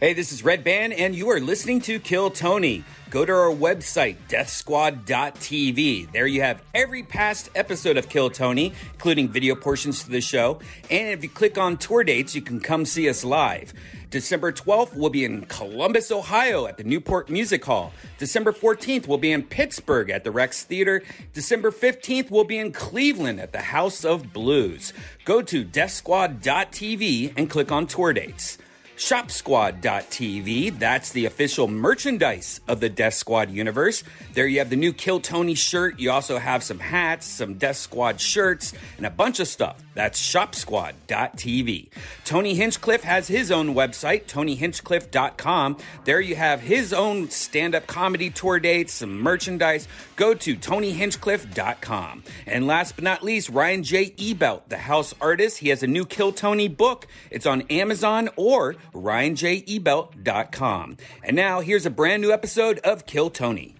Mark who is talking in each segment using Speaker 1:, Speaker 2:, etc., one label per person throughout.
Speaker 1: Hey, this is Red Band, and you are listening to Kill Tony. Go to our website, deathsquad.tv. There you have every past episode of Kill Tony, including video portions to the show. And if you click on tour dates, you can come see us live. December 12th, we'll be in Columbus, Ohio at the Newport Music Hall. December 14th, we'll be in Pittsburgh at the Rex Theater. December 15th, we'll be in Cleveland at the House of Blues. Go to deathsquad.tv and click on tour dates. ShopSquad.tv, that's the official merchandise of the Death Squad universe. There you have the new Kill Tony shirt. You also have some hats, some Death Squad shirts, and a bunch of stuff. That's ShopSquad.tv. Tony Hinchcliffe has his own website, TonyHinchcliffe.com. There you have his own stand up comedy tour dates, some merchandise. Go to TonyHinchcliffe.com. And last but not least, Ryan J. Ebelt, the house artist. He has a new Kill Tony book. It's on Amazon or ryanjebelt.com. And now here's a brand new episode of Kill Tony.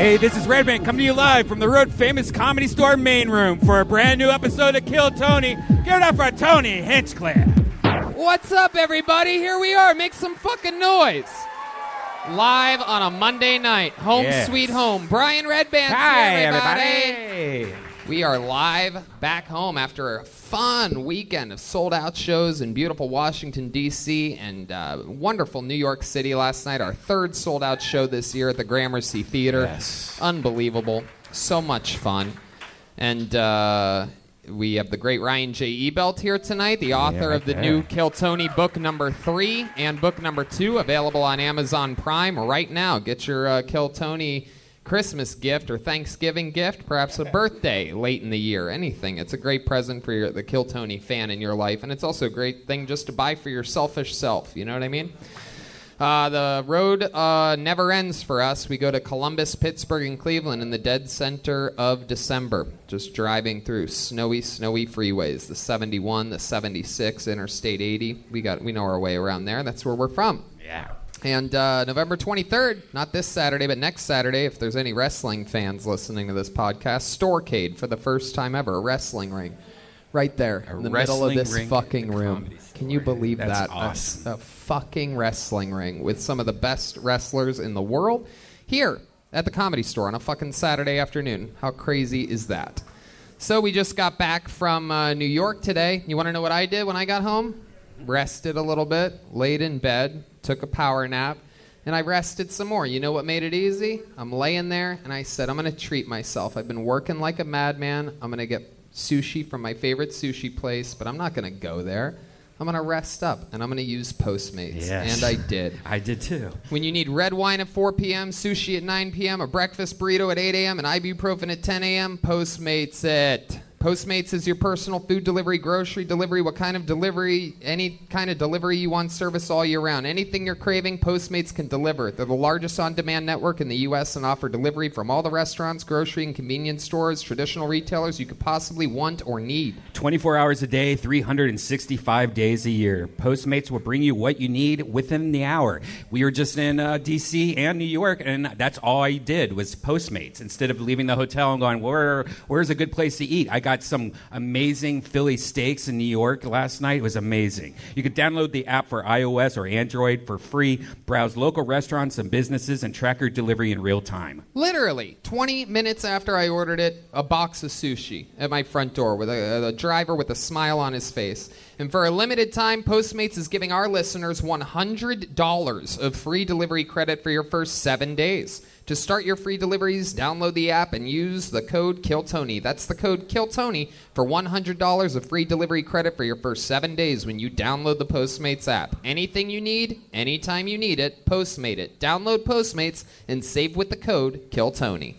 Speaker 2: Hey, this is Redman coming to you live from the Road Famous Comedy Store main room for a brand new episode of Kill Tony. Give it up for Tony Hinchcliffe.
Speaker 3: What's up, everybody? Here we are. Make some fucking noise. Live on a Monday night. Home
Speaker 2: Yes.
Speaker 3: sweet home. Brian Redband.
Speaker 2: Hi,
Speaker 3: everybody.
Speaker 2: everybody.
Speaker 3: We are live back home after a fun weekend of sold out shows in beautiful Washington, D.C. and uh, wonderful New York City last night. Our third sold out show this year at the Gramercy Theater.
Speaker 2: Yes.
Speaker 3: Unbelievable. So much fun. And uh, we have the great Ryan J. Ebelt here tonight, the author
Speaker 2: right
Speaker 3: of the
Speaker 2: there.
Speaker 3: new Kill Tony book number three and book number two, available on Amazon Prime right now. Get your uh, Kill Tony Christmas gift or Thanksgiving gift, perhaps a birthday late in the year, anything. It's a great present for your, the Kill Tony fan in your life, and it's also a great thing just to buy for your selfish self. You know what I mean? Uh, the road uh, never ends for us. We go to Columbus, Pittsburgh, and Cleveland in the dead center of December, just driving through snowy, snowy freeways the 71, the 76, Interstate 80. We, got, we know our way around there. That's where we're from.
Speaker 2: Yeah.
Speaker 3: And uh, November 23rd, not this Saturday, but next Saturday, if there's any wrestling fans listening to this podcast, Storcade for the first time ever, a wrestling ring. Right there in the middle of
Speaker 4: wrestling
Speaker 3: this
Speaker 4: ring at
Speaker 3: fucking
Speaker 4: the
Speaker 3: room.
Speaker 4: Comedy Store.
Speaker 3: Can you believe
Speaker 4: That's
Speaker 3: that? A-
Speaker 4: awesome.
Speaker 3: a fucking wrestling ring with some of the best wrestlers in the world here at the comedy store on a fucking Saturday afternoon. How crazy is that? So we just got back from uh, New York today. You want to know what I did when I got home? Rested a little bit, laid in bed, took a power nap, and I rested some more. You know what made it easy? I'm laying there and I said, I'm going to treat myself. I've been working like a madman. I'm going to get sushi from my favorite sushi place, but I'm not going to go there. I'm going to rest up and I'm going to use Postmates.
Speaker 4: Yes.
Speaker 3: And I did.
Speaker 4: I did too.
Speaker 3: When you need red wine at 4 p.m., sushi at 9 p.m., a breakfast burrito at 8 a.m., and ibuprofen at 10 a.m., Postmates it. Postmates is your personal food delivery, grocery delivery, what kind of delivery, any kind of delivery you want service all year round. Anything you're craving, Postmates can deliver. They're the largest on demand network in the U.S. and offer delivery from all the restaurants, grocery, and convenience stores, traditional retailers you could possibly want or need.
Speaker 4: 24 hours a day, 365 days a year. Postmates will bring you what you need within the hour. We were just in uh, D.C. and New York, and that's all I did was Postmates. Instead of leaving the hotel and going, Where, where's a good place to eat? I got some amazing Philly steaks in New York last night. It was amazing. You could download the app for iOS or Android for free, browse local restaurants and businesses, and track your delivery in real time.
Speaker 3: Literally, 20 minutes after I ordered it, a box of sushi at my front door with a, a driver with a smile on his face. And for a limited time, Postmates is giving our listeners $100 of free delivery credit for your first seven days. To start your free deliveries, download the app and use the code KILLTONY. That's the code KILLTONY for $100 of free delivery credit for your first seven days when you download the Postmates app. Anything you need, anytime you need it, Postmate it. Download Postmates and save with the code KILLTONY.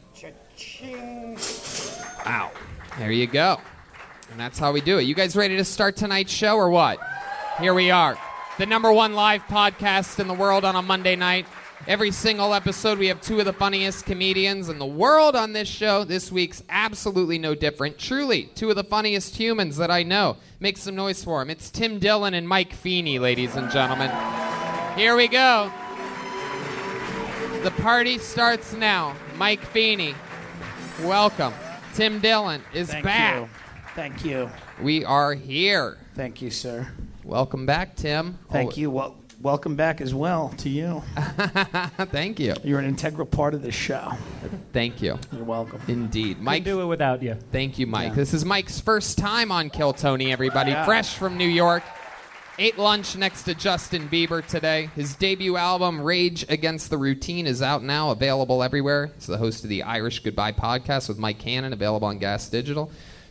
Speaker 3: Wow. There you go. And that's how we do it. You guys ready to start tonight's show or what? Here we are. The number one live podcast in the world on a Monday night. Every single episode, we have two of the funniest comedians in the world on this show. This week's absolutely no different. Truly, two of the funniest humans that I know. Make some noise for them. It's Tim Dillon and Mike Feeney, ladies and gentlemen. Here we go. The party starts now. Mike Feeney, welcome. Tim Dillon is
Speaker 5: Thank
Speaker 3: back.
Speaker 5: you. Thank you.
Speaker 3: We are here.
Speaker 5: Thank you, sir.
Speaker 3: Welcome back, Tim.
Speaker 5: Thank
Speaker 3: Oh,
Speaker 5: you. Well, welcome back as well to you.
Speaker 3: Thank you.
Speaker 5: You're an integral part of the show.
Speaker 3: Thank you.
Speaker 5: You're welcome.
Speaker 3: Indeed. Mike,
Speaker 6: do it without you.
Speaker 3: thank you, Mike. This is Mike's first time on Kill Tony, everybody.
Speaker 5: Yeah.
Speaker 3: Fresh from New York. Ate lunch next to Justin Bieber today. His debut album, Rage Against the Routine, is out now, available everywhere. He's the host of the Irish Goodbye podcast with Mike Cannon, available on Gas Digital.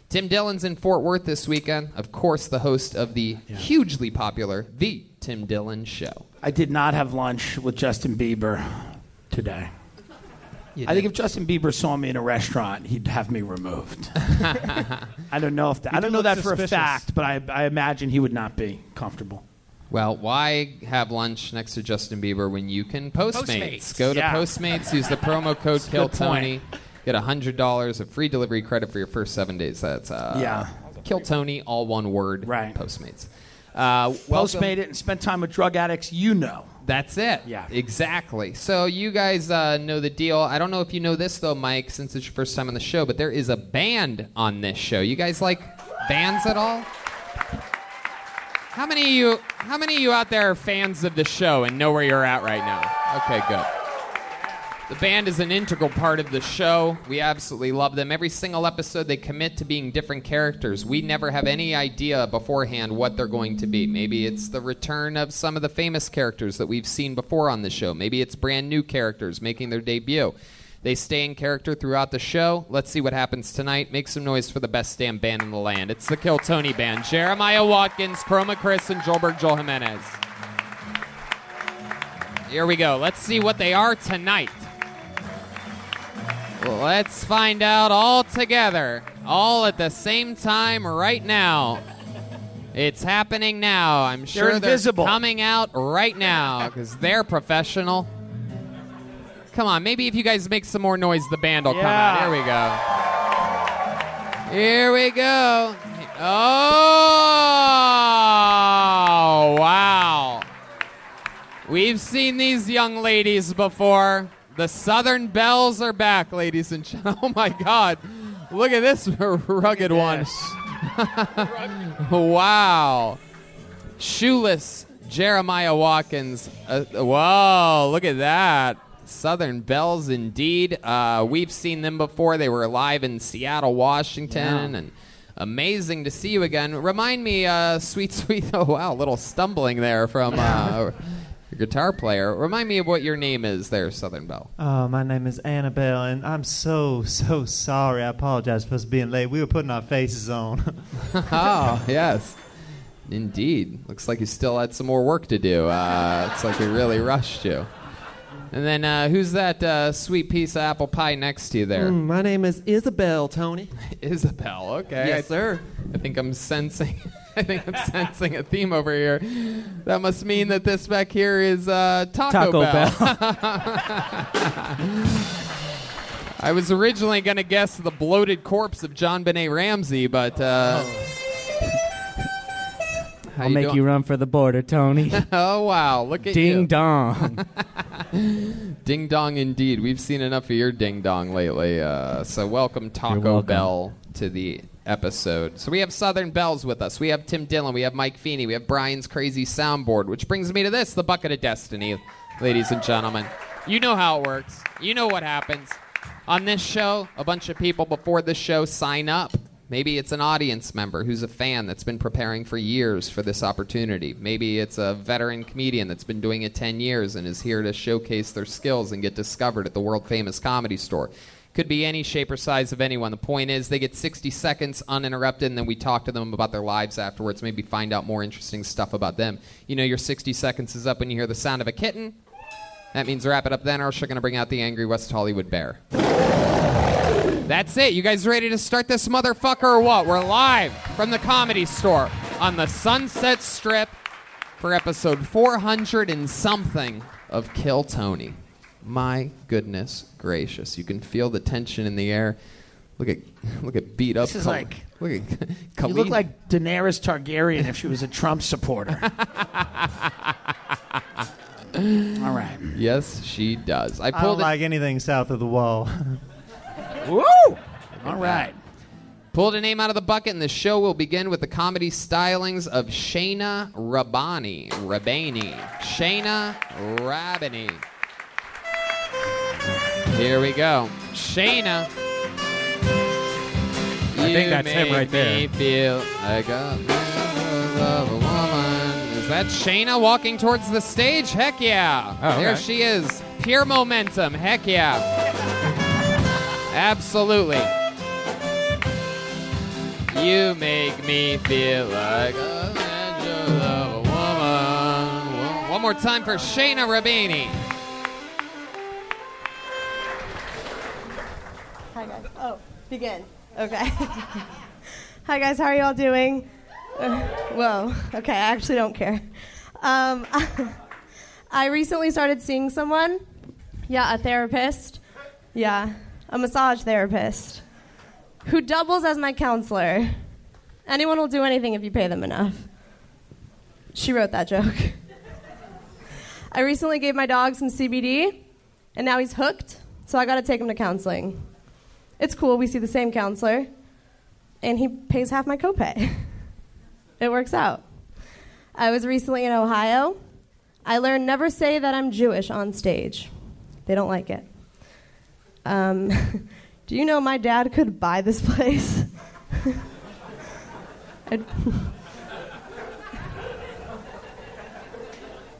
Speaker 3: Tim Dillon's in Fort Worth this weekend. Of course, the host of the hugely popular The Tim Dillon Show.
Speaker 5: I did not have lunch with Justin Bieber today. I think if Justin Bieber saw me in a restaurant, he'd have me removed. I don't know if that, I
Speaker 6: do
Speaker 5: don't know
Speaker 6: look
Speaker 5: that for a
Speaker 6: suspicious.
Speaker 5: fact, but I, I imagine he would not be comfortable.
Speaker 3: Well, why have lunch next to Justin Bieber when you can Postmates?
Speaker 6: Postmates,
Speaker 3: Go to
Speaker 5: yeah.
Speaker 3: Postmates, use the promo code
Speaker 5: a good
Speaker 3: KillTony, get $100 of free delivery credit for your first seven days. That's uh,
Speaker 5: Yeah.
Speaker 3: KillTony, all one word,
Speaker 5: Right.
Speaker 3: Postmates. Uh, welcome-
Speaker 5: Postmate it and spent time with drug addicts. You know.
Speaker 3: That's it.
Speaker 5: Yeah.
Speaker 3: Exactly. So you guys uh, know the deal. I don't know if you know this, though, Mike, since it's your first time on the show, but there is a band on this show. You guys like bands at all? How many of you how many of you out there are fans of the show and know where you're at right now? Okay, good. The band is an integral part of the show. We absolutely love them. Every single episode they commit to being different characters. We never have any idea beforehand what they're going to be. Maybe it's the return of some of the famous characters that we've seen before on the show. Maybe it's brand new characters making their debut. They stay in character throughout the show. Let's see what happens tonight. Make some noise for the best damn band in the land. It's the Kill Tony Band. Jeremiah Watkins, Chroma Chris, and Joelberg Joel Jimenez. Here we go. Let's see what they are tonight. Let's find out all together, all at the same time right now. It's happening now. I'm sure they're
Speaker 5: invisible.
Speaker 3: coming out right now because they're professional. Come on, maybe if you guys make some more noise, the band will come out. Here we go. Here we go. Oh, wow. We've seen these young ladies before. The Southern Bells are back, ladies and gentlemen. Oh my God. Look at this rugged one. Wow. Shoeless Jeremiah Watkins. Uh, whoa, look at that. Southern Bells, indeed. Uh, we've seen them before. They were live in Seattle, Washington, and amazing to see you again. Remind me, uh, sweet, sweet. Oh wow, little stumbling there from uh, your guitar player. Remind me of what your name is, there, Southern Bell.
Speaker 6: Oh, my name is Annabelle, and I'm so, so sorry. I apologize for us being late. We were putting our faces on.
Speaker 3: Oh, yes. Indeed. Looks like you still had some more work to do. Uh, it's like we really rushed you. And then uh, who's that uh, sweet piece of apple pie next to you there?
Speaker 6: Mm, my name is Isabel, Tony.
Speaker 3: Isabel. Okay. I-
Speaker 6: sir.
Speaker 3: I think I'm sensing. I think I'm sensing a theme over here. That must mean that this back here is uh, Taco,
Speaker 6: Taco
Speaker 3: Bell. I was originally going to guess the bloated corpse of John Benet Ramsey, but uh, How
Speaker 7: I'll make
Speaker 3: doing?
Speaker 7: you run for the border, Tony.
Speaker 3: Oh wow! Look at
Speaker 7: Ding
Speaker 3: you.
Speaker 7: dong.
Speaker 3: Ding dong, indeed. We've seen enough of your ding dong lately. Uh, so welcome Taco
Speaker 7: welcome.
Speaker 3: Bell to the episode. So we have Southern Bells with us. We have Tim Dillon. We have Mike Feeney. We have Brian's crazy soundboard, which brings me to this: the bucket of destiny, ladies and gentlemen. You know how it works. You know what happens. On this show, a bunch of people before the show sign up. Maybe it's an audience member who's a fan that's been preparing for years for this opportunity. Maybe it's a veteran comedian that's been doing it 10 years and is here to showcase their skills and get discovered at the world famous comedy store. Could be any shape or size of anyone. The point is, they get 60 seconds uninterrupted, and then we talk to them about their lives afterwards, maybe find out more interesting stuff about them. You know, your 60 seconds is up when you hear the sound of a kitten. That means wrap it up then, or else you're going to bring out the angry West Hollywood bear. That's it. You guys ready to start this motherfucker or what? We're live from the comedy store on the Sunset Strip for episode 400 and something of Kill Tony. My goodness gracious. You can feel the tension in the air. Look at look at beat up.
Speaker 5: This is
Speaker 3: Khal-
Speaker 5: like-
Speaker 3: look at
Speaker 5: You
Speaker 3: Khalid.
Speaker 5: look like Daenerys Targaryen if she was a Trump supporter. All right.
Speaker 3: Yes, she does. I
Speaker 6: I don't
Speaker 3: pulled it.
Speaker 6: like anything south of the wall.
Speaker 5: Woo! All right.
Speaker 3: Pulled a name out of the bucket, and the show will begin with the comedy stylings of Shayna Rabani. Rabani. Shayna Rabani. Here we go. Shayna.
Speaker 4: I think that's him right there.
Speaker 3: Me feel like a man of a woman. Is that Shayna walking towards the stage? Heck yeah.
Speaker 4: Oh,
Speaker 3: there
Speaker 4: okay.
Speaker 3: she is. Pure momentum. Heck yeah. Absolutely. You make me feel like a angel of a woman. One- One more time for Shayna Rabini.
Speaker 8: Hi guys. Oh, begin. Okay. Hi guys. How are you all doing? Uh, whoa. Okay. I actually don't care. Um, I recently started seeing someone. Yeah, a therapist. Yeah, a massage therapist who doubles as my counselor. Anyone will do anything if you pay them enough. She wrote that joke. I recently gave my dog some CBD, and now he's hooked. So I got to take him to counseling it's cool. We see the same counselor, and he pays half my copay. it works out. I was recently in Ohio. I learned never say that I'm Jewish on stage. They don't like it. Um, do you know my dad could buy this place? I'd-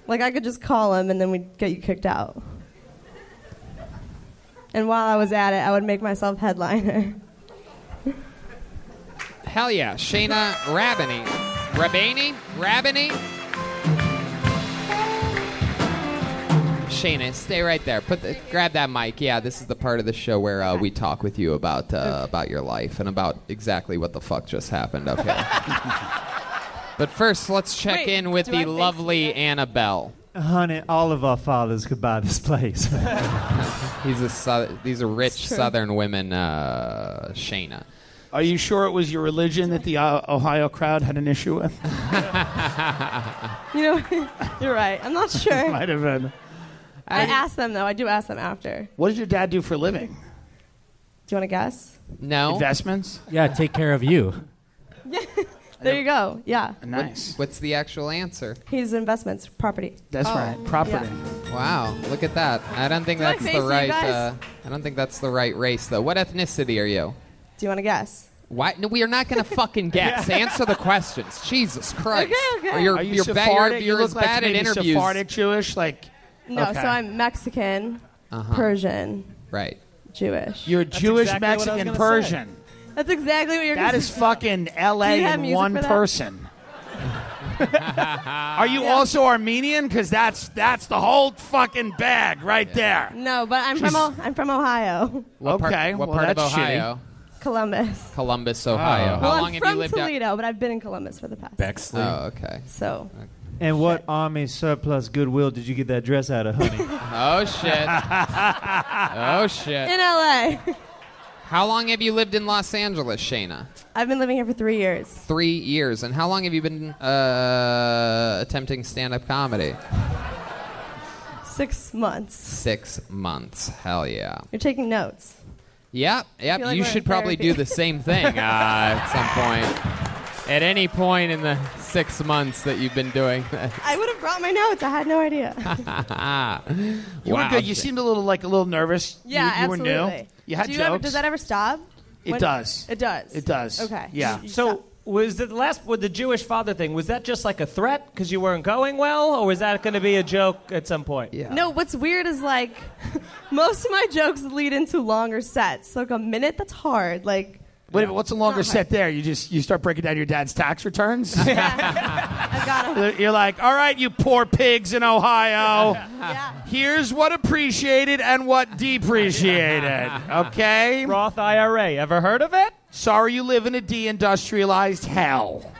Speaker 8: like I could just call him and then we'd get you kicked out. And while I was at it, I would make myself headliner.
Speaker 3: Hell yeah, Shayna Rabini. Rabini? Rabini? Shayna, stay right there. Put the, grab that mic. Yeah, this is the part of the show where uh, we talk with you about uh, about your life and about exactly what the fuck just happened up here. but first, let's check
Speaker 8: Wait,
Speaker 3: in with
Speaker 8: do
Speaker 3: the
Speaker 8: I face
Speaker 3: lovely Annabelle.
Speaker 6: Honey, all of our fathers could buy this place.
Speaker 3: He's a sou- these are rich
Speaker 8: true.
Speaker 3: Southern women, uh, Shayna.
Speaker 5: Are you sure it was your religion that the uh, Ohio crowd had an issue with?
Speaker 8: You know, you're right. I'm not sure.
Speaker 5: Might have been.
Speaker 8: I ask them though. I do ask them after.
Speaker 5: What does your dad do for a living?
Speaker 8: Do you want to guess?
Speaker 3: No,
Speaker 5: Investments?
Speaker 7: Yeah, take care of you.
Speaker 8: There you go. Yeah,
Speaker 5: Nice.
Speaker 3: what's the actual answer?
Speaker 8: he's investments, property. Oh,
Speaker 5: That's right. Property.
Speaker 3: Wow, look at that. I don't think
Speaker 8: Do I
Speaker 3: that's
Speaker 8: face
Speaker 3: the
Speaker 8: you
Speaker 3: right.
Speaker 8: guys?
Speaker 3: Uh, I don't think that's the right race though. What ethnicity are you?
Speaker 8: Do you want to guess?
Speaker 3: Why? No, we are not going to fucking guess. Answer the questions. Jesus Christ!
Speaker 8: Okay, okay.
Speaker 3: Or You're,
Speaker 5: Are you
Speaker 3: you're ba-
Speaker 5: Sephardic?
Speaker 3: you're,
Speaker 5: you
Speaker 3: you're
Speaker 5: look
Speaker 3: as
Speaker 5: like
Speaker 3: bad at
Speaker 5: maybe
Speaker 3: interviews.
Speaker 5: Sephardic Jewish, like
Speaker 8: No.
Speaker 5: Okay.
Speaker 8: So I'm Mexican,
Speaker 3: Uh-huh.
Speaker 8: Persian,
Speaker 3: Right.
Speaker 8: Jewish.
Speaker 5: you're Jewish
Speaker 7: exactly what I was
Speaker 5: Mexican
Speaker 7: gonna
Speaker 5: Persian.
Speaker 8: That's exactly what you're.
Speaker 5: That
Speaker 8: gonna
Speaker 5: is
Speaker 8: say.
Speaker 5: fucking L.A.
Speaker 8: Do you have
Speaker 5: in
Speaker 8: music
Speaker 5: one
Speaker 8: for that? Uh,
Speaker 5: person. Are you also Armenian? Because that's that's the whole fucking bag right there.
Speaker 8: No, but I'm from o- I'm from Ohio,
Speaker 3: What part-
Speaker 5: Okay,
Speaker 3: what
Speaker 5: well,
Speaker 3: part of
Speaker 5: that's shitty. Oh.
Speaker 3: Ohio?
Speaker 8: Columbus.
Speaker 3: Columbus, Ohio. How
Speaker 8: well,
Speaker 3: long
Speaker 8: I'm
Speaker 3: have
Speaker 8: from
Speaker 3: you lived out-
Speaker 8: Toledo, but I've been in Columbus for the past.
Speaker 4: Bexley.
Speaker 3: Oh, okay.
Speaker 8: So
Speaker 6: and what army surplus goodwill did you get that dress out of, honey?
Speaker 3: Oh shit. oh shit.
Speaker 8: in LA,
Speaker 3: How long have you lived in Los Angeles, Shayna?
Speaker 8: I've been living here for three years.
Speaker 3: Three years. And how long have you been uh, attempting stand-up comedy?
Speaker 8: Six months.
Speaker 3: Six months. Hell yeah.
Speaker 8: You're taking notes.
Speaker 3: Yep, yep.
Speaker 8: feel like
Speaker 3: you
Speaker 8: we're in
Speaker 3: should probably do
Speaker 8: therapy.
Speaker 3: the same thing uh, at some point. At any point in the six months that you've been doing that.
Speaker 8: I would have brought my notes. I had no idea.
Speaker 5: You were
Speaker 3: Wow.
Speaker 5: good. You seemed a little like a little nervous.
Speaker 8: Yeah,
Speaker 5: you, you
Speaker 8: absolutely.
Speaker 5: were new. You had
Speaker 8: Do
Speaker 5: jokes.
Speaker 8: Ever, does that ever stop?
Speaker 5: It does.
Speaker 8: It does.
Speaker 5: It does.
Speaker 8: Okay.
Speaker 5: Yeah.
Speaker 8: So
Speaker 9: So was the last with the Jewish father thing? Was that just like a threat because you weren't going well, or was that going to be a joke at some point? Yeah.
Speaker 8: no, what's weird is like most of my jokes lead into longer sets, like a minute. That's hard. Like
Speaker 5: Wait, but what's a longer
Speaker 8: Not hard.
Speaker 5: set there? You just you start breaking down your dad's tax returns.
Speaker 8: I got to
Speaker 5: You're like, all right, you poor pigs in Ohio.
Speaker 8: Yeah.
Speaker 5: Here's what appreciated and what depreciated. Okay.
Speaker 9: Roth IRA. Ever heard of it?
Speaker 5: Sorry, you live in a deindustrialized hell.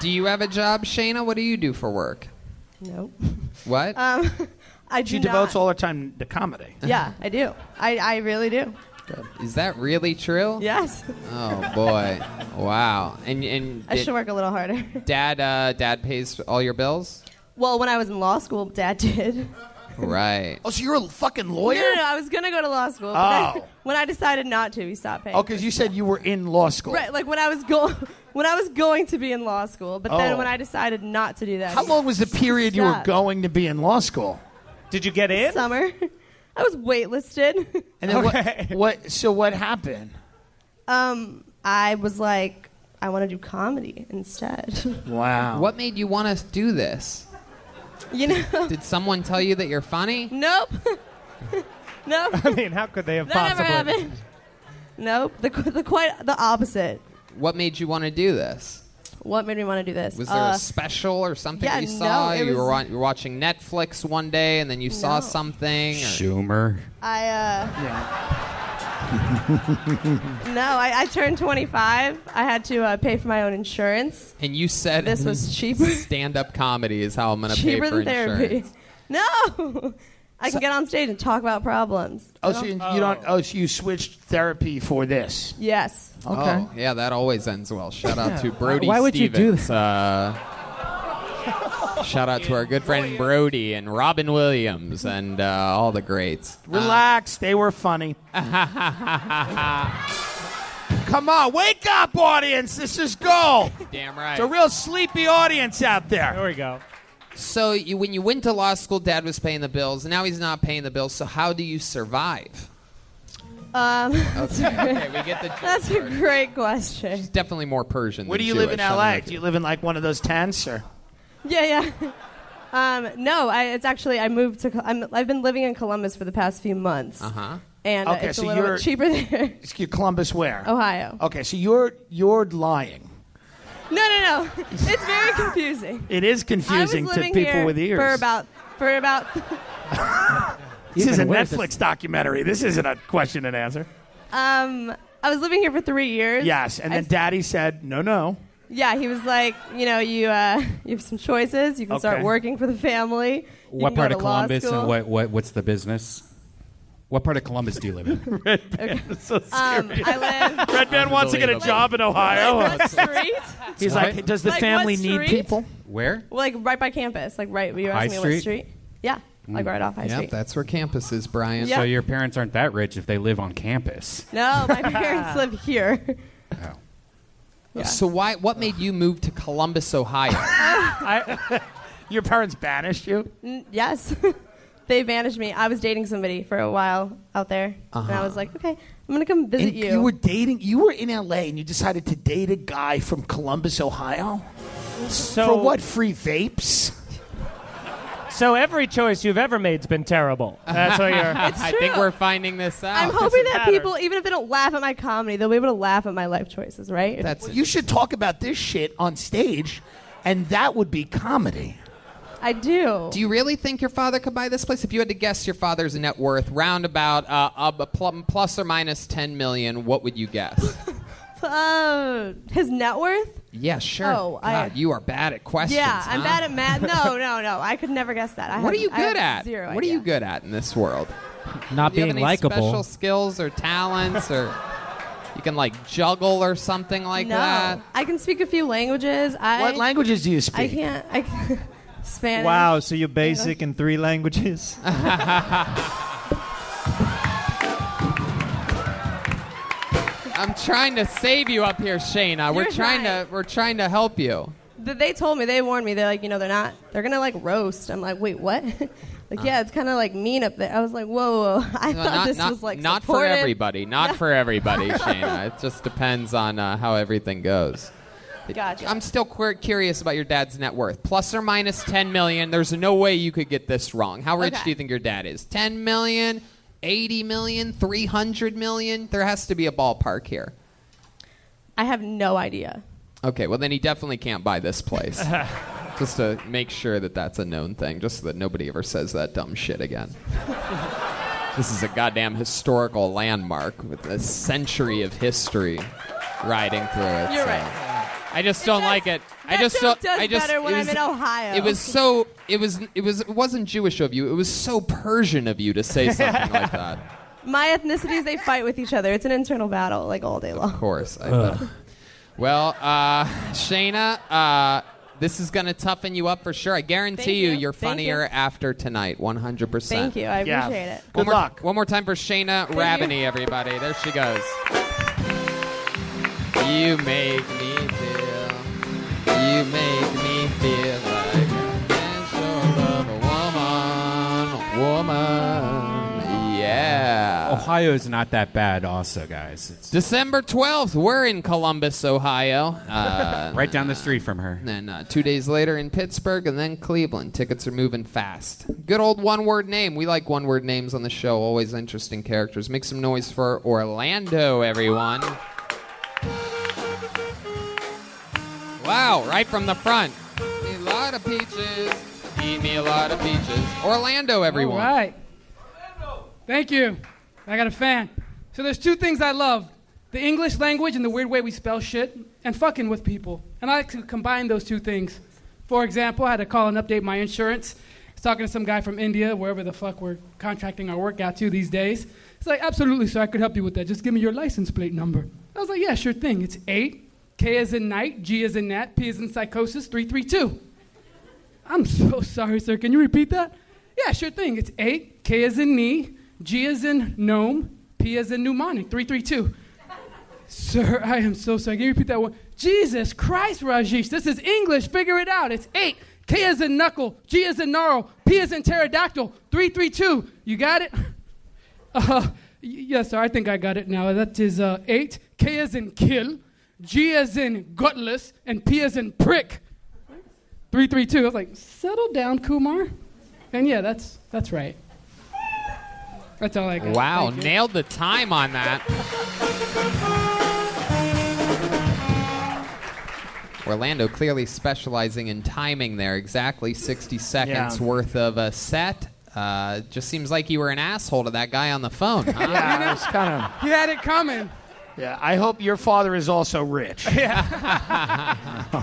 Speaker 3: Do you have a job, Shayna? What do you do for work?
Speaker 8: Nope.
Speaker 3: What?
Speaker 8: Um, I do
Speaker 5: She
Speaker 8: not.
Speaker 5: devotes all her time to comedy.
Speaker 8: Yeah, I do. I, I really do.
Speaker 3: Is that really true?
Speaker 8: Yes.
Speaker 3: Oh boy. Wow. And and
Speaker 8: I
Speaker 3: did
Speaker 8: should work a little harder.
Speaker 3: dad uh, dad pays all your bills?
Speaker 8: Well, when I was in law school, Dad did.
Speaker 3: Right.
Speaker 5: Oh, so you're a fucking lawyer?
Speaker 8: No, no, no, I was gonna go to law school. But then,
Speaker 5: Oh.
Speaker 8: when I decided not to, he stopped paying.
Speaker 5: Oh, because you said you were in law school.
Speaker 8: Right, like when I was go- when I was going to be in law school, but
Speaker 5: Oh.
Speaker 8: then when I decided not to do that,
Speaker 5: How long was the period you were
Speaker 8: Stop.
Speaker 5: going to be in law school?
Speaker 9: Did you get in?
Speaker 8: Summer, I was waitlisted.
Speaker 5: And then what, what? So what happened?
Speaker 8: Um, I was like, I want to do comedy instead.
Speaker 5: Wow.
Speaker 3: What made you want to do this?
Speaker 8: you know?
Speaker 3: Did someone tell you that you're funny?
Speaker 8: Nope. nope.
Speaker 9: I mean, how could they have
Speaker 8: That never
Speaker 9: possibly?
Speaker 8: happened. Nope. Oh, The, qu- the quite the opposite.
Speaker 3: What made you want to do this?
Speaker 8: What made me want to do this?
Speaker 3: Was there
Speaker 8: Uh,
Speaker 3: a special or something
Speaker 8: yeah,
Speaker 3: you
Speaker 8: no,
Speaker 3: saw?
Speaker 8: it
Speaker 3: you, were
Speaker 8: was-
Speaker 3: wa- you were watching Netflix one day and then you saw
Speaker 8: No.
Speaker 3: something. or-
Speaker 4: Schumer.
Speaker 8: I uh. no, I, I turned 25. I had to uh, pay for my own insurance.
Speaker 3: and you said
Speaker 8: This was cheaper.
Speaker 3: Stand up comedy is how I'm going to pay
Speaker 8: Cheaper
Speaker 3: for
Speaker 8: than therapy.
Speaker 3: insurance.
Speaker 8: No, I can get on stage and talk about problems.
Speaker 5: Oh, so you, you don't. Oh, so you switched therapy for this?
Speaker 8: Yes.
Speaker 5: Okay.
Speaker 3: Oh, yeah, that always ends well. Shout out to Brody.
Speaker 7: Why would you do
Speaker 3: Stevens, Uh, shout out to our good friend Brody and Robin Williams and uh, all the greats.
Speaker 9: Uh.
Speaker 3: Uh,
Speaker 5: Relax. they were funny. Come on, wake up, audience. This is gold.
Speaker 3: Damn right.
Speaker 5: It's a real sleepy audience out
Speaker 9: There
Speaker 5: there.
Speaker 9: we go.
Speaker 3: So you, when you went to law school, Dad was paying the bills. Now he's not paying the bills. So how do you survive?
Speaker 8: Um,
Speaker 3: Okay, we get the.
Speaker 8: that's a great question.
Speaker 3: It's definitely more Persian.
Speaker 5: Where do
Speaker 3: than
Speaker 5: you live in
Speaker 3: Jewish. I don't know
Speaker 5: LA?
Speaker 3: if
Speaker 5: Do you live in like one of those tents or?
Speaker 8: Yeah, yeah. Um, no, I, it's actually I moved to. Col- I'm, I've been living in Columbus for the past few months,
Speaker 3: Uh-huh.
Speaker 8: and uh,
Speaker 5: Okay,
Speaker 8: it's
Speaker 5: so
Speaker 8: a little
Speaker 5: you're-
Speaker 8: bit cheaper there.
Speaker 5: Excuse- Columbus where?
Speaker 8: Ohio.
Speaker 5: Okay, so you're you're lying.
Speaker 8: No, no, no. It's very confusing.
Speaker 5: It is confusing
Speaker 8: I was
Speaker 5: to
Speaker 8: living
Speaker 5: people
Speaker 8: here
Speaker 5: with ears.
Speaker 8: for about for about.
Speaker 5: this is a
Speaker 7: Even worse,
Speaker 5: Netflix documentary. This isn't a question and answer.
Speaker 8: Um, I was living here for three years.
Speaker 5: Yes, and
Speaker 8: I-
Speaker 5: then Daddy said, "No, no."
Speaker 8: yeah, he was like, you know, you uh, you have some choices. You can start
Speaker 5: Okay.
Speaker 8: working for the family. You
Speaker 4: What
Speaker 8: can go
Speaker 4: part
Speaker 8: to
Speaker 4: of
Speaker 8: law
Speaker 4: Columbus
Speaker 8: school.
Speaker 4: and what, what what's the business? What part of Columbus do you live in?
Speaker 8: Um, I live
Speaker 5: Red man wants to get a
Speaker 3: Unbelievable.
Speaker 5: job in Ohio.
Speaker 8: across the street,
Speaker 5: He's like, "Does the
Speaker 8: Like,
Speaker 5: family
Speaker 8: what
Speaker 5: need
Speaker 8: street?
Speaker 5: people?"
Speaker 4: Where?
Speaker 8: like right by campus, like right. You were
Speaker 4: High
Speaker 8: asking me
Speaker 4: Street?
Speaker 8: what street? Yeah,
Speaker 3: Mm.
Speaker 8: like right off High
Speaker 3: Yep,
Speaker 8: Street.
Speaker 3: that's where campus is, Brian.
Speaker 8: Yeah.
Speaker 4: So your parents aren't that rich if they live on campus.
Speaker 8: No, my parents live here. Yeah.
Speaker 3: So why? What made you move to Columbus, Ohio?
Speaker 5: Your parents banished you.
Speaker 8: N- yes, they banished me. I was dating somebody for a while out there, and
Speaker 3: Uh-huh.
Speaker 8: I was like, okay, I'm gonna come visit
Speaker 5: And you were dating. You were in LA, and you decided to date a guy from Columbus, Ohio.
Speaker 9: So
Speaker 5: For what? Free vapes?
Speaker 9: So every choice you've ever made's been terrible. That's what you're.
Speaker 3: I think we're finding this out.
Speaker 8: I'm hoping
Speaker 9: doesn't
Speaker 8: that
Speaker 9: matter.
Speaker 8: people, even if they don't laugh at my comedy, they'll be able to laugh at my life choices, right?
Speaker 3: That's
Speaker 5: You should talk about this shit on stage, and that would be comedy.
Speaker 8: I do.
Speaker 3: Do you really think your father could buy this place? If you had to guess your father's net worth, roundabout uh, uh, a pl- plus or minus ten million, what would you guess?
Speaker 8: Uh, his net worth?
Speaker 3: yeah, sure.
Speaker 8: Oh, I-
Speaker 3: God, you are bad at questions.
Speaker 8: yeah, I'm
Speaker 3: huh?
Speaker 8: bad at math. No, no, no. I could never guess that. I
Speaker 3: What are
Speaker 8: have-
Speaker 3: you
Speaker 8: I have
Speaker 3: good at?
Speaker 8: Zero.
Speaker 3: what are you
Speaker 8: idea.
Speaker 3: good at in this world?
Speaker 7: Not
Speaker 3: Do you have
Speaker 7: being
Speaker 3: any
Speaker 7: likable.
Speaker 3: special skills or talents, or you can like juggle or something like
Speaker 8: no,
Speaker 3: that?
Speaker 8: I can speak a few languages. I
Speaker 5: what languages do you
Speaker 8: I
Speaker 5: speak?
Speaker 8: can't. I can't. Spanish.
Speaker 6: Wow, so you're basic in three languages?
Speaker 3: I'm trying to save you up here, Shayna. we're
Speaker 8: You're
Speaker 3: trying
Speaker 8: right.
Speaker 3: to we're trying to help you.
Speaker 8: Th- They told me. They warned me. They're like, you know, they're not. They're gonna like roast. I'm like, wait, what? like, yeah, it's kind of like mean up there. I was like, whoa, whoa. whoa. I
Speaker 3: Uh. No,
Speaker 8: thought
Speaker 3: not
Speaker 8: this
Speaker 3: not,
Speaker 8: was like
Speaker 3: not for
Speaker 8: supportive.
Speaker 3: everybody. Not for everybody, Shayna. It just depends on uh, how everything goes.
Speaker 8: Gotcha.
Speaker 3: I'm still queer- curious about your dad's net worth. Plus or minus 10 million. There's no way you could get this wrong. How rich
Speaker 8: Okay.
Speaker 3: do you think your dad is? 10 million, 80 million, 300 million? There has to be a ballpark here.
Speaker 8: I have no idea.
Speaker 3: Okay, well, then he definitely can't buy this place. just to make sure that that's a known thing, just so that nobody ever says that dumb shit again. this is a goddamn historical landmark with a century of history riding through it.
Speaker 8: You're
Speaker 3: so.
Speaker 8: right.
Speaker 3: I just don't
Speaker 8: does-
Speaker 3: like it. I
Speaker 8: that
Speaker 3: just don't.
Speaker 8: joke does
Speaker 3: I just.
Speaker 8: better when
Speaker 3: it
Speaker 8: I'm in Ohio.
Speaker 3: It was so. It was. It was. It wasn't Jewish of you. It was so Persian of you to say something like that.
Speaker 8: My ethnicities, they fight with each other. It's an internal battle, like all day long.
Speaker 3: Of course. I bet. Well, uh, Shayna, uh, This is going to toughen you up for sure. I guarantee
Speaker 8: Thank
Speaker 3: you,
Speaker 8: you.
Speaker 3: you. are
Speaker 8: Thank
Speaker 3: funnier after tonight, 100%.
Speaker 8: Thank you. I
Speaker 5: Yeah.
Speaker 8: appreciate it.
Speaker 5: Good
Speaker 3: one
Speaker 5: luck.
Speaker 3: More, one more time for Shayna Rabini, everybody. There she goes. You make me feel. You make me feel like a special of a woman. Woman. Yeah.
Speaker 4: Ohio's not that bad, also, guys. It's
Speaker 3: December 12th, we're in Columbus, Ohio. Uh,
Speaker 4: right down the street from her.
Speaker 3: and then uh, two days later in Pittsburgh and then Cleveland. Tickets are moving fast. Good old one word name. We like one word names on the show. Always interesting characters. Make some noise for Orlando, everyone. Wow, right from the front. Eat me a lot of peaches. Eat me a lot of peaches. Orlando, everyone.
Speaker 10: All right. Thank you. I got a fan. So there's two things I love the English language and the weird way we spell shit, and fucking with people. And I like to combine those two things. For example, I had to call and update my insurance. I was talking to some guy from India, wherever the fuck we're contracting our work out to these days. He's like, absolutely, sir, I could help you with that. Just give me your license plate number. I was like, yeah, sure thing. It's 8, K is in night, G is in nat, P is in psychosis, 332. I'm so sorry, sir. Can you repeat that? Yeah, sure thing. It's eight. K is in knee. G is in gnome. P is in mnemonic. Three, three, two. Sir, I am so sorry. Can you repeat that one? Jesus Christ, Rajesh. This is English. Figure it out. It's eight. K is in knuckle. G is in gnarl. P is in pterodactyl. Three, three, two. You got it? Uh, y- yes, sir. I think I got it now. That is uh, eight. K is in kill. G is in gutless. And P is in prick three three two. I was like, settle down, Kumar. And yeah, that's that's right. That's all I got.
Speaker 3: Wow,
Speaker 10: Thank you.
Speaker 3: nailed the time on that. Orlando clearly specializing in timing there. Exactly 60 seconds
Speaker 5: Yeah.
Speaker 3: worth of a set. Uh, just seems like you were an asshole to that guy on the phone. Huh?
Speaker 5: Yeah, it's kind of.
Speaker 10: He had it coming.
Speaker 5: Yeah, I hope your father is also rich.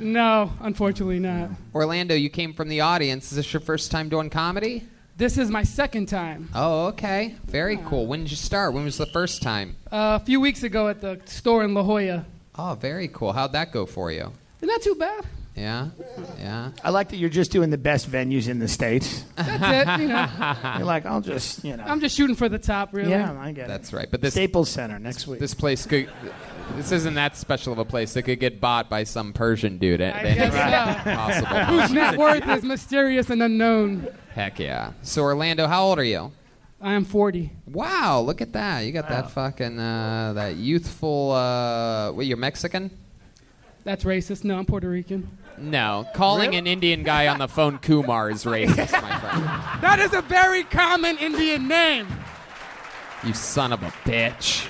Speaker 10: No, unfortunately not.
Speaker 3: Orlando, you came from the audience. Is this your first time doing comedy?
Speaker 10: This is my second time.
Speaker 3: Oh, okay. Very cool. When did you start? When was the first time?
Speaker 10: Uh, a few weeks ago at the store in La Jolla.
Speaker 3: Oh, very cool. How'd that go for you?
Speaker 10: Not too bad.
Speaker 3: Yeah? Yeah?
Speaker 5: I like that you're just doing the best venues in the states.
Speaker 10: That's it. You know,
Speaker 5: You're like, I'll just, you know.
Speaker 10: I'm just shooting for the top, really.
Speaker 5: yeah, I get
Speaker 3: That's right. But this
Speaker 5: it. Staples Center next week.
Speaker 3: This place could. This isn't that special of a place. It could get bought by some Persian dude at,
Speaker 10: I
Speaker 3: at any
Speaker 10: guess
Speaker 3: possible.
Speaker 10: Whose net worth is mysterious and unknown.
Speaker 3: Heck yeah. So Orlando, how old are you?
Speaker 10: I am 40.
Speaker 3: Wow, look at that. You got that fucking uh, that youthful. Uh, wait, you're Mexican?
Speaker 10: That's racist. No, I'm Puerto Rican.
Speaker 3: No, calling an Indian guy on the phone Kumar is racist, my friend.
Speaker 10: That is a very common Indian name.
Speaker 3: You son of a bitch.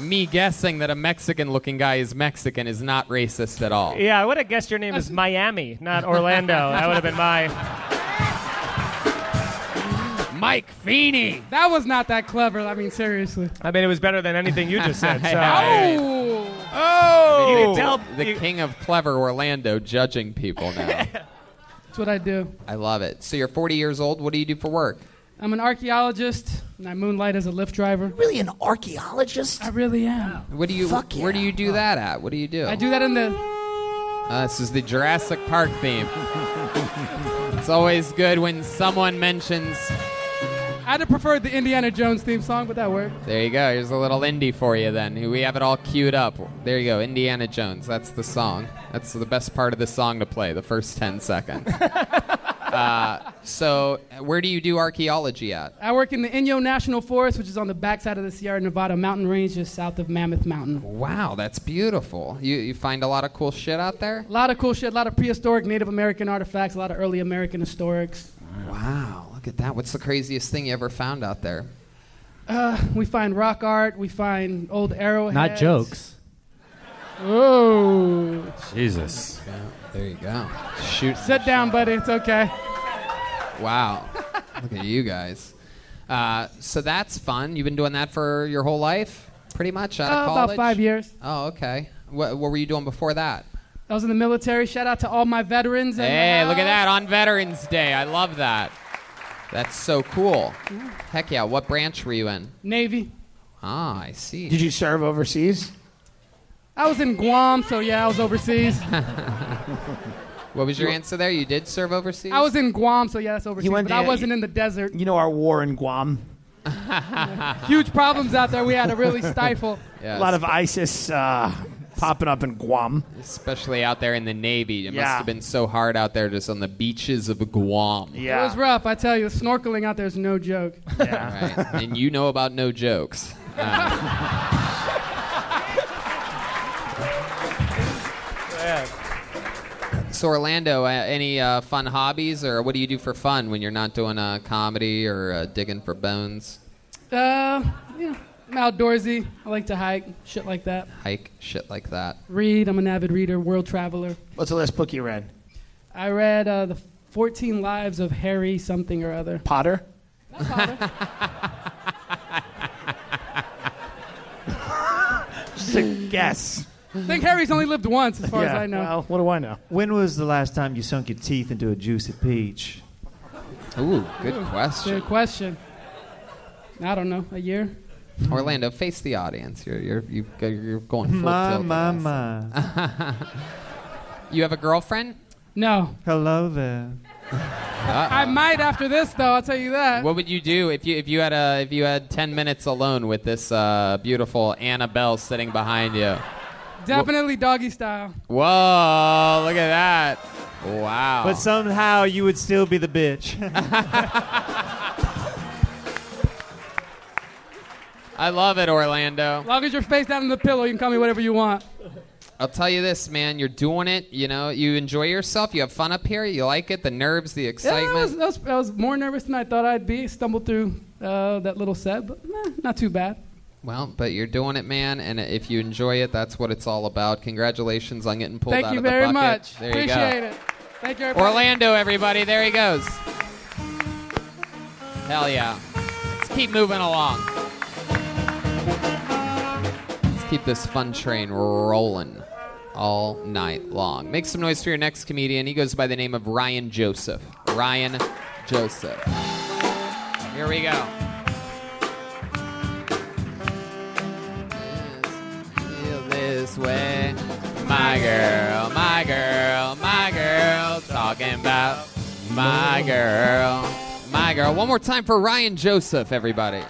Speaker 3: Me guessing that a Mexican-looking guy is Mexican is not racist at all.
Speaker 9: Yeah, I would have guessed your name is Miami, not Orlando. that would have been my.
Speaker 3: Mike Feeney.
Speaker 10: That was not that clever. I mean, seriously.
Speaker 9: I mean, it was better than anything you just said. So.
Speaker 3: Hey.
Speaker 10: Oh,
Speaker 9: oh,
Speaker 3: the king of clever Orlando judging people now.
Speaker 10: that's what I do.
Speaker 3: I love it. So you're 40 years old. What do you do for work?
Speaker 10: I'm an archaeologist, and I moonlight as a Lyft driver.
Speaker 5: really an archaeologist?
Speaker 10: I really am.
Speaker 3: What do you?
Speaker 5: Fuck
Speaker 3: Where do
Speaker 5: yeah.
Speaker 3: you do that at? What do you do?
Speaker 10: I do that in the.
Speaker 3: Uh, this is the Jurassic Park theme. it's always good when someone mentions.
Speaker 10: I'd have preferred the Indiana Jones theme song, but that worked.
Speaker 3: There you go. Here's a little indie for you. Then we have it all queued up. There you go. Indiana Jones. That's the song. That's the best part of the song to play. The first 10 seconds. uh, so where do you do archaeology at?
Speaker 10: I work in the Inyo National Forest, which is on the backside of the Sierra Nevada mountain range, just south of Mammoth Mountain.
Speaker 3: Wow, that's beautiful. You you find a lot of cool shit out there.
Speaker 10: A lot of cool shit, a lot of prehistoric Native American artifacts, a lot of early American historics.
Speaker 3: Wow, look at that. What's the craziest thing you ever found out there?
Speaker 10: Uh, we find rock art, we find old arrowheads.
Speaker 7: Not jokes.
Speaker 10: Oh.
Speaker 4: Jesus.
Speaker 3: There you go. Shoot.
Speaker 10: Sit down, buddy. It's okay.
Speaker 3: Wow. look at you guys. Uh, so that's fun. You've been doing that for your whole life, pretty much. Out of
Speaker 10: Uh,
Speaker 3: college?
Speaker 10: about five years.
Speaker 3: Oh, okay. What, what were you doing before that?
Speaker 10: I was in the military. Shout out to all my veterans. in the
Speaker 3: Hey, look at
Speaker 10: house.
Speaker 3: that on Veterans Day. I love that. That's so cool. Heck yeah. What branch were you in?
Speaker 10: Navy.
Speaker 3: Ah, I see.
Speaker 5: Did you serve overseas?
Speaker 10: I was in Guam, so yeah, I was overseas.
Speaker 3: What was your answer there? You did serve overseas?
Speaker 10: I was in Guam, so yeah, that's overseas.
Speaker 5: went
Speaker 10: But I
Speaker 5: to-
Speaker 10: wasn't in the desert.
Speaker 5: You know our war in Guam.
Speaker 10: Huge problems out there. We had to really stifle.
Speaker 3: Yeah,
Speaker 5: A lot of ISIS uh, popping up in Guam.
Speaker 3: Especially out there in the Navy. It must
Speaker 10: Yeah.
Speaker 3: have been so hard out there just on the beaches of Guam.
Speaker 10: It was rough, I tell you. The snorkeling out there is no joke.
Speaker 3: All right. And you know about no jokes. Uh, so, Orlando, uh, any uh, fun hobbies or what do you do for fun when you're not doing uh, comedy or uh, digging for bones?
Speaker 10: Uh, you know, I'm outdoorsy. I like to hike, shit like that.
Speaker 3: Hike, shit like that.
Speaker 10: Read. I'm an avid reader, world traveler.
Speaker 5: What's the last book you read?
Speaker 10: I read uh, the 14 Lives of Harry something or other.
Speaker 5: Potter. Just a guess.
Speaker 10: I think Harry's only lived once, as far as
Speaker 5: Yeah,
Speaker 10: I know.
Speaker 5: well, what do I know?
Speaker 6: When was the last time you sunk your teeth into a juicy peach?
Speaker 3: Ooh, good
Speaker 10: Ooh,
Speaker 3: question.
Speaker 10: Good question. I don't know. A year.
Speaker 3: Orlando, face the audience. You're, you're, you go- you're going full
Speaker 6: My,
Speaker 3: tilt.
Speaker 6: my, my.
Speaker 3: You have a girlfriend?
Speaker 10: No.
Speaker 6: Hello there.
Speaker 10: I might after this, though. I'll tell you that.
Speaker 3: What would you do if you if you had a if you had ten minutes alone with this uh, beautiful Annabelle sitting behind you?
Speaker 10: Definitely doggy style.
Speaker 3: Whoa! Look at that! Wow!
Speaker 11: Oh.
Speaker 6: But somehow you would still be the bitch.
Speaker 3: I love it, Orlando.
Speaker 10: As long as you're face down on the pillow, you can call me whatever you want.
Speaker 3: I'll tell you this, man. You're doing it. You know, you enjoy yourself. You have fun up here. You like it. The nerves, the
Speaker 10: Yeah, I,
Speaker 3: excitement.
Speaker 10: was, I, was, I was more nervous than I thought I'd be. Stumbled through uh, that little set, but nah, not too bad.
Speaker 3: Well, but you're doing it, man. And if you enjoy it, that's what it's all about. Congratulations on getting pulled
Speaker 10: Thank
Speaker 3: out
Speaker 10: you
Speaker 3: of the
Speaker 10: very
Speaker 3: bucket.
Speaker 10: much.
Speaker 3: There you go.
Speaker 10: Appreciate it. Thank you, everybody.
Speaker 3: Orlando, everybody. There he goes. Hell yeah. Let's keep moving along. Let's keep this fun train rolling all night long. Make some noise for your next comedian. He goes by the name of Ryan Joseph. Ryan Joseph. Here we go. Feel this way. My girl, my girl, my girl. Talking about my girl, my girl. One more time for Ryan Joseph, everybody.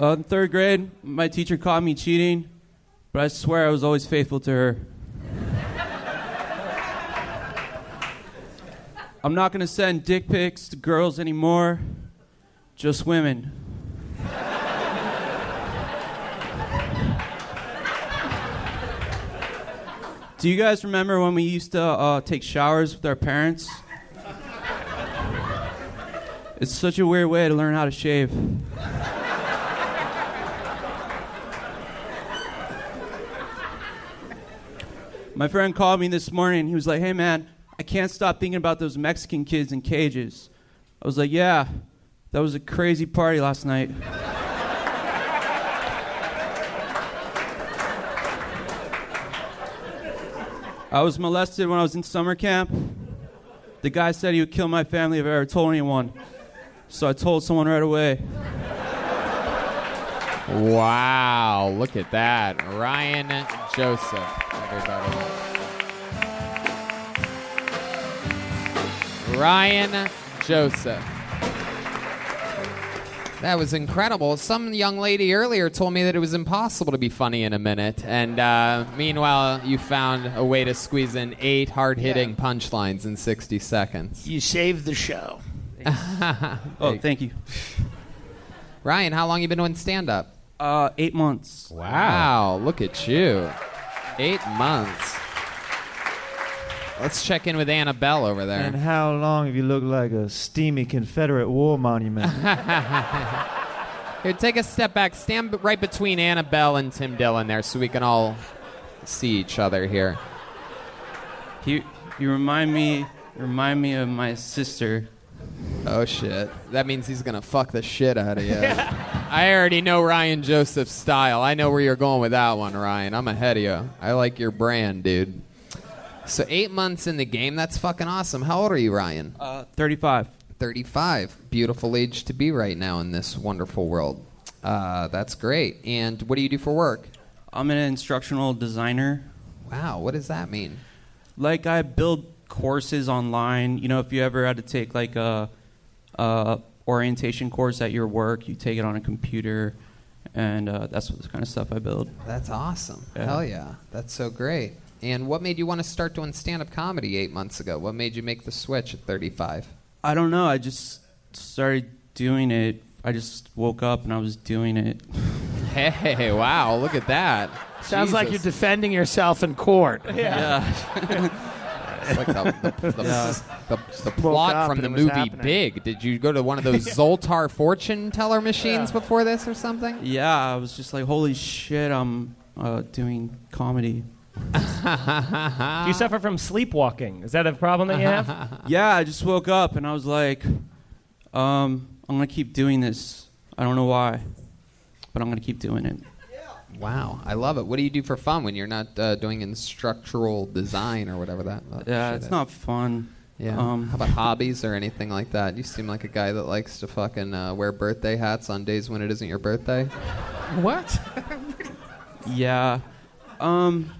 Speaker 12: Uh, in third grade, my teacher caught me cheating, but I swear I was always faithful to her. I'm not gonna send dick pics to girls anymore, just women. Do you guys remember when we used to uh, take showers with our parents? It's such a weird way to learn how to shave. My friend called me this morning. He was like, "Hey man, I can't stop thinking about those Mexican kids in cages." I was like, "Yeah, that was a crazy party last night." I was molested when I was in summer camp. The guy said he would kill my family if I ever told anyone. So I told someone right away.
Speaker 3: Wow, look at that. Ryan Joseph, everybody. Ryan Joseph. That was incredible. Some young lady earlier told me that it was impossible to be funny in a minute. And uh, meanwhile, you found a way to squeeze in eight hard hitting punchlines in 60 seconds.
Speaker 5: You saved the show.
Speaker 12: Oh, thank you.
Speaker 3: Ryan, how long you been doing stand up?
Speaker 12: Uh, eight months.
Speaker 3: Wow, look at you. Eight months. Let's check in with Annabelle over there.
Speaker 6: and how long have you looked like a steamy Confederate war monument?
Speaker 3: Here, take a step back. Stand b- right between Annabelle and Tim Dillon there so we can all see each other here.
Speaker 12: You, you remind me, remind me of my sister.
Speaker 3: Oh, shit. That means he's going to fuck the shit out of you. I already know Ryan Joseph's style. I know where you're going with that one, Ryan. I'm ahead of you. I like your brand, dude. So, eight months in the game, that's fucking awesome. How old are you, Ryan?
Speaker 12: Uh, 35.
Speaker 3: 35. Beautiful age to be right now in this wonderful world. Uh, that's great. And what do you do for work?
Speaker 12: I'm an instructional designer.
Speaker 3: Wow, what does that mean?
Speaker 12: Like I build courses online. You know, if you ever had to take like a, a orientation course at your work, you take it on a computer, and uh, that's what the kind of stuff I build.
Speaker 3: That's awesome.
Speaker 12: Yeah.
Speaker 3: Hell yeah. That's so great. And what made you want to start doing stand up comedy eight months ago? What made you make the switch at 35?
Speaker 12: I don't know. I just started doing it. I just woke up and I was doing it.
Speaker 3: Hey, wow! Look at that.
Speaker 5: Sounds like you're defending yourself in court.
Speaker 3: It's like the, the, the,
Speaker 5: Yeah.
Speaker 3: the, the
Speaker 5: Woke
Speaker 3: plot
Speaker 5: up and
Speaker 3: from the
Speaker 5: it was
Speaker 3: movie
Speaker 5: happening.
Speaker 3: Big. Did you go to one of those Zoltar fortune teller machines before this or something?
Speaker 12: Yeah, I was just like, holy shit, I'm uh, doing comedy.
Speaker 9: Do you suffer from sleepwalking? Is that a problem that you have?
Speaker 12: yeah, I just woke up and I was like, um, I'm gonna keep doing this. I don't know why, but I'm gonna keep doing it.
Speaker 3: Wow, I love it. What do you do for fun when you're not uh, doing instructional design or whatever that? that
Speaker 12: Yeah,
Speaker 3: Oh, shit
Speaker 12: it's
Speaker 3: is?
Speaker 12: not fun.
Speaker 3: Yeah.
Speaker 12: Um,
Speaker 3: How about hobbies or anything like that? You seem like a guy that likes to fucking uh, wear birthday hats on days when it isn't your birthday.
Speaker 10: What?
Speaker 12: Yeah. Um,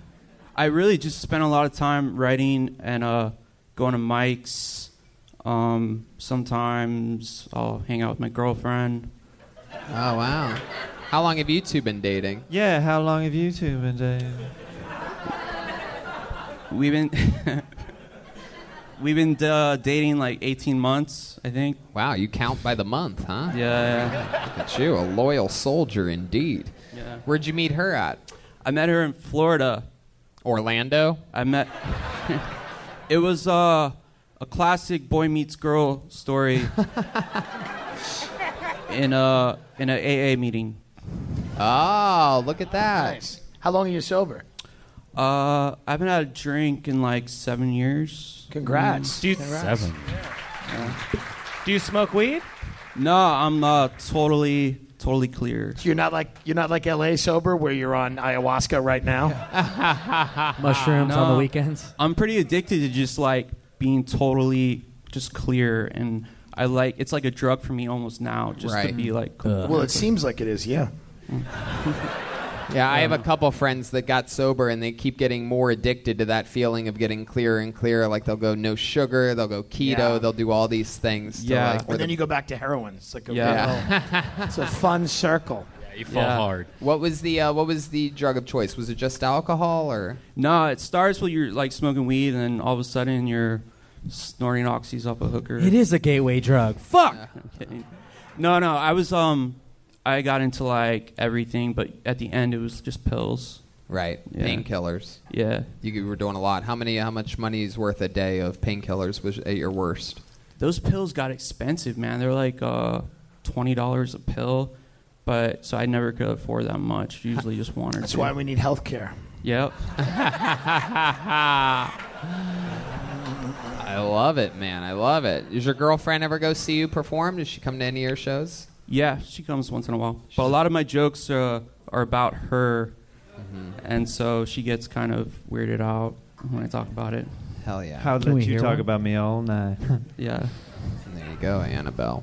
Speaker 12: I really just spent a lot of time writing and uh, going to mics. Um, sometimes I'll hang out with my girlfriend.
Speaker 3: Oh wow! How long have you two been dating?
Speaker 7: Yeah, how long have you two been dating?
Speaker 12: We've been we've been uh, dating like 18 months, I think.
Speaker 3: Wow, you count by the month, huh?
Speaker 12: Yeah.
Speaker 3: Look at you, a loyal soldier indeed.
Speaker 12: Yeah.
Speaker 3: Where'd you meet her at?
Speaker 12: I met her in Florida.
Speaker 3: Orlando.
Speaker 12: I met. it was uh, a classic boy meets girl story in a in a AA meeting.
Speaker 3: Oh, look at that.
Speaker 5: Nice. How long are you sober?
Speaker 12: Uh, I haven't had a drink in like seven years.
Speaker 5: Congrats.
Speaker 9: Do you,
Speaker 5: Congrats.
Speaker 9: do you smoke weed?
Speaker 12: No, I'm uh, totally, totally clear.
Speaker 5: You're not like you're not like LA sober where you're on ayahuasca right now.
Speaker 7: Mushrooms on
Speaker 12: No.
Speaker 7: the weekends?
Speaker 12: I'm pretty addicted to just like being totally just clear, and I like it's like a drug for me almost now, just to
Speaker 3: Right. Uh,
Speaker 12: be like.
Speaker 5: Well, it seems like it is. Yeah.
Speaker 3: Yeah, I
Speaker 12: Um,
Speaker 3: have a couple friends that got sober and they keep getting more addicted to that feeling of getting clearer and clearer. Like they'll go no sugar, they'll go keto,
Speaker 5: Yeah.
Speaker 3: they'll do all these things. to,
Speaker 12: Yeah.
Speaker 3: like, where
Speaker 5: And then
Speaker 3: the-
Speaker 5: you go back to heroin. It's like a
Speaker 12: Yeah.
Speaker 5: real, it's a fun circle.
Speaker 4: You fall
Speaker 12: Yeah.
Speaker 4: hard.
Speaker 3: what was the uh, what was the drug of choice? Was it just alcohol or?
Speaker 12: No, it starts when you're like smoking weed, and then all of a sudden you're snorting oxys off a hooker.
Speaker 7: It is a gateway drug.
Speaker 12: Fuck. No, no, I was um, I got into like everything, but at the end it was just pills.
Speaker 3: Right,
Speaker 12: Yeah.
Speaker 3: painkillers.
Speaker 12: Yeah,
Speaker 3: You were doing a lot. How many? How much money is worth a day of painkillers was at your worst?
Speaker 12: those pills got expensive, man. They're like uh, twenty dollars a pill, but so I never could afford that much. Usually just one or
Speaker 5: That's
Speaker 12: two.
Speaker 5: why we need health care.
Speaker 12: Yep.
Speaker 3: I love it, man. I love it. Does your girlfriend ever go see you perform? Does she come to any of your shows?
Speaker 12: Yeah, she comes once in a while, but a lot of my jokes uh, are about her,
Speaker 3: Mm-hmm.
Speaker 12: and so she gets kind of weirded out when I talk about it.
Speaker 3: Hell yeah.
Speaker 6: How
Speaker 7: Can
Speaker 6: let
Speaker 7: we
Speaker 6: you
Speaker 7: hear
Speaker 6: talk
Speaker 7: one?
Speaker 6: about me all night?
Speaker 12: Yeah.
Speaker 3: And there you go, Annabelle.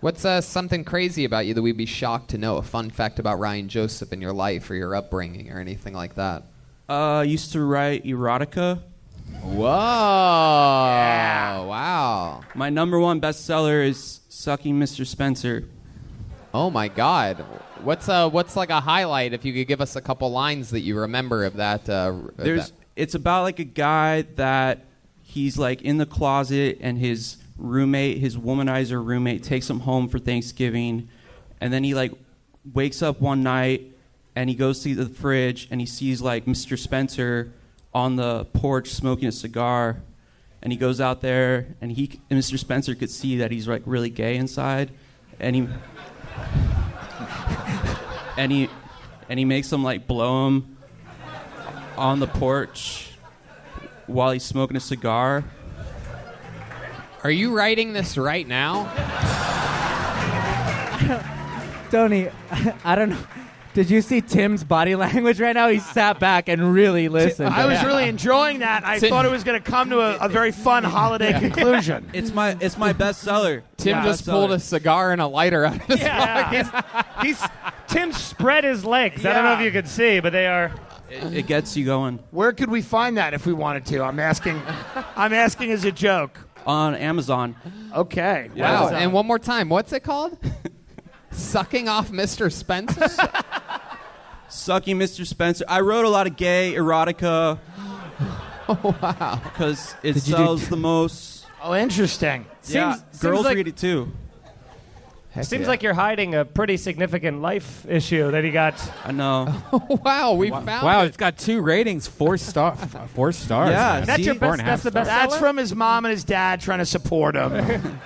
Speaker 3: What's uh, something crazy about you that we'd be shocked to know? A fun fact about Ryan Joseph and your life or your upbringing or anything like that?
Speaker 12: Uh, I used to write erotica.
Speaker 3: Whoa! Wow!
Speaker 12: My number one bestseller is Sucking Mr. Spencer.
Speaker 3: Oh my God! What's uh, what's like a highlight? If you could give us a couple lines that you remember of that. Uh, of
Speaker 12: There's
Speaker 3: that-
Speaker 12: it's about like a guy that he's like in the closet and his roommate, his womanizer roommate takes him home for Thanksgiving and then he like wakes up one night and he goes to the fridge and he sees like Mr. Spencer on the porch smoking a cigar and he goes out there and he and Mr. Spencer could see that he's like really gay inside and he and he and he makes him like blow him on the porch while he's smoking a cigar.
Speaker 3: Are you writing this right now?
Speaker 7: Tony, I don't know. Did you see Tim's body language right now? He sat back and really listened.
Speaker 13: I was really enjoying that. I
Speaker 7: Tim-
Speaker 13: thought it was going to come to a, a very fun holiday conclusion.
Speaker 12: It's my it's my bestseller.
Speaker 3: Tim
Speaker 12: Yeah,
Speaker 3: just
Speaker 12: bestseller.
Speaker 3: pulled a cigar and a lighter out of his
Speaker 13: He's Tim spread his legs. I don't know if you could see, but they are.
Speaker 12: It, it gets you going
Speaker 13: Where could we find that if we wanted to? I'm asking. I'm asking as a joke.
Speaker 12: on Amazon.
Speaker 13: Okay.
Speaker 3: Wow.
Speaker 12: Amazon.
Speaker 3: And one more time, what's it called? Sucking off Mr. Spencer?
Speaker 12: Sucky Mr. Spencer. I wrote a lot of gay erotica. Oh, wow. Because it
Speaker 13: Did you do-
Speaker 12: sells the most.
Speaker 13: Oh, interesting.
Speaker 12: yeah,
Speaker 9: Seems- seems
Speaker 12: girls
Speaker 9: like-
Speaker 12: read it too.
Speaker 9: Seems
Speaker 12: yeah.
Speaker 9: like you're hiding a pretty significant life issue that he got.
Speaker 12: I know.
Speaker 3: wow, we found
Speaker 4: Wow, it's got two ratings, four star, four stars. man.
Speaker 13: that's your
Speaker 4: Four
Speaker 13: best.
Speaker 4: and a
Speaker 13: That's
Speaker 4: half
Speaker 13: the best.
Speaker 4: stars.
Speaker 13: That's from his mom and his dad trying to support him.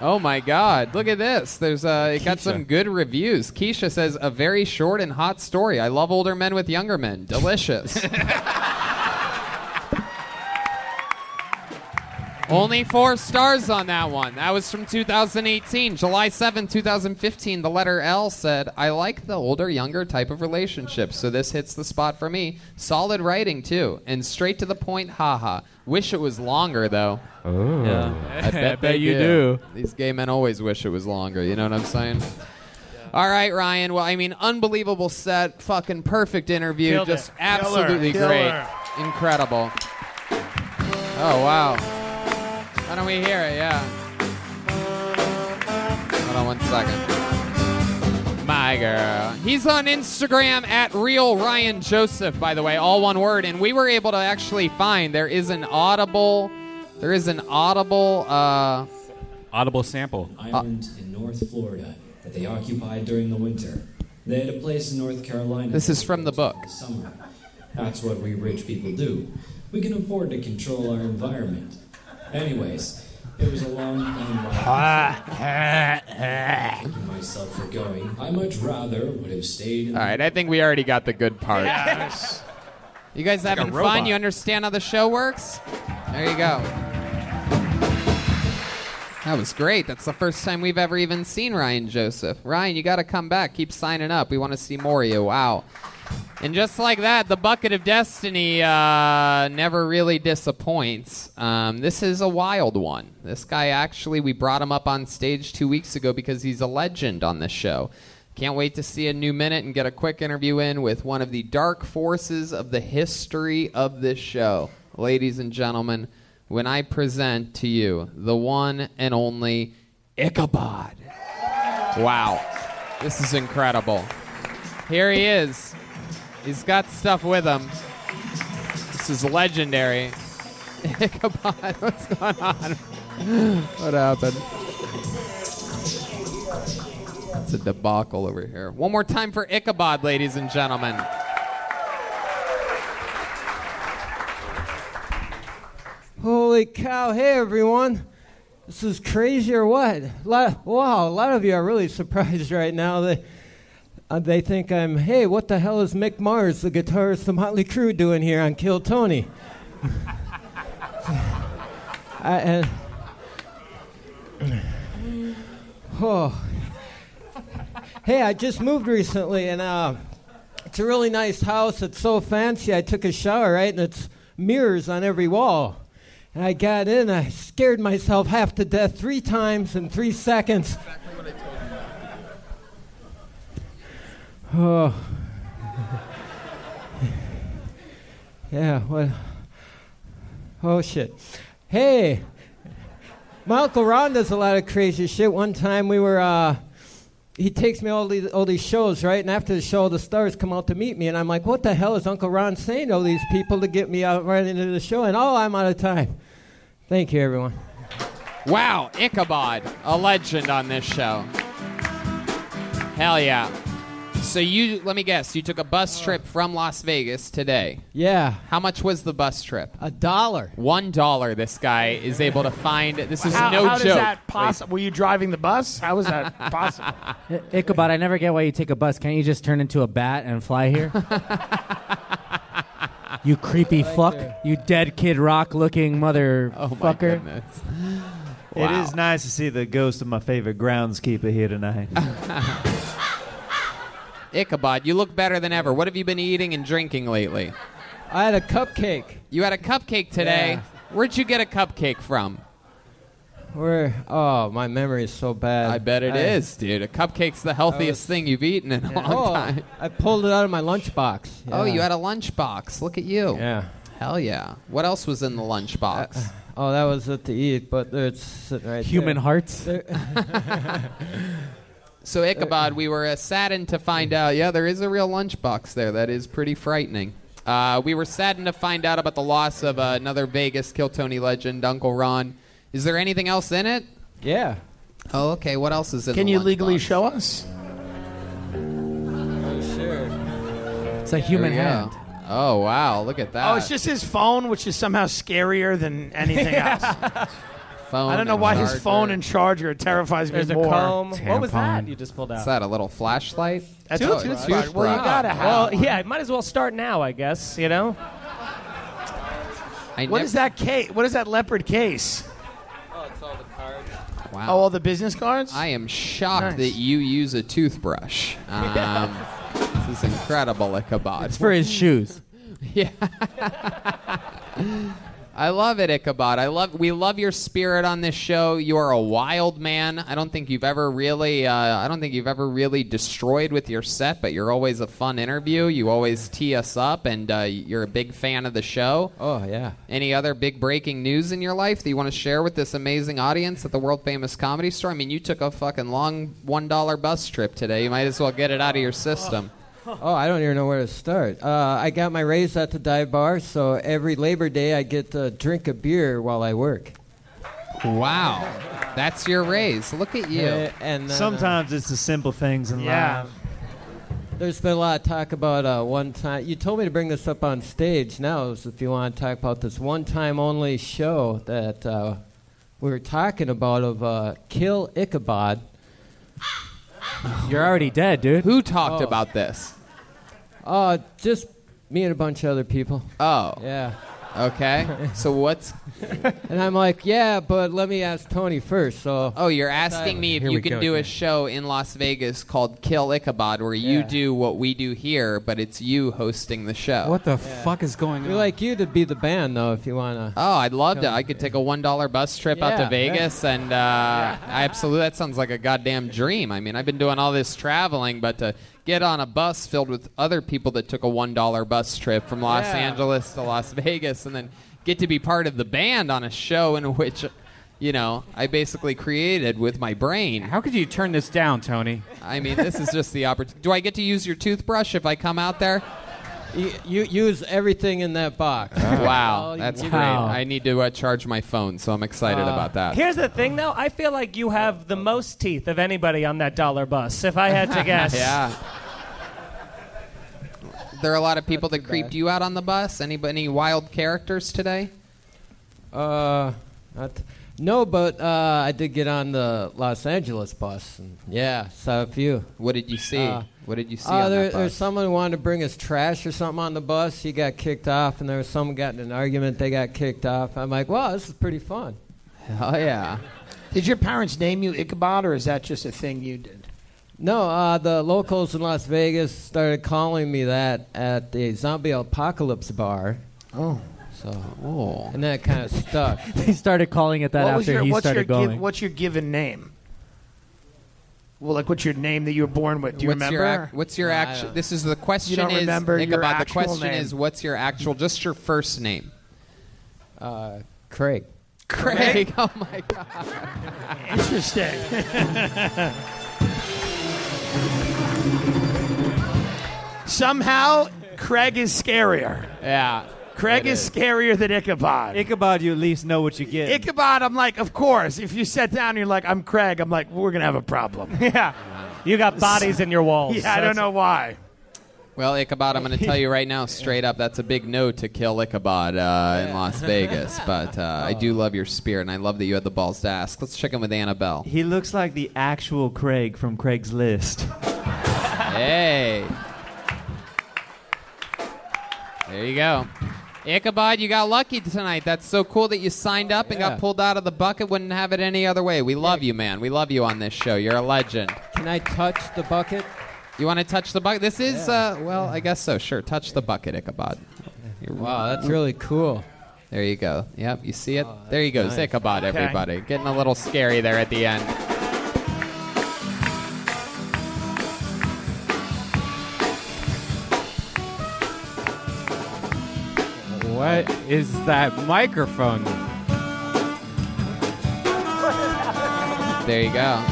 Speaker 3: Oh my God! Look at this. There's uh, it got some good reviews. Keisha says a very short and hot story. I love older men with younger men. Delicious. Only four stars on that one. That was from 2018. July 7, 2015, the letter L said, I like the older, younger type of relationship, so this hits the spot for me. Solid writing, too, and straight to the point, haha. Wish it was longer, though.
Speaker 4: Oh.
Speaker 3: Yeah. I bet,
Speaker 7: Bet
Speaker 3: they
Speaker 7: you
Speaker 3: do. These gay men always wish it was longer, you know what I'm saying? All right, Ryan. Well, I mean, unbelievable set, fucking perfect interview.
Speaker 13: Killed
Speaker 3: Just
Speaker 13: it.
Speaker 3: absolutely
Speaker 13: Killer.
Speaker 3: great.
Speaker 13: Killer.
Speaker 3: Incredible. Oh, wow. Why don't we hear it? Yeah. Hold on one second. My girl. He's on Instagram at real Ryan Joseph, by the way, all one word. And we were able to actually find there is an audible, there is an audible, uh,
Speaker 4: audible sample.
Speaker 14: Island in North Florida that they occupied during the winter. They had a place in North Carolina.
Speaker 3: This is from the book.
Speaker 14: Summer. That's what we rich people do. We can afford to control our environment. Anyways, it was a long and wild. Thank myself for going. I much rather would have stayed. In
Speaker 3: All right, I think we already got the good part. You
Speaker 14: Like
Speaker 3: guys
Speaker 14: a
Speaker 3: having fun?
Speaker 14: robot.
Speaker 3: You understand how the show works? There you go. That was great. That's the first time we've ever even seen Ryan Joseph. Ryan, you got to come back. Keep signing up. We want to see more of you. Wow. And just like that, the bucket of destiny uh, never really disappoints. Um, this is a wild one. This guy actually, we brought him up on stage two weeks ago because he's a legend on this show. Can't wait to see a new minute and get a quick interview in with one of the dark forces of the history of this show. Ladies and gentlemen, when I present to you the one and only Ichabod. Wow. This is incredible. Here he is. He's got stuff with him. This is legendary. Ichabod, what's going on? What happened? It's a debacle over here. One more time for Ichabod, ladies and gentlemen.
Speaker 15: Holy cow! Hey everyone, this is crazy or what? Lot, wow, a lot of you are really surprised right now. They, uh, they think I'm. Hey, what the hell is Mick Mars, the guitarist of Motley Crue, doing here on Kill Tony? I, and, oh, hey, I just moved recently, and uh, it's a really nice house. It's so fancy. I took a shower, right, and it's mirrors on every wall. And I got in. I scared myself half to death three times in three seconds. Oh. yeah, what? Oh, shit. Hey! My Uncle Ron does a lot of crazy shit. One time we were, uh, he takes me all these, all these shows, right? And after the show, the stars come out to meet me. And I'm like, what the hell is Uncle Ron saying to all these people to get me out right into the show? And oh, I'm out of time. Thank you, everyone.
Speaker 3: Wow, Ichabod, a legend on this show. Hell yeah. So you, let me guess, you took a bus trip from Las Vegas today.
Speaker 15: Yeah.
Speaker 3: How much was the bus trip?
Speaker 15: A dollar.
Speaker 3: One dollar this guy is able to find. This is
Speaker 13: how,
Speaker 3: no
Speaker 13: how
Speaker 3: joke.
Speaker 13: Does that possi- Were you driving the bus? How was that possible?
Speaker 7: Ichabod, I never get why you take a bus. Can't you just turn into a bat and fly here? you creepy fuck. You dead kid rock looking motherfucker.
Speaker 6: It is nice to see the ghost of my favorite groundskeeper here tonight.
Speaker 3: Ichabod, you look better than ever. What have you been eating and drinking lately?
Speaker 15: I had a cupcake.
Speaker 3: You had a cupcake today.
Speaker 15: Yeah.
Speaker 3: Where'd you get a cupcake from?
Speaker 15: Where? Oh, my memory is so bad.
Speaker 3: I bet it
Speaker 15: I-
Speaker 3: is, dude. A cupcake's the healthiest thing you've eaten in a long
Speaker 15: Oh,
Speaker 3: time.
Speaker 15: I pulled it out of my lunchbox.
Speaker 3: Oh,
Speaker 15: Yeah.
Speaker 3: you had a lunchbox. Look at you.
Speaker 15: Yeah.
Speaker 3: Hell yeah. What else was in the lunchbox?
Speaker 15: Oh, that was it to eat, but there it's sitting right
Speaker 3: Human
Speaker 15: there.
Speaker 3: hearts?
Speaker 15: There-
Speaker 3: so Ichabod, we were uh, saddened to find out. Yeah, there is a real lunchbox there. That is pretty frightening. Uh, we were saddened to find out about the loss of uh, another Vegas Kill Tony legend, Uncle Ron. Is there anything else in it?
Speaker 15: Yeah.
Speaker 3: Oh, okay. What else is in?
Speaker 5: Can
Speaker 3: the
Speaker 5: you
Speaker 3: lunchbox?
Speaker 5: legally show us?
Speaker 15: Sure.
Speaker 3: It's
Speaker 7: a human
Speaker 3: hand. Oh wow! Look at that.
Speaker 5: Oh, it's just his phone, which is somehow scarier than anything else.
Speaker 3: phone.
Speaker 5: I don't know
Speaker 3: and
Speaker 5: why
Speaker 3: charger.
Speaker 5: his phone and charger terrifies
Speaker 9: There's
Speaker 5: me
Speaker 9: a
Speaker 5: more.
Speaker 9: comb. What was that you just pulled out?
Speaker 3: Is that a little flashlight?
Speaker 9: That's
Speaker 3: Tooth-
Speaker 9: a toothbrush.
Speaker 3: toothbrush.
Speaker 9: Well, you
Speaker 3: Oh.
Speaker 9: gotta have.
Speaker 3: Well,
Speaker 9: Well, yeah, might as well start now, I guess. You know.
Speaker 3: I
Speaker 5: What is that case? What is that leopard case?
Speaker 15: Oh, it's all the cards.
Speaker 3: Wow.
Speaker 5: Oh, all the business cards.
Speaker 3: I am
Speaker 5: Nice.
Speaker 3: shocked that you use a toothbrush. Um, this is incredible, Ichabod.
Speaker 7: It's for his shoes.
Speaker 3: Yeah. I love it, Ichabod. I love. We love your spirit on this show. You are a wild man. I don't think you've ever really. Uh, I don't think you've ever really destroyed with your set, but you're always a fun interview. You always tee us up, and uh, you're a big fan of the show.
Speaker 15: Oh yeah.
Speaker 3: Any other big breaking news in your life that you want to share with this amazing audience at the world famous comedy store? I mean, you took a fucking long one dollar bus trip today. You might as well get it out of your system.
Speaker 15: Oh, I don't even know where to start. Uh, I got my raise at the dive bar, so every Labor Day I get to drink a beer while I work.
Speaker 3: Wow, that's your raise. Look at you.
Speaker 15: Uh, and then, uh,
Speaker 6: Sometimes it's the simple things in
Speaker 15: Yeah.
Speaker 6: life.
Speaker 15: There's been a lot of talk about uh, one time. You told me to bring this up on stage now, is if you want to talk about this one time only show that uh, we were talking about of uh, Kill Ichabod.
Speaker 7: You're already dead, dude.
Speaker 3: Who talked
Speaker 15: Oh.
Speaker 3: about this?
Speaker 15: Uh, just me and a bunch of other people.
Speaker 3: Oh.
Speaker 15: Yeah.
Speaker 3: Okay. So what's?
Speaker 15: And I'm like, yeah, but let me ask Tony first. So.
Speaker 3: Oh, you're asking me if
Speaker 15: Here
Speaker 3: you
Speaker 15: we
Speaker 3: can
Speaker 15: go
Speaker 3: do a show in Las Vegas called Kill Ichabod, where you
Speaker 15: Yeah.
Speaker 3: do what we do here, but it's you hosting the show.
Speaker 15: What
Speaker 4: the fuck is going
Speaker 15: we on? We like you to be the band though, if you wanna.
Speaker 3: Oh, I'd love to. I could take a one dollar bus trip out
Speaker 15: Yeah,
Speaker 3: to Vegas, and uh, I absolutely that sounds like a goddamn dream. I mean, I've been doing all this traveling, but to get on a bus filled with other people that took a one dollar bus trip from Los
Speaker 15: Yeah.
Speaker 3: Angeles to Las Vegas, and then get to be part of the band on a show in which, you know, I basically created with my brain. How
Speaker 4: could you turn this down, Tony?
Speaker 3: I mean, this is just the opportunity. Do I get to use your toothbrush if I come out there?
Speaker 15: You, you use everything in that box.
Speaker 3: Wow,
Speaker 15: All Oh. you
Speaker 3: that's
Speaker 15: want.
Speaker 3: great. I need to uh, charge my phone, so I'm excited
Speaker 15: Uh,
Speaker 3: about that.
Speaker 9: Here's the thing, though. I feel like you have the most teeth of anybody on that dollar bus. If I had to guess.
Speaker 3: yeah. There are a lot of people that creeped you out on the bus. Anybody, any wild characters today?
Speaker 15: Uh, not- no, but uh, I did get on the Los Angeles bus. And yeah, saw a few.
Speaker 3: What did you see?
Speaker 15: Uh,
Speaker 3: what did you see
Speaker 15: uh,
Speaker 3: on
Speaker 15: there,
Speaker 3: that
Speaker 15: There's
Speaker 3: bus?
Speaker 15: someone who wanted to bring his trash or something on the bus. He got kicked off, and there was someone got in an argument. They got kicked off. I'm like, wow, this is pretty fun.
Speaker 3: Oh yeah.
Speaker 5: Did your parents name you Ichabod, or is that just a thing you did?
Speaker 15: No, uh, the locals in Las Vegas started calling me that at the Zombie Apocalypse Bar.
Speaker 5: Oh.
Speaker 15: So,
Speaker 3: oh.
Speaker 15: and that kind of stuck.
Speaker 7: They started calling it that
Speaker 5: what was
Speaker 7: after
Speaker 5: your,
Speaker 7: he
Speaker 5: what's
Speaker 7: started
Speaker 5: your
Speaker 7: going.
Speaker 5: Give, what's your given name? Well, like what's your name that you were born with? Do you
Speaker 3: what's
Speaker 5: remember?
Speaker 3: Your ac- what's your
Speaker 5: No, I
Speaker 3: actual?
Speaker 5: don't.
Speaker 3: This is the question.
Speaker 5: You don't
Speaker 3: is,
Speaker 5: remember
Speaker 3: think
Speaker 5: your
Speaker 3: about the
Speaker 5: actual
Speaker 3: question
Speaker 5: name.
Speaker 3: is what's your actual? Just your first name.
Speaker 15: Uh, Craig.
Speaker 3: Craig. Oh my god.
Speaker 5: Interesting. Somehow, Craig is scarier.
Speaker 3: Yeah.
Speaker 5: Craig is scarier than Ichabod.
Speaker 6: Ichabod, you at least know what you get.
Speaker 5: Ichabod, I'm like, of course. If you sat down and you're like, I'm Craig, I'm like, we're going to have a problem.
Speaker 9: Yeah. You got bodies in your walls.
Speaker 5: Yeah, I don't know why.
Speaker 3: Well, Ichabod, I'm going to tell you right now, straight up, that's a big no to kill Ichabod uh, in Las Vegas. But uh, I do love your spirit, and I love that you had the balls to ask. Let's check in with Annabelle.
Speaker 6: He looks like the actual Craig from Craig's List.
Speaker 3: hey. There you go. Ichabod, you got lucky tonight. That's so cool that you signed up and
Speaker 15: Yeah.
Speaker 3: got pulled out of the bucket. Wouldn't have it any other way. We love you, man. We love you on this show. You're a legend.
Speaker 15: Can I touch the bucket?
Speaker 3: You want to touch the bucket? This is, uh, well, I guess so. Sure, touch the bucket, Ichabod. Wow,
Speaker 15: that's really cool. Oh,
Speaker 3: There you go. Yep, you see it? there you go,
Speaker 15: nice.
Speaker 3: Ichabod,
Speaker 15: Okay.
Speaker 3: everybody. Getting a little scary there at the end.
Speaker 4: What is that microphone?
Speaker 3: There you go.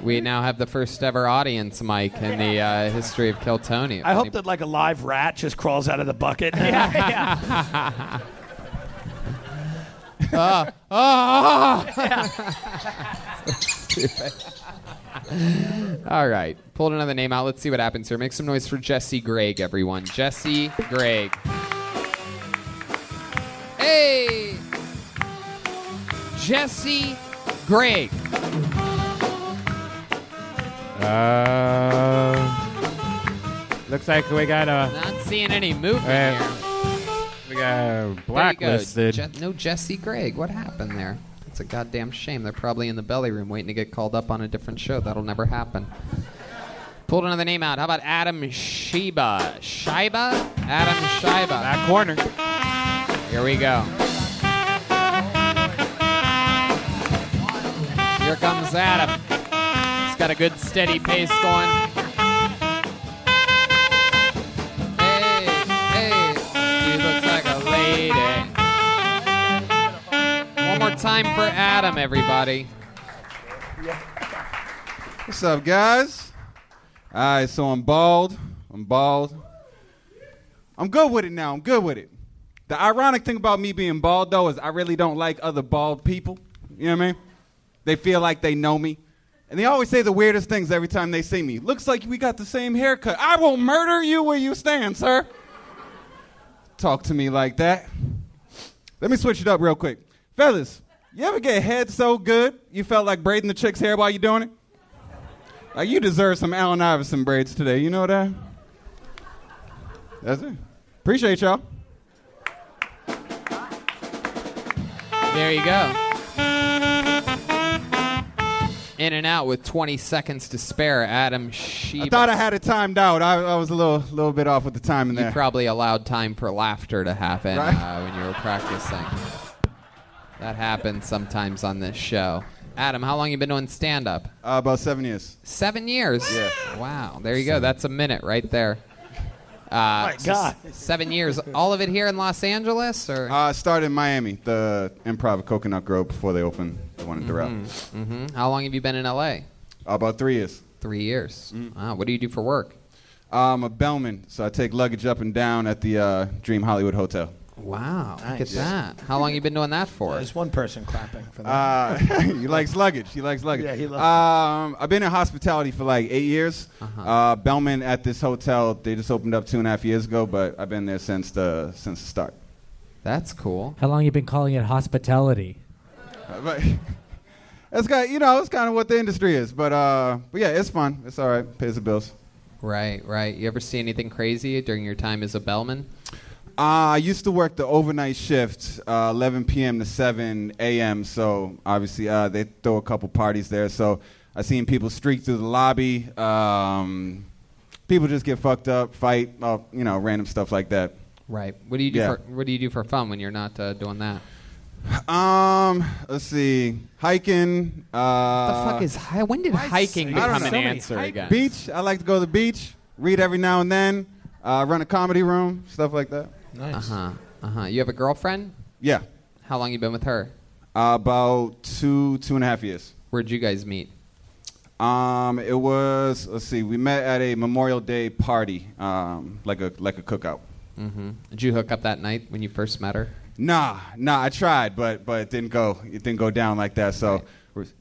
Speaker 3: We now have the first ever audience mic in the uh, history of Kiltony.
Speaker 5: I hope that like a live rat just crawls out of the bucket.
Speaker 3: yeah. Ah, ah, ah. All right, pulled another name out. Let's see what happens here. Make some noise for Jesse Gregg, everyone. Jesse Gregg. Hey! Jesse Gregg.
Speaker 16: Uh, looks like we got a
Speaker 3: Not seeing any movement
Speaker 16: Uh,
Speaker 3: here.
Speaker 16: we got
Speaker 3: There you go.
Speaker 16: blacklisted.
Speaker 3: Je- no Jesse Gregg. What happened there? It's a goddamn shame. They're probably in the belly room waiting to get called up on a different show. That'll never happen. Pulled another name out. How about Adam Sheba? Shiba? Adam Shiba. Back
Speaker 4: corner.
Speaker 3: Here we go. Here comes Adam. He's got a good steady pace going. Hey, hey, she looks like a lady. One more time for Adam, everybody.
Speaker 11: What's up, guys? All right, so I'm bald. I'm bald. I'm good with it now. I'm good with it. The ironic thing about me being bald, though, is I really don't like other bald people. You know what I mean? They feel like they know me. And they always say the weirdest things every time they see me. Looks like we got the same haircut. I will murder you where you stand, sir. Talk to me like that. Let me switch it up real quick. Fellas, you ever get head so good you felt like braiding the chick's hair while you doing it? Like you deserve some Allen Iverson braids today. You know that? That's it. Appreciate y'all.
Speaker 3: There you go. In and out with 20 seconds to spare, Adam Sheba.
Speaker 11: I thought I had it timed out. I, I was a little, little bit off with the timing
Speaker 3: You
Speaker 11: there.
Speaker 3: probably allowed time for laughter to happen
Speaker 11: Right.
Speaker 3: uh, when you were practicing. That happens sometimes on this show. Adam, how long you been doing stand up?
Speaker 11: Uh, about seven years.
Speaker 3: Seven years?
Speaker 11: Yeah.
Speaker 3: Wow. There you go. That's a minute right there.
Speaker 5: Oh
Speaker 3: Uh,
Speaker 11: My God.
Speaker 3: s- Seven years. All of it here in Los Angeles? or
Speaker 11: Uh, I started in Miami, the Improv at Coconut Grove, before they opened the one in Doral.
Speaker 3: hmm How long have you been in LA?
Speaker 11: Uh, about three years. Mm-hmm.
Speaker 3: Three years. Wow. What do you do for work?
Speaker 11: I'm a bellman, so I take luggage up and down at the uh, Dream Hollywood Hotel.
Speaker 3: Wow. Look at
Speaker 11: Nice.
Speaker 3: that. How long you been doing that for?
Speaker 5: There's one person clapping for that.
Speaker 11: Uh, he likes luggage. He likes luggage.
Speaker 5: Yeah, he loves Uh-huh.
Speaker 11: um, I've been in hospitality for like eight years. uh Bellman at this hotel, they just opened up two and a half years ago, but I've been there since the since the start.
Speaker 3: That's cool.
Speaker 7: How long you been calling it hospitality?
Speaker 11: Uh, but that's kind, you know, it's kind of what the industry is. But uh, but yeah, it's fun. It's all right. Pays the bills.
Speaker 3: Right, right. You ever see anything crazy during your time as a bellman?
Speaker 11: Uh, I used to work the overnight shift, uh, 11 p.m. to 7 a.m. So obviously uh, they throw a couple parties there. So I seen people streak through the lobby. Um, people just get fucked up, fight, uh, you know, random stuff like that.
Speaker 3: Right. What do you do
Speaker 11: Yeah.
Speaker 3: for What do you do for fun when you're not uh, doing that?
Speaker 11: Um, let's see, hiking. Uh,
Speaker 3: the fuck is hi- when did hiking
Speaker 11: I don't
Speaker 3: become an
Speaker 11: know.
Speaker 3: answer again?
Speaker 11: Beach. I like to go to the beach. Read every now and then. Uh, run a comedy room, stuff like that.
Speaker 3: Uh huh. Uh huh. You have a girlfriend?
Speaker 11: Yeah.
Speaker 3: How long you been with her?
Speaker 11: about two, two and a half years.
Speaker 3: Where'd you guys meet?
Speaker 11: Um, it was let's see, we met at a Memorial Day party, um, like a like a cookout.
Speaker 3: Mm-hmm. Did you hook up that night when you first met her?
Speaker 11: Nah, nah, I tried, but but it didn't go. It didn't go down like that. So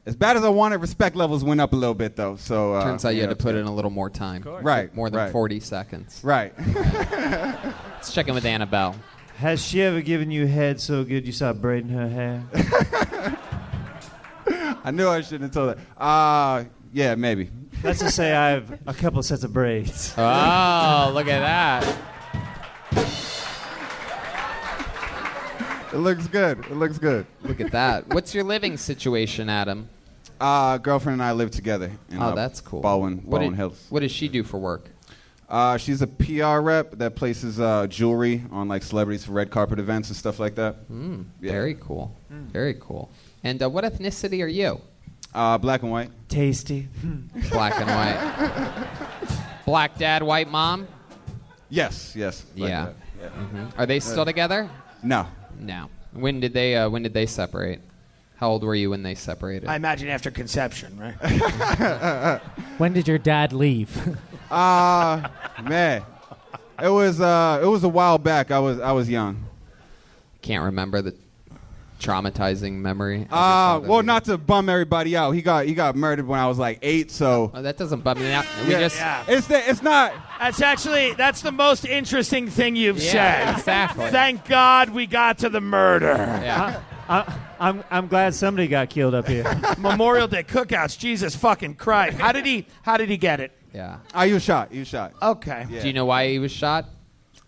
Speaker 11: as bad as I wanted, respect levels went up a little bit though. So uh,
Speaker 3: Turns out you had to put in a little more time.
Speaker 11: Right,
Speaker 3: More than
Speaker 11: right.
Speaker 3: 40 seconds.
Speaker 11: Right.
Speaker 3: Let's check in with Annabelle.
Speaker 6: Has she ever given you head so good you start braiding her hair?
Speaker 11: I knew I shouldn't have told that. Uh, yeah, maybe.
Speaker 6: Let's just say I have a couple sets of braids.
Speaker 3: Oh, look at that.
Speaker 11: It looks good. It looks good.
Speaker 3: Look at that. What's your living situation, Adam?
Speaker 11: Uh, girlfriend and I live together. In,
Speaker 3: Oh,
Speaker 11: uh,
Speaker 3: that's cool.
Speaker 11: Baldwin,
Speaker 3: What
Speaker 11: Baldwin
Speaker 3: did-
Speaker 11: Hills.
Speaker 3: What does she do for work?
Speaker 11: Uh, she's a PR rep that places uh, jewelry on like celebrities for red carpet events and stuff like that.
Speaker 3: Mm,
Speaker 11: Very
Speaker 3: cool. Very cool. And uh, what ethnicity are you?
Speaker 11: Uh, black and white.
Speaker 3: Tasty. Black and white. Black dad, white mom.
Speaker 11: Yes, yes. black
Speaker 3: yeah.
Speaker 11: and white, yeah.
Speaker 3: Mhm. Are they still
Speaker 11: Uh,
Speaker 3: together?
Speaker 11: No.
Speaker 3: No. When did they? Uh, when did they separate? How old were you when they separated?
Speaker 5: I imagine after conception, right?
Speaker 3: when did your dad leave?
Speaker 11: Ah, man, it was uh, it was a while back. I was I was young.
Speaker 3: Can't remember the traumatizing memory.
Speaker 11: Uh, well, not to bum everybody out. He got he got murdered when I was like eight. So
Speaker 3: Oh, that doesn't bum me out.
Speaker 11: yeah, It's the, it's not.
Speaker 5: That's actually that's the most interesting thing you've
Speaker 13: Yeah,
Speaker 5: said.
Speaker 13: exactly.
Speaker 5: Thank God we got to the murder.
Speaker 6: I, I'm, I'm glad somebody got killed up here.
Speaker 5: Memorial Day cookouts. Jesus fucking Christ. How did he how did he get it?
Speaker 3: Yeah.
Speaker 11: Ah, you shot. You shot.
Speaker 5: Okay.
Speaker 3: Do you know why he was shot?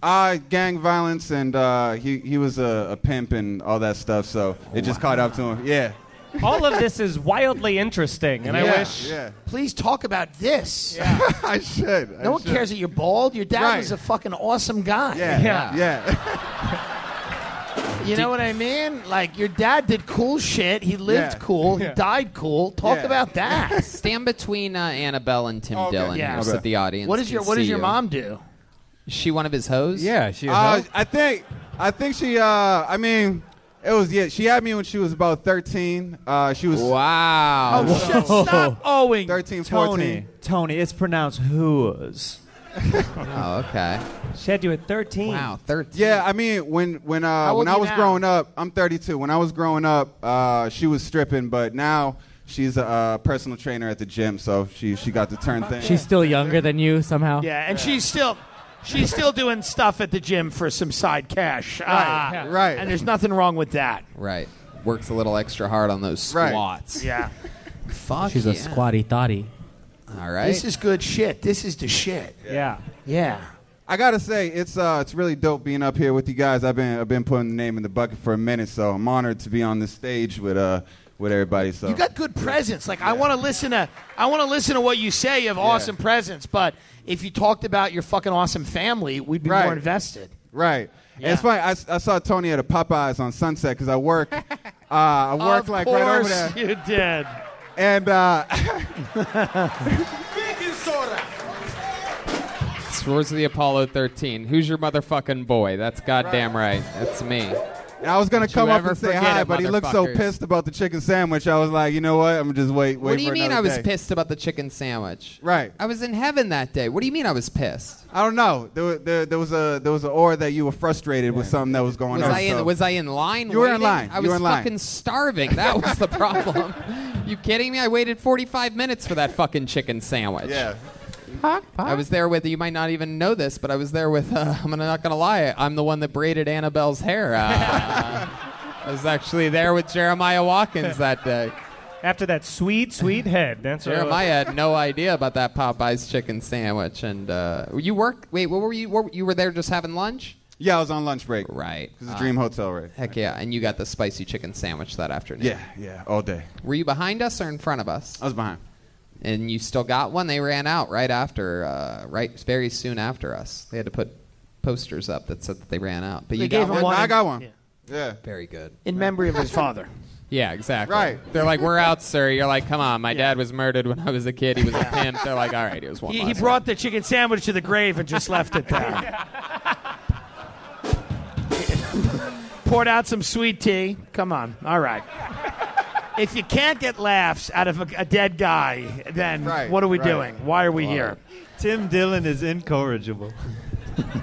Speaker 11: Uh, gang violence and uh, he he was a, a pimp and all that stuff. So it just caught up to him. Yeah.
Speaker 9: All of this is wildly interesting, and I
Speaker 11: Yeah,
Speaker 9: wish.
Speaker 11: yeah.
Speaker 5: Please talk about this.
Speaker 11: I should.
Speaker 5: no one cares that you're bald. Your dad
Speaker 11: Right.
Speaker 5: was a fucking awesome guy.
Speaker 11: Yeah. Yeah.
Speaker 5: You know what I mean? Like your dad did cool shit. He lived
Speaker 3: Yeah.
Speaker 5: cool.
Speaker 3: Yeah.
Speaker 5: He died cool. Talk
Speaker 3: Yeah.
Speaker 5: about that.
Speaker 3: Stand between uh, Annabelle and Tim
Speaker 5: Okay.
Speaker 3: Dillon
Speaker 5: Yeah.
Speaker 3: here so
Speaker 5: Okay.
Speaker 3: that the audience.
Speaker 5: What does
Speaker 3: can
Speaker 5: your- what does
Speaker 3: see
Speaker 5: your
Speaker 3: you.
Speaker 5: mom do?
Speaker 3: Is she one of his hoes? Yeah, she
Speaker 11: Uh, I think I think she. Uh, I mean, it was yeah. She had me when she was about thirteen. Uh, she was.
Speaker 3: Wow.
Speaker 6: Oh, shit, stop
Speaker 5: owing.
Speaker 11: 13, 14.
Speaker 6: Tony, Tony, it's pronounced whoas.
Speaker 3: oh, okay.
Speaker 9: She had you at 13.
Speaker 3: Wow, 13.
Speaker 11: Yeah, I mean, when when uh,
Speaker 9: How
Speaker 11: when I
Speaker 9: old you
Speaker 11: was
Speaker 9: now?
Speaker 11: growing up, I'm 32. When I was growing up, uh, she was stripping, but now she's a uh, personal trainer at the gym, so she she got to turn things.
Speaker 7: She's still younger than you somehow.
Speaker 5: Yeah, and she's still she's still doing stuff at the gym for some side cash.
Speaker 11: Right,
Speaker 5: Ah,
Speaker 11: right.
Speaker 5: And there's nothing wrong with that.
Speaker 3: Right. Works a little extra hard on those
Speaker 5: Right.
Speaker 3: squats.
Speaker 5: Yeah.
Speaker 3: Fuck
Speaker 7: She's
Speaker 3: yeah.
Speaker 7: a squatty thotty.
Speaker 3: All right.
Speaker 5: This is good shit. This is the shit.
Speaker 9: Yeah.
Speaker 5: Yeah.
Speaker 11: I gotta say, it's uh, it's really dope being up here with you guys. I've been I've been putting the name in the bucket for a minute, so I'm honored to be on this stage with uh with everybody. So
Speaker 5: You got good presence. Like I want to listen to I want to listen to what you say. You have awesome presence, but if you talked about your fucking awesome family, we'd be
Speaker 11: Right.
Speaker 5: more invested.
Speaker 11: Right. And it's funny. I, s- I saw Tony at a Popeyes on Sunset because I work. uh, I work
Speaker 5: Of
Speaker 11: like right over there.
Speaker 5: course You did.
Speaker 11: And uh,
Speaker 3: Swords of the Apollo 13. Who's your motherfucking boy? That's goddamn right. That's me.
Speaker 11: and I was gonna
Speaker 3: Don't
Speaker 11: come
Speaker 3: you
Speaker 11: up
Speaker 3: ever
Speaker 11: and say
Speaker 3: forget
Speaker 11: hi,
Speaker 3: it,
Speaker 11: but he looked so
Speaker 3: motherfuckers.
Speaker 11: pissed about the chicken sandwich. I was like, you know what? I'm gonna just wait. wait
Speaker 3: What do you
Speaker 11: for
Speaker 3: mean
Speaker 11: another
Speaker 3: I was
Speaker 11: day.
Speaker 3: pissed about the chicken sandwich?
Speaker 11: Right.
Speaker 3: I was in heaven that day. What do you mean I was pissed?
Speaker 11: I don't know. There, wa- there, there was a there was an or that you were frustrated with something that was going
Speaker 3: Was
Speaker 11: on.
Speaker 3: I in
Speaker 11: so-
Speaker 3: was I in line?
Speaker 11: You were in
Speaker 3: waiting?
Speaker 11: line.
Speaker 3: I
Speaker 11: You
Speaker 3: was
Speaker 11: were in line.
Speaker 3: fucking starving. That was the problem. you kidding me? I waited 45 minutes for that fucking chicken sandwich.
Speaker 11: Yeah.
Speaker 3: I was there with you might not even know this, but I was there with uh, I'm not gonna lie, I'm the one that braided Annabelle's hair. Uh, I was actually there with Jeremiah Watkins that day.
Speaker 13: After that sweet, sweet head. That's what I was-
Speaker 3: Jeremiah had no idea about that Popeyes chicken sandwich, and uh, you work. Wait, what were you? What, you were there just having lunch?
Speaker 11: Yeah, I was on lunch break.
Speaker 3: Right, Uh,
Speaker 11: This is Dream Hotel, right?
Speaker 3: Heck yeah, and you got the spicy chicken sandwich that afternoon.
Speaker 11: Yeah, yeah, all day.
Speaker 3: Were you behind us or in front of us? I
Speaker 11: was behind.
Speaker 3: And you still got one. They ran out right after, uh, right very soon after us. They had to put posters up that said that they ran out. But
Speaker 5: They
Speaker 3: you
Speaker 5: gave
Speaker 3: got
Speaker 5: him
Speaker 3: one.
Speaker 5: one.
Speaker 11: I got one.
Speaker 5: Yeah.
Speaker 11: Yeah.
Speaker 3: Very good.
Speaker 5: In memory of his father.
Speaker 3: Yeah, exactly.
Speaker 5: Right.
Speaker 3: They're like, we're out, sir. You're like, come on. My dad was murdered when I was a kid. He was a pimp. They're like, all right, it was one.
Speaker 5: He, he
Speaker 3: last
Speaker 5: brought the chicken sandwich to the grave and just left it there. Poured out some sweet tea. Come on. All right. If you can't get laughs out of a, a dead guy, then
Speaker 6: Right,
Speaker 5: what are we
Speaker 6: right.
Speaker 5: doing? Why are we here?
Speaker 6: Tim Dillon is incorrigible.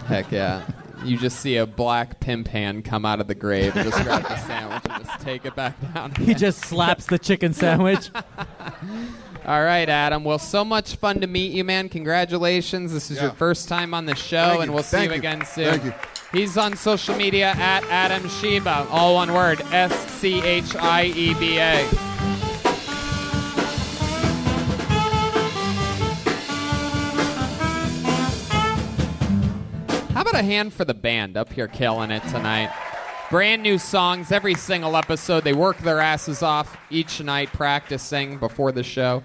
Speaker 3: Heck yeah. You just see a black pimp hand come out of the grave, just grab the sandwich, and just take it back down.
Speaker 7: He just slaps the chicken sandwich.
Speaker 3: All right, Adam. Well, so much fun to meet you, man. Congratulations. This is your first time on the show,
Speaker 11: Thank
Speaker 3: and
Speaker 11: you.
Speaker 3: we'll see
Speaker 11: Thank
Speaker 3: you
Speaker 11: you.
Speaker 3: again soon.
Speaker 11: Thank you.
Speaker 3: He's on social media at Adam Sheba, all one word S C H I E B A. How about a hand for the band up here killing it tonight? Brand new songs every single episode. They work their asses off each night practicing before the show.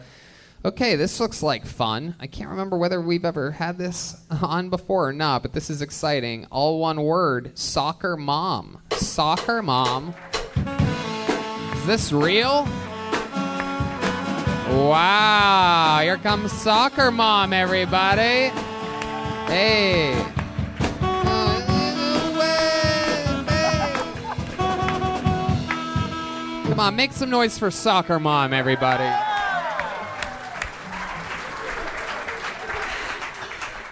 Speaker 3: Okay, this looks like fun. I can't remember whether we've ever had this on before or not, but this is exciting. All one word soccer mom. Soccer mom. Is this real? Wow, here comes soccer mom, everybody. Hey. Come on, make some noise for soccer mom, everybody.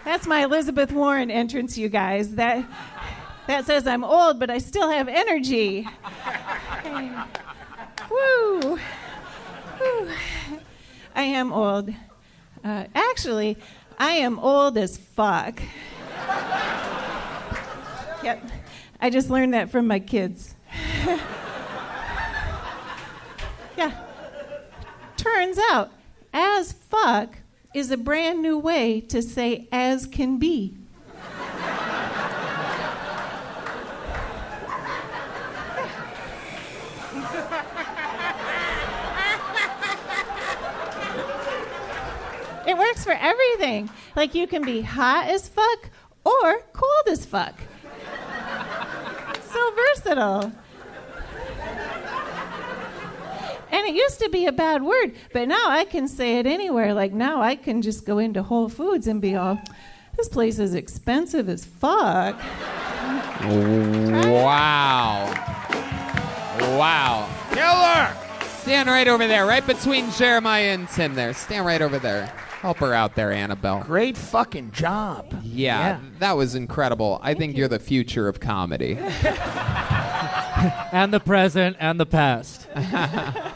Speaker 17: That's my Elizabeth Warren entrance, you guys. That that says I'm old, but I still have energy. Okay. Woo. Woo. I am old. Uh, actually, I am old as fuck. yep. I just learned that from my kids. yeah. Turns out, as fuck is a brand new way to say as can be. It works for everything. Like you can be hot as fuck or cold as fuck. so versatile. And it used to be a bad word, but now I can say it anywhere. Like now I can just go into Whole Foods and be all, this place is expensive as fuck.
Speaker 3: Wow. Wow. Killer! Stand right over there, right between Jeremiah and Tim there. Stand right over there. Help her out there, Annabelle.
Speaker 5: Great fucking job.
Speaker 3: Yeah, that was incredible. I think you're the future of comedy.
Speaker 7: and the present and the past.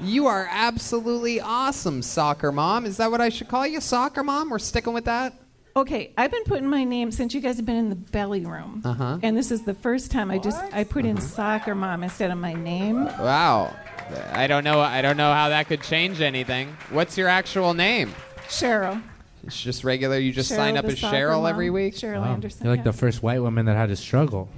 Speaker 3: you are absolutely awesome, soccer mom. Is that what I should call you? Soccer mom? We're sticking with that?
Speaker 17: Okay, I've been putting my name since you guys have been in the belly room.
Speaker 3: Uh huh.
Speaker 17: And this is the first time I just I put in soccer mom instead of my name.
Speaker 3: Wow. I don't know. I don't know how that could change anything. What's your actual name?
Speaker 17: Cheryl.
Speaker 3: It's just regular. You just
Speaker 17: Cheryl
Speaker 3: sign up
Speaker 17: the
Speaker 3: as
Speaker 17: soccer
Speaker 3: Cheryl
Speaker 17: mom.
Speaker 3: every week.
Speaker 17: Cheryl Anderson.
Speaker 7: You're like
Speaker 17: yeah.
Speaker 7: the first white woman that had to struggle.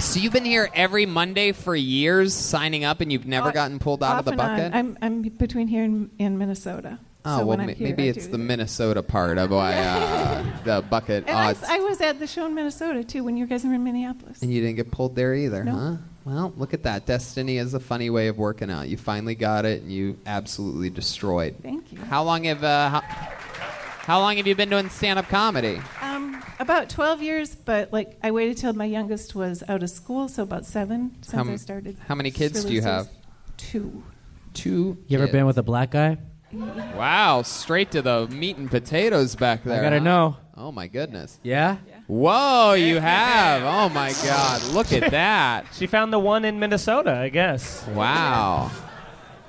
Speaker 3: So you've been here every Monday for years, signing up, and you've never gotten pulled out of the
Speaker 17: Uh, Off and on.
Speaker 3: bucket.
Speaker 17: I'm, I'm between here and, and Minnesota.
Speaker 3: Oh
Speaker 17: so
Speaker 3: well,
Speaker 17: when I'm
Speaker 3: ma-
Speaker 17: here,
Speaker 3: maybe
Speaker 17: I
Speaker 3: it's
Speaker 17: do
Speaker 3: the Minnesota part of why uh, the bucket
Speaker 17: And I,
Speaker 3: odds,
Speaker 17: s- I was at the show in Minnesota too when you guys were in Minneapolis.
Speaker 3: and you didn't get pulled there either,
Speaker 17: No.
Speaker 3: huh? Well, look at that. Destiny is a funny way of working out. You finally got it, and you absolutely destroyed.
Speaker 17: Thank you.
Speaker 3: How long have uh, how, how long have you been doing stand-up comedy?
Speaker 17: Um, about 12 years, but like I waited till my youngest was out of school, so about seven since
Speaker 3: How
Speaker 17: I
Speaker 3: m-
Speaker 17: started.
Speaker 3: how many kids do you
Speaker 17: releases. Two.
Speaker 3: Two.
Speaker 7: You ever
Speaker 3: Yeah.
Speaker 7: been with a black guy?
Speaker 3: Wow, straight to the meat and potatoes back there.
Speaker 7: gotta
Speaker 3: huh?
Speaker 7: know.
Speaker 3: Oh my goodness.
Speaker 7: Yeah?
Speaker 3: Whoa, you have. Oh my God, look at that.
Speaker 9: she found the one in Minnesota, I guess.
Speaker 3: Wow.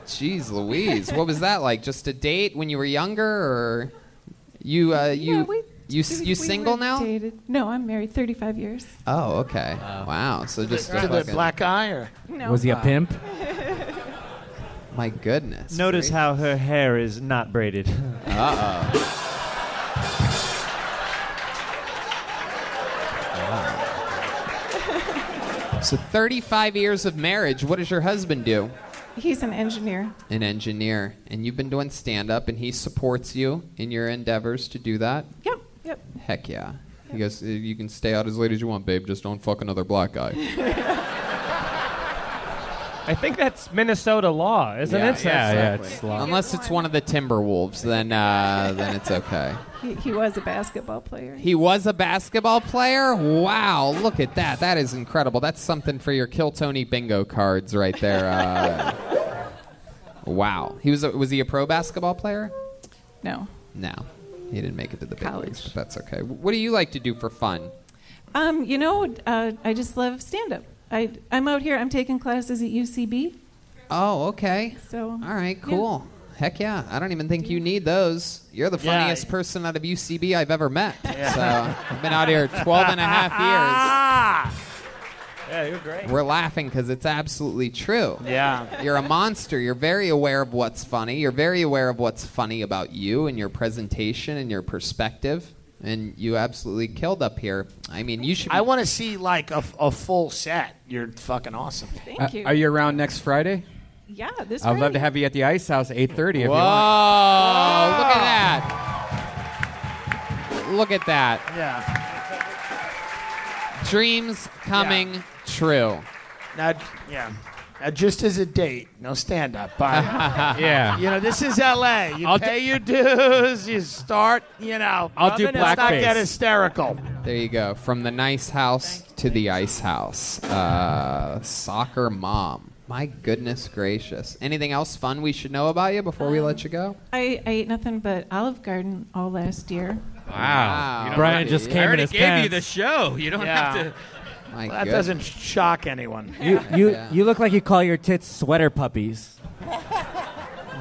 Speaker 3: Jeez Louise, what was that like? Just a date when you were younger, or you uh, you you s-
Speaker 17: We-
Speaker 3: you
Speaker 17: we
Speaker 3: single
Speaker 17: were
Speaker 3: now?
Speaker 17: dated- No, I'm married 35 years.
Speaker 3: Oh, okay. Wow. So just
Speaker 5: To
Speaker 3: a
Speaker 5: the
Speaker 3: fucking- Uh,
Speaker 5: black eye or?
Speaker 17: No.
Speaker 7: Was he a pimp?
Speaker 3: My goodness.
Speaker 6: Notice how her hair is not braided.
Speaker 3: Uh oh. So 35 years of marriage. What does your husband do?
Speaker 17: He's an engineer.
Speaker 3: An engineer. And you've been doing stand up, and he supports you in your endeavors to do that?
Speaker 17: Yep, yep.
Speaker 3: Heck yeah. He goes, "Uh, You can stay out as late as you want, babe. Just don't fuck another black guy.
Speaker 9: I think that's Minnesota law, isn't it?
Speaker 3: Unless it's one of the Timberwolves, then, uh, then it's okay.
Speaker 17: He, he was a basketball player.
Speaker 3: He was a basketball player? Wow, look at that. That is incredible. That's something for your Kill Tony bingo cards right there. Uh, wow. He was a, was he a pro basketball player?
Speaker 17: No.
Speaker 3: No. He didn't make it to the big leagues, but that's okay. W- What do you like to do for fun?
Speaker 17: Um, you know, uh, I just love stand up. I, I'm out here, I'm taking classes at UCB.
Speaker 3: Oh, okay.
Speaker 17: So, All
Speaker 3: right, Cool. Heck yeah. I don't even think you need those. You're the
Speaker 17: Yeah.
Speaker 3: funniest person out of UCB I've ever met. So I've been out here 12 and a half years.
Speaker 9: Yeah, you're great.
Speaker 3: We're laughing because it's absolutely true.
Speaker 9: Yeah.
Speaker 3: You're a monster. You're very aware of what's funny. You're very aware of what's funny about you and your presentation and your perspective. and you absolutely killed up here. I mean, you should.
Speaker 5: I want to see like a, f- a full set. You're fucking awesome.
Speaker 17: Thank
Speaker 4: Uh,
Speaker 17: you.
Speaker 4: Are you around next Friday?
Speaker 17: Yeah, this.
Speaker 4: I'd love
Speaker 17: Friday.
Speaker 4: to have you at the Ice House 8:30 if you
Speaker 3: Whoa!
Speaker 4: want.
Speaker 3: Look at that! Look at that!
Speaker 5: Yeah.
Speaker 3: Dreams coming true.
Speaker 5: Now, yeah. Now, just as a date, no stand up. Bye.
Speaker 4: Yeah.
Speaker 5: You know, this is LA. You
Speaker 4: I'll
Speaker 5: pay your dues, you start, you know.
Speaker 3: I'll do
Speaker 5: nothing is not
Speaker 3: blackface.
Speaker 5: that hysterical.
Speaker 3: There you go. From the nice house to the ice house. Uh, soccer mom. My goodness gracious. Anything else fun we should know about you before
Speaker 17: Um,
Speaker 3: we let you go?
Speaker 17: I, I ate nothing but Olive Garden all last year.
Speaker 3: Wow.
Speaker 4: You know,
Speaker 5: Brian
Speaker 4: like-
Speaker 5: just
Speaker 4: I
Speaker 5: came in
Speaker 4: already
Speaker 5: his
Speaker 4: gave you
Speaker 5: pants.
Speaker 4: the show. You don't
Speaker 5: Yeah.
Speaker 4: have to.
Speaker 3: My
Speaker 5: that doesn't shock anyone.
Speaker 7: You you
Speaker 3: Yeah.
Speaker 7: you look like you call your tits sweater puppies.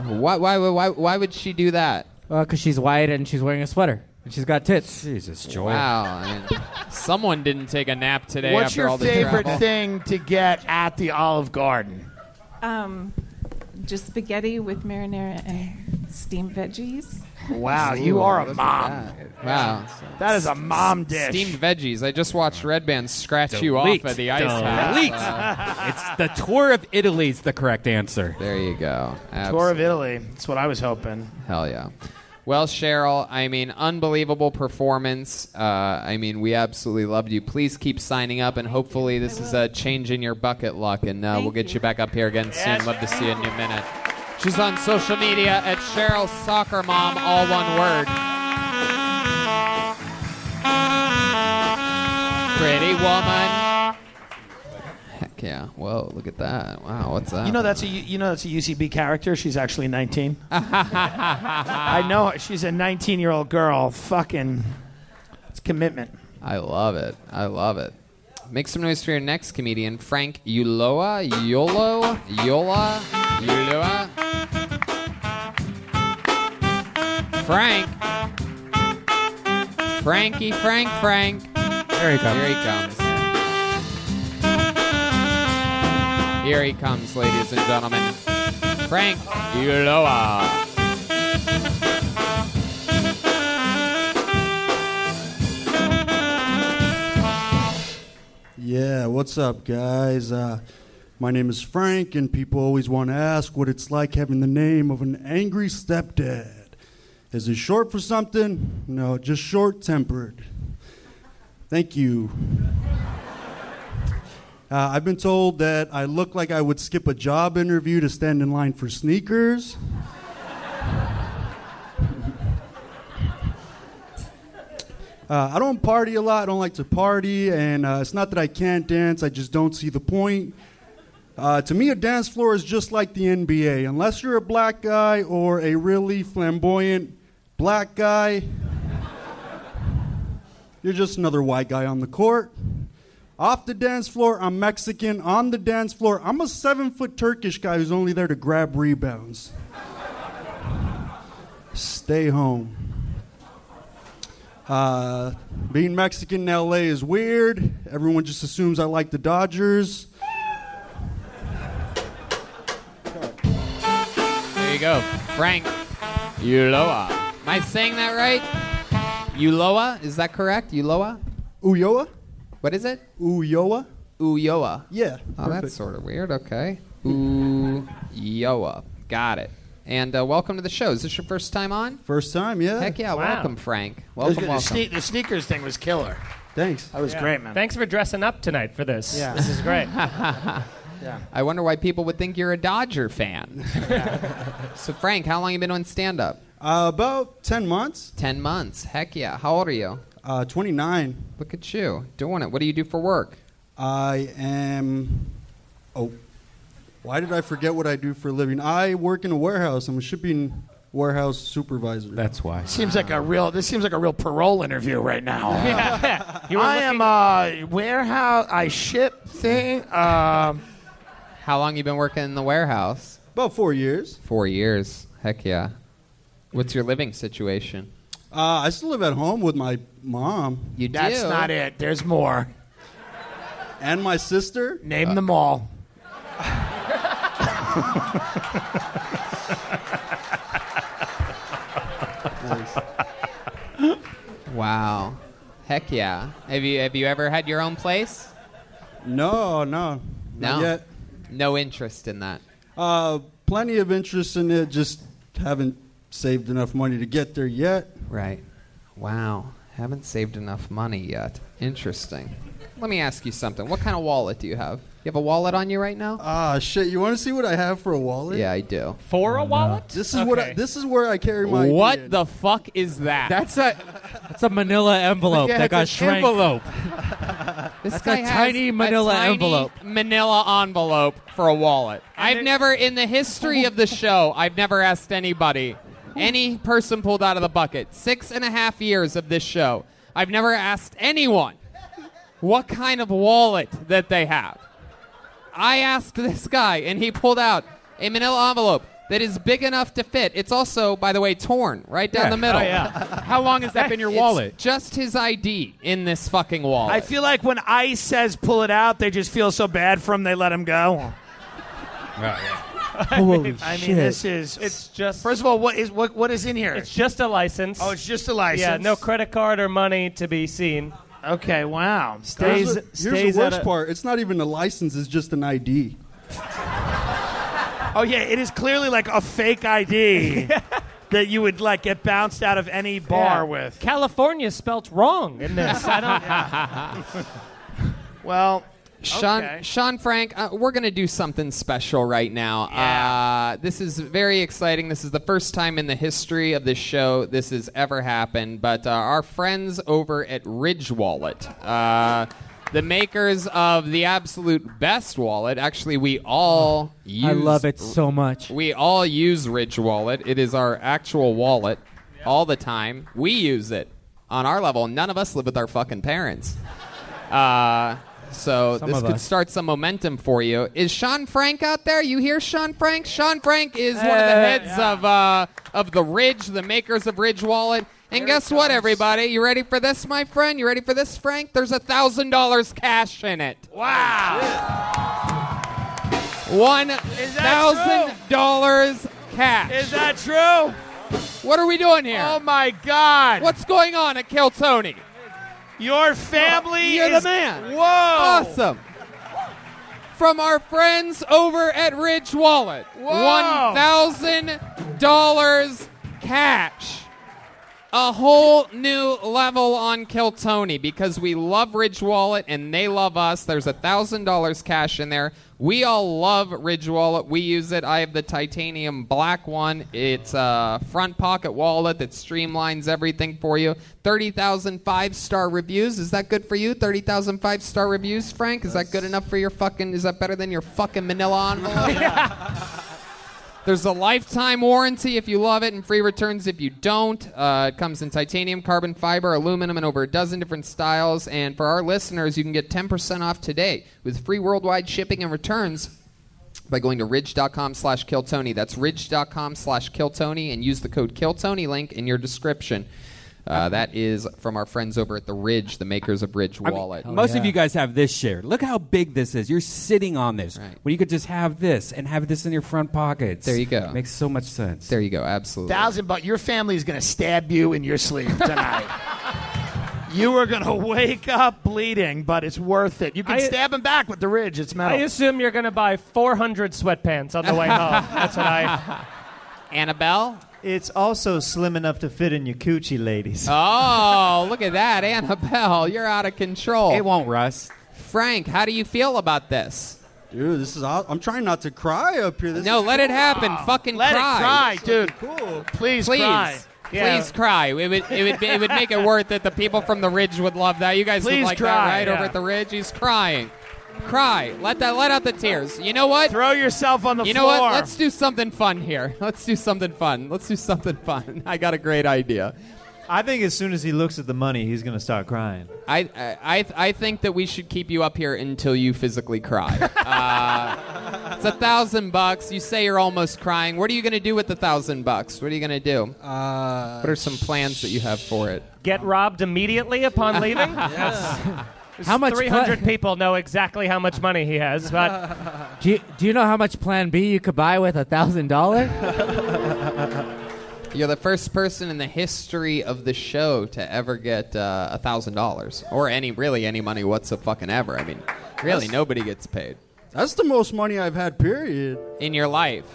Speaker 3: Why why why why would she do that?
Speaker 7: Well, because she's white and she's wearing a sweater and she's got tits.
Speaker 4: Jesus,
Speaker 3: Wow. and someone didn't take a nap today
Speaker 5: What's
Speaker 3: after
Speaker 5: your
Speaker 3: all the
Speaker 5: favorite
Speaker 3: travel.
Speaker 5: thing to get at the Olive Garden?
Speaker 17: Um, just spaghetti with marinara and steamed veggies.
Speaker 5: Wow, you
Speaker 3: Ooh,
Speaker 5: are a
Speaker 3: look at
Speaker 5: mom.
Speaker 3: that. Wow.
Speaker 5: That is a mom dish.
Speaker 3: Steamed veggies. I just watched Red Band scratch you off
Speaker 4: Delete.
Speaker 3: at the ice
Speaker 4: Delete.
Speaker 3: house.
Speaker 4: it's the tour of Italy is the correct answer.
Speaker 3: There you go.
Speaker 5: Tour of Italy. That's what I was hoping.
Speaker 3: Hell yeah. Well, Cheryl, I mean, unbelievable performance. Uh, I mean, we absolutely loved you. Please keep signing up, and hopefully, this is a change in your bucket luck, and uh, we'll get you back up here again soon. Love to see you in a minute. She's on social media at Cheryl Soccer Mom, all one word. Pretty woman. Heck yeah. Whoa, look at that. Wow, what's that?
Speaker 5: You know that's a you know that's a UCB character. She's actually 19. I know her. she's a 19 year old girl. Fucking, it's commitment.
Speaker 3: I love it. I love it. Make some noise for your next comedian, Frank Uloa. Yolo? Yola? Uloa? Frank. Frankie, Frank, Frank.
Speaker 4: Here he comes.
Speaker 3: Here he comes. Here he comes, ladies and gentlemen. Frank Uloa.
Speaker 18: Yeah, what's up, guys? Uh, my name is Frank, and people always want to ask what it's like having the name of an angry stepdad. Is he short for something? No, just short tempered. Thank you. Uh, I've been told that I look like I would skip a job interview to stand in line for sneakers. Uh, I don't party a lot. I don't like to party, and uh, it's not that I can't dance. I just don't see the point. Uh, to me, a dance floor is just like the NBA. Unless you're a black guy or a really flamboyant black guy, you're just another white guy on the court. Off the dance floor, I'm Mexican. On the dance floor, I'm a seven foot Turkish guy who's only there to grab rebounds. Stay home. Uh, being Mexican in LA is weird. Everyone just assumes I like the Dodgers.
Speaker 3: There you go. Frank Uloa. Am I saying that right? Uloa? Is that correct? Uloa?
Speaker 18: Uyoa?
Speaker 3: What is it?
Speaker 18: Uyoa?
Speaker 3: Uyoa.
Speaker 18: Yeah.
Speaker 3: Oh,
Speaker 18: perfect.
Speaker 3: that's sort of weird. Okay. Uyoa. Got it. And uh, welcome to the show. Is this your first time on?
Speaker 18: First time, yeah.
Speaker 3: Heck yeah.
Speaker 9: Wow.
Speaker 3: Welcome, Frank.
Speaker 5: Those-
Speaker 3: Welcome,
Speaker 5: the,
Speaker 3: welcome.
Speaker 5: sne- the sneakers thing was killer.
Speaker 18: Thanks.
Speaker 5: That was
Speaker 9: Yeah.
Speaker 5: great, man.
Speaker 9: Thanks for dressing up tonight for this.
Speaker 5: Yeah.
Speaker 9: This is great.
Speaker 3: I wonder why people would think you're a Dodger fan. so, Frank, how long you been on stand up?
Speaker 18: Uh, about 10 months.
Speaker 3: 10 months. Heck yeah. How old are you?
Speaker 18: Uh, 29.
Speaker 3: Look at you doing it. What do you do for work?
Speaker 18: I am. Oh, why did I forget what I do for a living? I work in a warehouse. I'm a shipping warehouse supervisor.
Speaker 4: That's why.
Speaker 5: Seems like a real. This seems like a real parole interview right now.
Speaker 9: You were
Speaker 5: I am a warehouse. I ship thing. Um,
Speaker 3: How long you been working in the warehouse?
Speaker 18: About four years.
Speaker 3: Four years. Heck yeah. What's your living situation?
Speaker 18: Uh, I still live at home with my mom.
Speaker 3: You
Speaker 5: That's
Speaker 3: do?
Speaker 5: not it. There's more.
Speaker 18: And my sister.
Speaker 3: Uh,
Speaker 5: Name them all.
Speaker 18: Nice.
Speaker 3: Wow. Heck yeah. Have you have you ever had your own place?
Speaker 18: No, no.
Speaker 3: No.
Speaker 18: Not yet.
Speaker 3: No interest in that.
Speaker 18: Uh, plenty of interest in it, just haven't saved enough money to get there yet.
Speaker 3: Right. Wow. Haven't saved enough money yet. Interesting. Let me ask you something. What kind of wallet do you have? You have a wallet on you right now?
Speaker 18: Ah, shit! You want to see what I have for a wallet?
Speaker 3: Yeah, I do.
Speaker 9: For a wallet?
Speaker 18: This is what I, this is where I carry my.
Speaker 3: What
Speaker 18: ID.
Speaker 3: the fuck is that?
Speaker 18: That's
Speaker 3: a
Speaker 7: That's a manila envelope
Speaker 3: Yeah,
Speaker 7: that
Speaker 3: it's
Speaker 7: got
Speaker 3: an
Speaker 7: shrank.
Speaker 3: envelope. this
Speaker 7: That's
Speaker 3: guy
Speaker 7: a
Speaker 3: has
Speaker 7: tiny
Speaker 3: a
Speaker 7: manila
Speaker 3: tiny
Speaker 7: envelope.
Speaker 3: Manila envelope for a wallet. I've never in the history of the show, I've never asked anybody, any person pulled out of the bucket. Six and a half years of this show. I've never asked anyone what kind of wallet that they have. I asked this guy, and he pulled out a manila envelope that is big enough to fit. It's also, by the way, torn right down
Speaker 16: Yeah.
Speaker 3: the middle.
Speaker 16: Oh, yeah. How long has that been your wallet?
Speaker 3: It's just his ID in this fucking wallet.
Speaker 13: I feel like when ICE says pull it out, they just feel so bad for him, they let him go.
Speaker 9: Holy
Speaker 13: I mean,
Speaker 9: shit.
Speaker 13: this is. It's just. First of all, what is what what is in here?
Speaker 9: It's just a license.
Speaker 13: Oh, it's just a license.
Speaker 9: Yeah, no credit card or money to be seen.
Speaker 13: Okay, wow.
Speaker 18: Here's,
Speaker 9: Stays
Speaker 18: the- here's
Speaker 9: stays
Speaker 18: the
Speaker 9: at
Speaker 18: worst
Speaker 9: a-
Speaker 18: part. It's not even a license. It's just an ID.
Speaker 13: Oh yeah, it is clearly like a fake ID that you would like get bounced out of any bar
Speaker 9: Yeah.
Speaker 13: with.
Speaker 9: California spelt wrong in this. I don't.
Speaker 13: Well,
Speaker 3: Sean,
Speaker 13: okay.
Speaker 3: Sean Frank, uh, we're going to do something special right now. Uh, this is very exciting. This is the first time in the history of this show this has ever happened. But uh, our friends over at Ridge Wallet, uh, the makers of the absolute best wallet, actually, we all use.
Speaker 7: Oh, I love it so much.
Speaker 3: We all use Ridge Wallet. It is our actual wallet all the time. We use it on our level. None of us live with our fucking parents. Uh, so
Speaker 7: Some
Speaker 3: this
Speaker 7: of
Speaker 3: could
Speaker 7: us.
Speaker 3: start some momentum for you. Is Sean Frank out there? You hear Sean Frank? Sean Frank is one of the
Speaker 7: Hey.
Speaker 3: heads of uh, of the Ridge, the makers of Ridge Wallet. And guess what, everybody? You ready for this, my friend? You ready for this, Frank? There's a thousand dollars cash in it.
Speaker 13: Wow.
Speaker 3: One thousand dollars cash. Is
Speaker 13: that true?
Speaker 3: What are we doing here?
Speaker 13: Oh my God!
Speaker 3: What's going on at Kill Tony?
Speaker 13: Your family
Speaker 3: You're
Speaker 13: is-
Speaker 3: the man.
Speaker 13: Whoa!
Speaker 3: Awesome. From our friends over at Ridge Wallet. One thousand dollars cash. A whole new level on Kill Tony because we love Ridge Wallet and they love us. There's a thousand dollars cash in there. We all love Ridge Wallet. We use it. I have the titanium black one. It's a front pocket wallet that streamlines everything for you. 30,000 five star reviews. Is that good for you? 30,000 five star reviews, Frank? Is that good enough for your fucking? Is that better than your fucking manila envelope? There's a lifetime warranty if you love it and free returns if you don't. Uh, it comes in titanium, carbon fiber, aluminum, and over a dozen different styles. And for our listeners, you can get 10% off today with free worldwide shipping and returns by going to ridge.com slash killtony. That's ridge.com slash killtony and use the code killtony link in your description. Uh, that is from our friends over at the Ridge, the makers of Ridge
Speaker 4: I mean,
Speaker 3: Wallet.
Speaker 4: most of you guys have this share. Look how big this is. You're sitting on this. When you could just have this and have this in your front pockets. There you
Speaker 3: go.
Speaker 4: Makes so much sense.
Speaker 3: There you go. Absolutely.
Speaker 13: Thousand bucks. Your family is going to stab you in your sleep tonight. you are going to wake up bleeding, but it's worth it. You can
Speaker 9: I-
Speaker 13: stab him back with the ridge. It's
Speaker 9: I
Speaker 13: metal.
Speaker 9: assume you're going to buy 400 sweatpants on the way home. That's what I.
Speaker 3: Annabelle?
Speaker 6: It's also slim enough to fit in your coochie, ladies.
Speaker 3: Oh, look at that, Annabelle! You're out of control. It
Speaker 4: won't rust.
Speaker 3: Frank, how do you feel about this?
Speaker 18: Dude, this is. aw- I'm trying not to cry up here. This
Speaker 3: No,
Speaker 18: is
Speaker 3: let it
Speaker 18: cool.
Speaker 3: happen. Fucking
Speaker 18: Let it
Speaker 3: cry.
Speaker 18: cry, dude. Cool.
Speaker 13: Please,
Speaker 3: please,
Speaker 13: cry. Yeah.
Speaker 3: Please cry. It would, it would, be, it would make it worth it. The people from the Ridge would love that. You guys would
Speaker 13: Please
Speaker 3: like that,
Speaker 13: cry,
Speaker 3: right?
Speaker 13: yeah.
Speaker 3: Over at the Ridge, he's crying. Cry. Let that. Let out the tears. You know what?
Speaker 13: Throw yourself on the
Speaker 3: you know
Speaker 13: floor.
Speaker 3: what? Let's do something fun here. Let's do something fun. Let's do something fun. I got a great idea.
Speaker 6: I think as soon as he looks at the money, he's going to start crying.
Speaker 3: I, I, I think that we should keep you up here until you physically cry. Uh, it's a thousand bucks. You say you're almost crying. What are you going to do with the thousand bucks? What are you going to do? Uh, what are some plans that you have for it?
Speaker 9: Get robbed immediately upon leaving? There's
Speaker 7: How much
Speaker 9: 300 people know exactly how much money he has, but
Speaker 7: Do you, do you know how much Plan B you could buy with a thousand dollars?
Speaker 3: You're the first person in the history of the show to ever get uh, a thousand dollars or any really any money whatsoever. Fucking ever. I mean, really
Speaker 18: That's-
Speaker 3: nobody gets paid
Speaker 18: That's the most money I've had, period.
Speaker 3: in your life.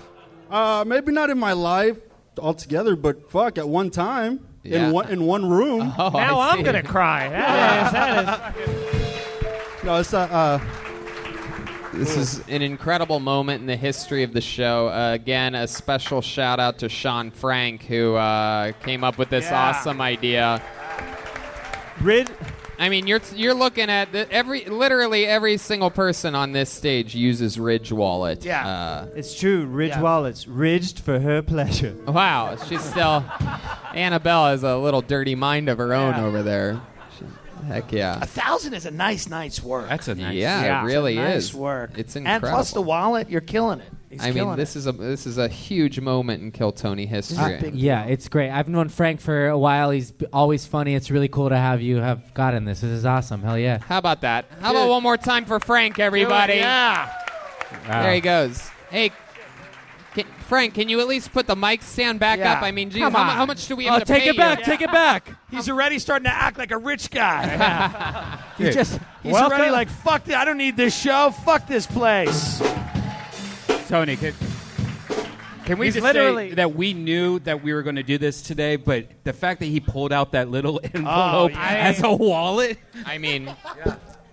Speaker 18: Uh, maybe not in my life altogether, but fuck, at one time
Speaker 3: Yeah. Oh,
Speaker 18: in one in one room.
Speaker 9: now I'm gonna cry. That is- that is-
Speaker 18: No, it's uh, uh
Speaker 3: This is an incredible moment in the history of the show. Uh, again, a special shout out to Sean Frank who uh, came up with this
Speaker 9: Yeah.
Speaker 3: awesome idea. Rid. I mean, you're you're looking at the, every literally every single person on this stage uses Ridge Wallet.
Speaker 13: Yeah.
Speaker 3: Uh,
Speaker 7: It's true. Ridge wallets ridged for her pleasure.
Speaker 3: Wow, she's still. Annabelle has a little dirty mind of her own
Speaker 13: Yeah.
Speaker 3: over there. She- heck yeah.
Speaker 13: A thousand is a nice night's work. That's
Speaker 3: a nice- Yeah, it really
Speaker 13: It's a nice
Speaker 3: is.
Speaker 13: work.
Speaker 3: It's
Speaker 13: And plus
Speaker 3: incredible.
Speaker 13: the wallet, you're killing it. He's
Speaker 3: I
Speaker 13: killing
Speaker 3: mean, this is a this is a huge moment in Kill Tony history.
Speaker 7: yeah, it's great. I've known Frank for a while. He's b- always funny. It's really cool to have you have gotten this. This is awesome. Hell yeah.
Speaker 3: How about that? How about one more time for Frank, everybody?
Speaker 9: Yeah.
Speaker 3: There he goes. Hey, can, Frank, can you at least put the mic stand back
Speaker 9: Yeah.
Speaker 3: up? I mean, geez, how,
Speaker 9: Come
Speaker 3: mu-
Speaker 9: on.
Speaker 3: how much do we
Speaker 9: Oh,
Speaker 3: have to
Speaker 9: take
Speaker 3: pay
Speaker 9: it back,
Speaker 3: you?
Speaker 9: take it
Speaker 13: back. He's already starting to act like a rich guy. he's just he's already like fuck it. I don't need this show. Fuck this place.
Speaker 4: Tony, can, can we
Speaker 13: He's
Speaker 4: just
Speaker 13: literally-
Speaker 4: say that we knew that we were going to do this today, but the fact that he pulled out that little
Speaker 9: Oh,
Speaker 4: envelope as a wallet.
Speaker 3: I mean,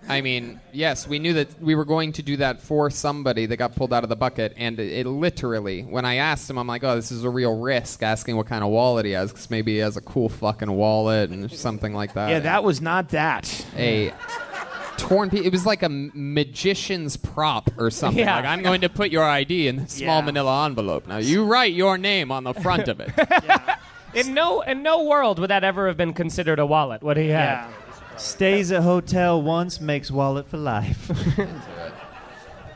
Speaker 3: I mean, yes, we knew that we were going to do that for somebody that got pulled out of the bucket, and it, it literally, when I asked him, I'm like, oh, this is a real risk asking what kind of wallet he has, because maybe he has a cool fucking wallet and something like that.
Speaker 13: yeah, that was not that.
Speaker 3: a torn piece. It was like a m- magician's prop or something.
Speaker 13: Yeah.
Speaker 3: Like I'm going to put your ID in this small
Speaker 9: Yeah.
Speaker 3: Manila envelope. Now you write your name on the front of it.
Speaker 9: in no in no world would that ever have been considered a wallet. What he had.
Speaker 6: Stays at hotel once, makes wallet for life.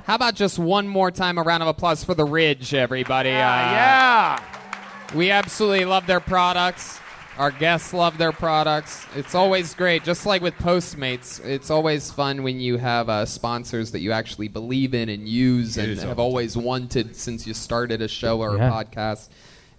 Speaker 3: How about just one more time a round of applause for the Ridge, everybody? Uh,
Speaker 13: yeah.
Speaker 3: We absolutely love their products. Our guests love their products. It's always great, just like with Postmates. It's always fun when you have uh, sponsors that you actually believe in and use and
Speaker 9: is all
Speaker 3: have
Speaker 9: the
Speaker 3: always wanted since you started a show or
Speaker 9: Yeah.
Speaker 3: a podcast.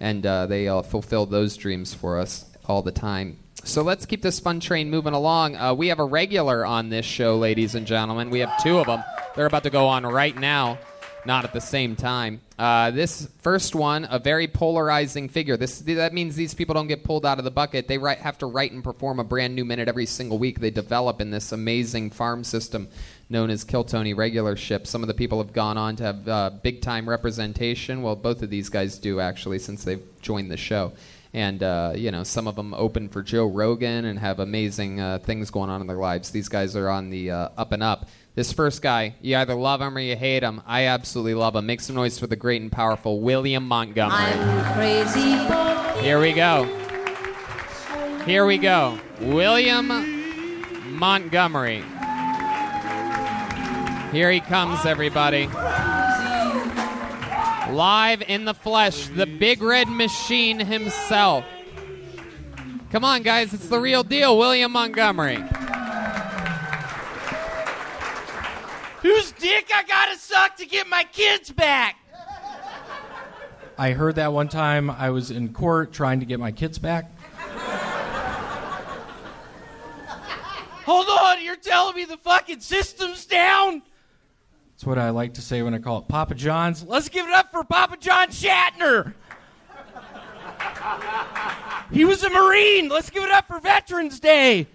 Speaker 3: And uh, they uh, fulfill those dreams for us all the time. So let's keep this fun train moving along. Uh, we have a regular on this show, ladies and gentlemen. We have two of them. They're about to go on right now, not at the same time. Uh, this first one, a very polarizing figure. This that means these people don't get pulled out of the bucket. They write, have to write and perform a brand new minute every single week. They develop in this amazing farm system known as Kiltony regularship. Some of the people have gone on to have uh, big time representation. Well, both of these guys do actually, since they've joined the show and uh, you know some of them open for Joe Rogan and have amazing uh, things going on in their lives. These guys are on the uh, up and up. This first guy, you either love him or you hate him. I absolutely love him. Make some noise for the great and powerful William Montgomery.
Speaker 19: Crazy
Speaker 3: Here we go. Here we go. William Montgomery. Here he comes, everybody. Live in the flesh, the big red machine himself. Come on, guys, it's the real deal, William Montgomery.
Speaker 13: Whose dick I gotta suck to get my kids back?
Speaker 20: I heard that one time I was in court trying to get my kids back.
Speaker 13: Hold on, you're telling me the fucking system's down?
Speaker 20: That's what I like to say when I call it Papa John's.
Speaker 13: Let's give it up for Papa John Shatner. He was a Marine. Let's give it up for Veterans Day.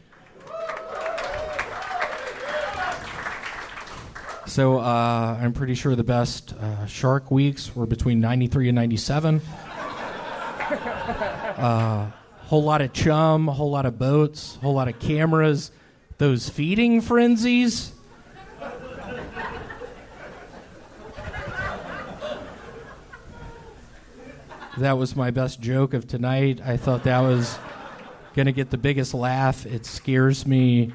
Speaker 20: So uh, I'm pretty sure the best uh, shark weeks were between 93 and 97. Uh, whole lot of chum, whole lot of boats, whole lot of cameras, those feeding frenzies. That was my best joke of tonight. I thought that was going to get the biggest laugh. It scares me.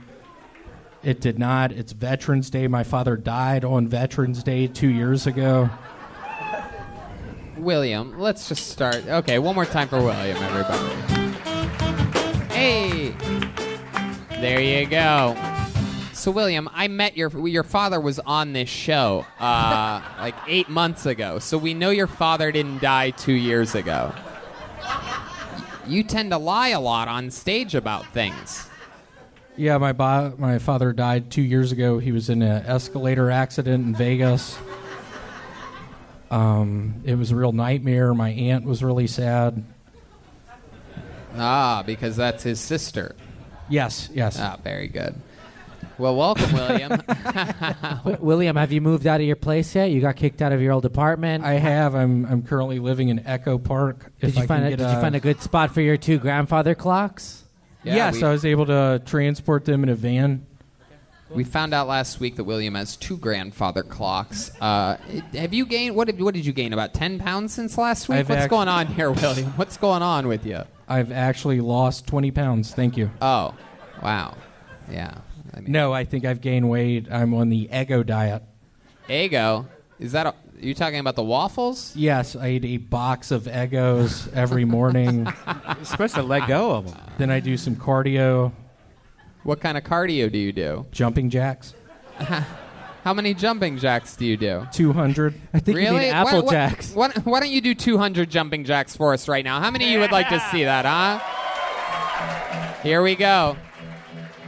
Speaker 20: It did not. It's Veterans Day. My father died on Veterans Day two years ago.
Speaker 3: William, let's just start. Okay, one more time for William, everybody. Hey! There you go. So, William, I met your your father was on this show uh, like eight months ago. So we know your father didn't die two years ago. You tend to lie a lot on stage about things.
Speaker 20: Yeah, my ba- my father died two years ago. He was in an escalator accident in Vegas. Um, it was a real nightmare. My aunt was really sad.
Speaker 3: Ah, because that's his sister.
Speaker 20: Yes, yes.
Speaker 3: Ah, very good. Well, welcome, William.
Speaker 7: Wi- William, have you moved out of your place yet? You got kicked out of your old apartment.
Speaker 20: I have. I'm I'm currently living in Echo Park.
Speaker 7: Did
Speaker 20: If
Speaker 7: you
Speaker 20: I
Speaker 7: find
Speaker 20: can
Speaker 7: a,
Speaker 20: get
Speaker 7: Did you find a good spot for your two grandfather clocks?
Speaker 20: yes, I was able to transport them in a van.
Speaker 3: We found out last week that William has two grandfather clocks. Uh, have you gained what? Did, what did you gain? About ten pounds since last week.
Speaker 20: I've
Speaker 3: What's
Speaker 20: act-
Speaker 3: going on here, William? What's going on with you?
Speaker 20: I've actually lost 20 pounds. Thank you.
Speaker 3: Oh, wow. Yeah.
Speaker 20: no, I think I've gained weight. I'm on the Eggo diet.
Speaker 3: Ego. Is that? A, you talking about the waffles?
Speaker 20: Yes, I eat a box of Eggos every morning. You're supposed to let go of them. Then I do some cardio,
Speaker 3: What kind of cardio do you do?
Speaker 20: jumping jacks.
Speaker 3: How many jumping jacks do you do?
Speaker 20: 200. I
Speaker 15: think
Speaker 3: really? Why- why- Why, why don't you do 200 jumping jacks for us right now? How many of you would like to see that, huh? Here we go.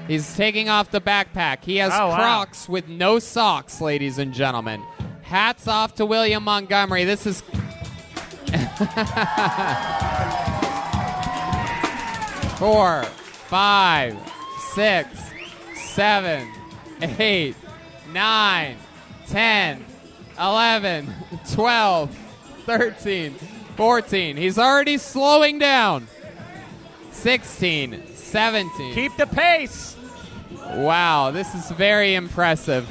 Speaker 3: He's taking off the backpack. He has
Speaker 9: Oh, wow.
Speaker 3: Crocs with no socks, ladies and gentlemen. Hats off to William Montgomery. This is. Four, five, six, seven, eight, nine, ten, eleven, twelve, thirteen, fourteen. He's already slowing down. 16, 17. Keep the pace. Wow, this is very impressive.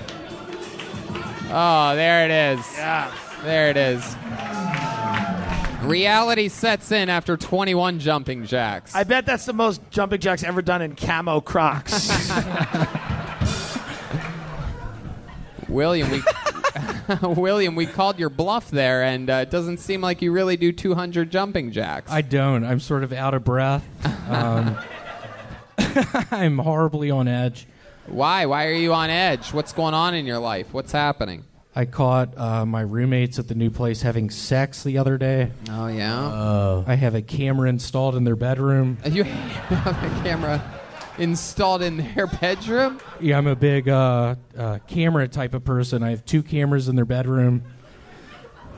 Speaker 3: Oh, there it is. Yeah. There it is. Reality sets in after 21 jumping jacks.
Speaker 13: I bet that's the most jumping jacks ever done in camo Crocs.
Speaker 3: William, we William, we called your bluff there, and uh, it doesn't seem like you really do 200 jumping jacks.
Speaker 20: I don't. I'm sort of out of breath. Um, I'm horribly on edge.
Speaker 3: Why? Why are you on edge? What's going on in your life? What's happening?
Speaker 20: I caught uh, my roommates at the new place having sex the other day.
Speaker 3: Oh yeah.
Speaker 20: I have a camera installed in their bedroom.
Speaker 3: You have a camera installed in their bedroom?
Speaker 20: Yeah, I'm a big uh, uh, camera type of person. I have two cameras in their bedroom.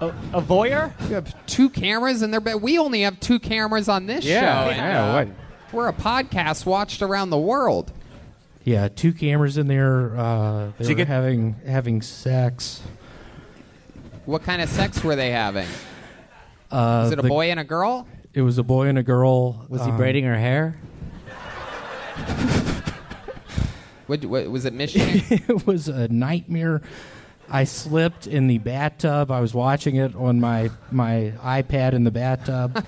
Speaker 3: A, voyeur? You have two cameras in their bed. We only have two cameras on this
Speaker 20: Yeah,
Speaker 3: show. uh,
Speaker 20: yeah, what?
Speaker 3: We're a podcast watched around the world.
Speaker 20: Yeah, two cameras in there. Uh, they
Speaker 3: So you
Speaker 20: were
Speaker 3: get-
Speaker 20: having having sex.
Speaker 3: What kind of sex were they having?
Speaker 20: Uh,
Speaker 3: Is it a
Speaker 20: the-
Speaker 3: boy and a girl?
Speaker 20: It was a boy and a girl. Um,
Speaker 3: Was he braiding
Speaker 20: her hair?
Speaker 3: What, what, was it Michigan?
Speaker 20: it was a nightmare. I slipped in the bathtub. I was watching it on my my iPad in the bathtub.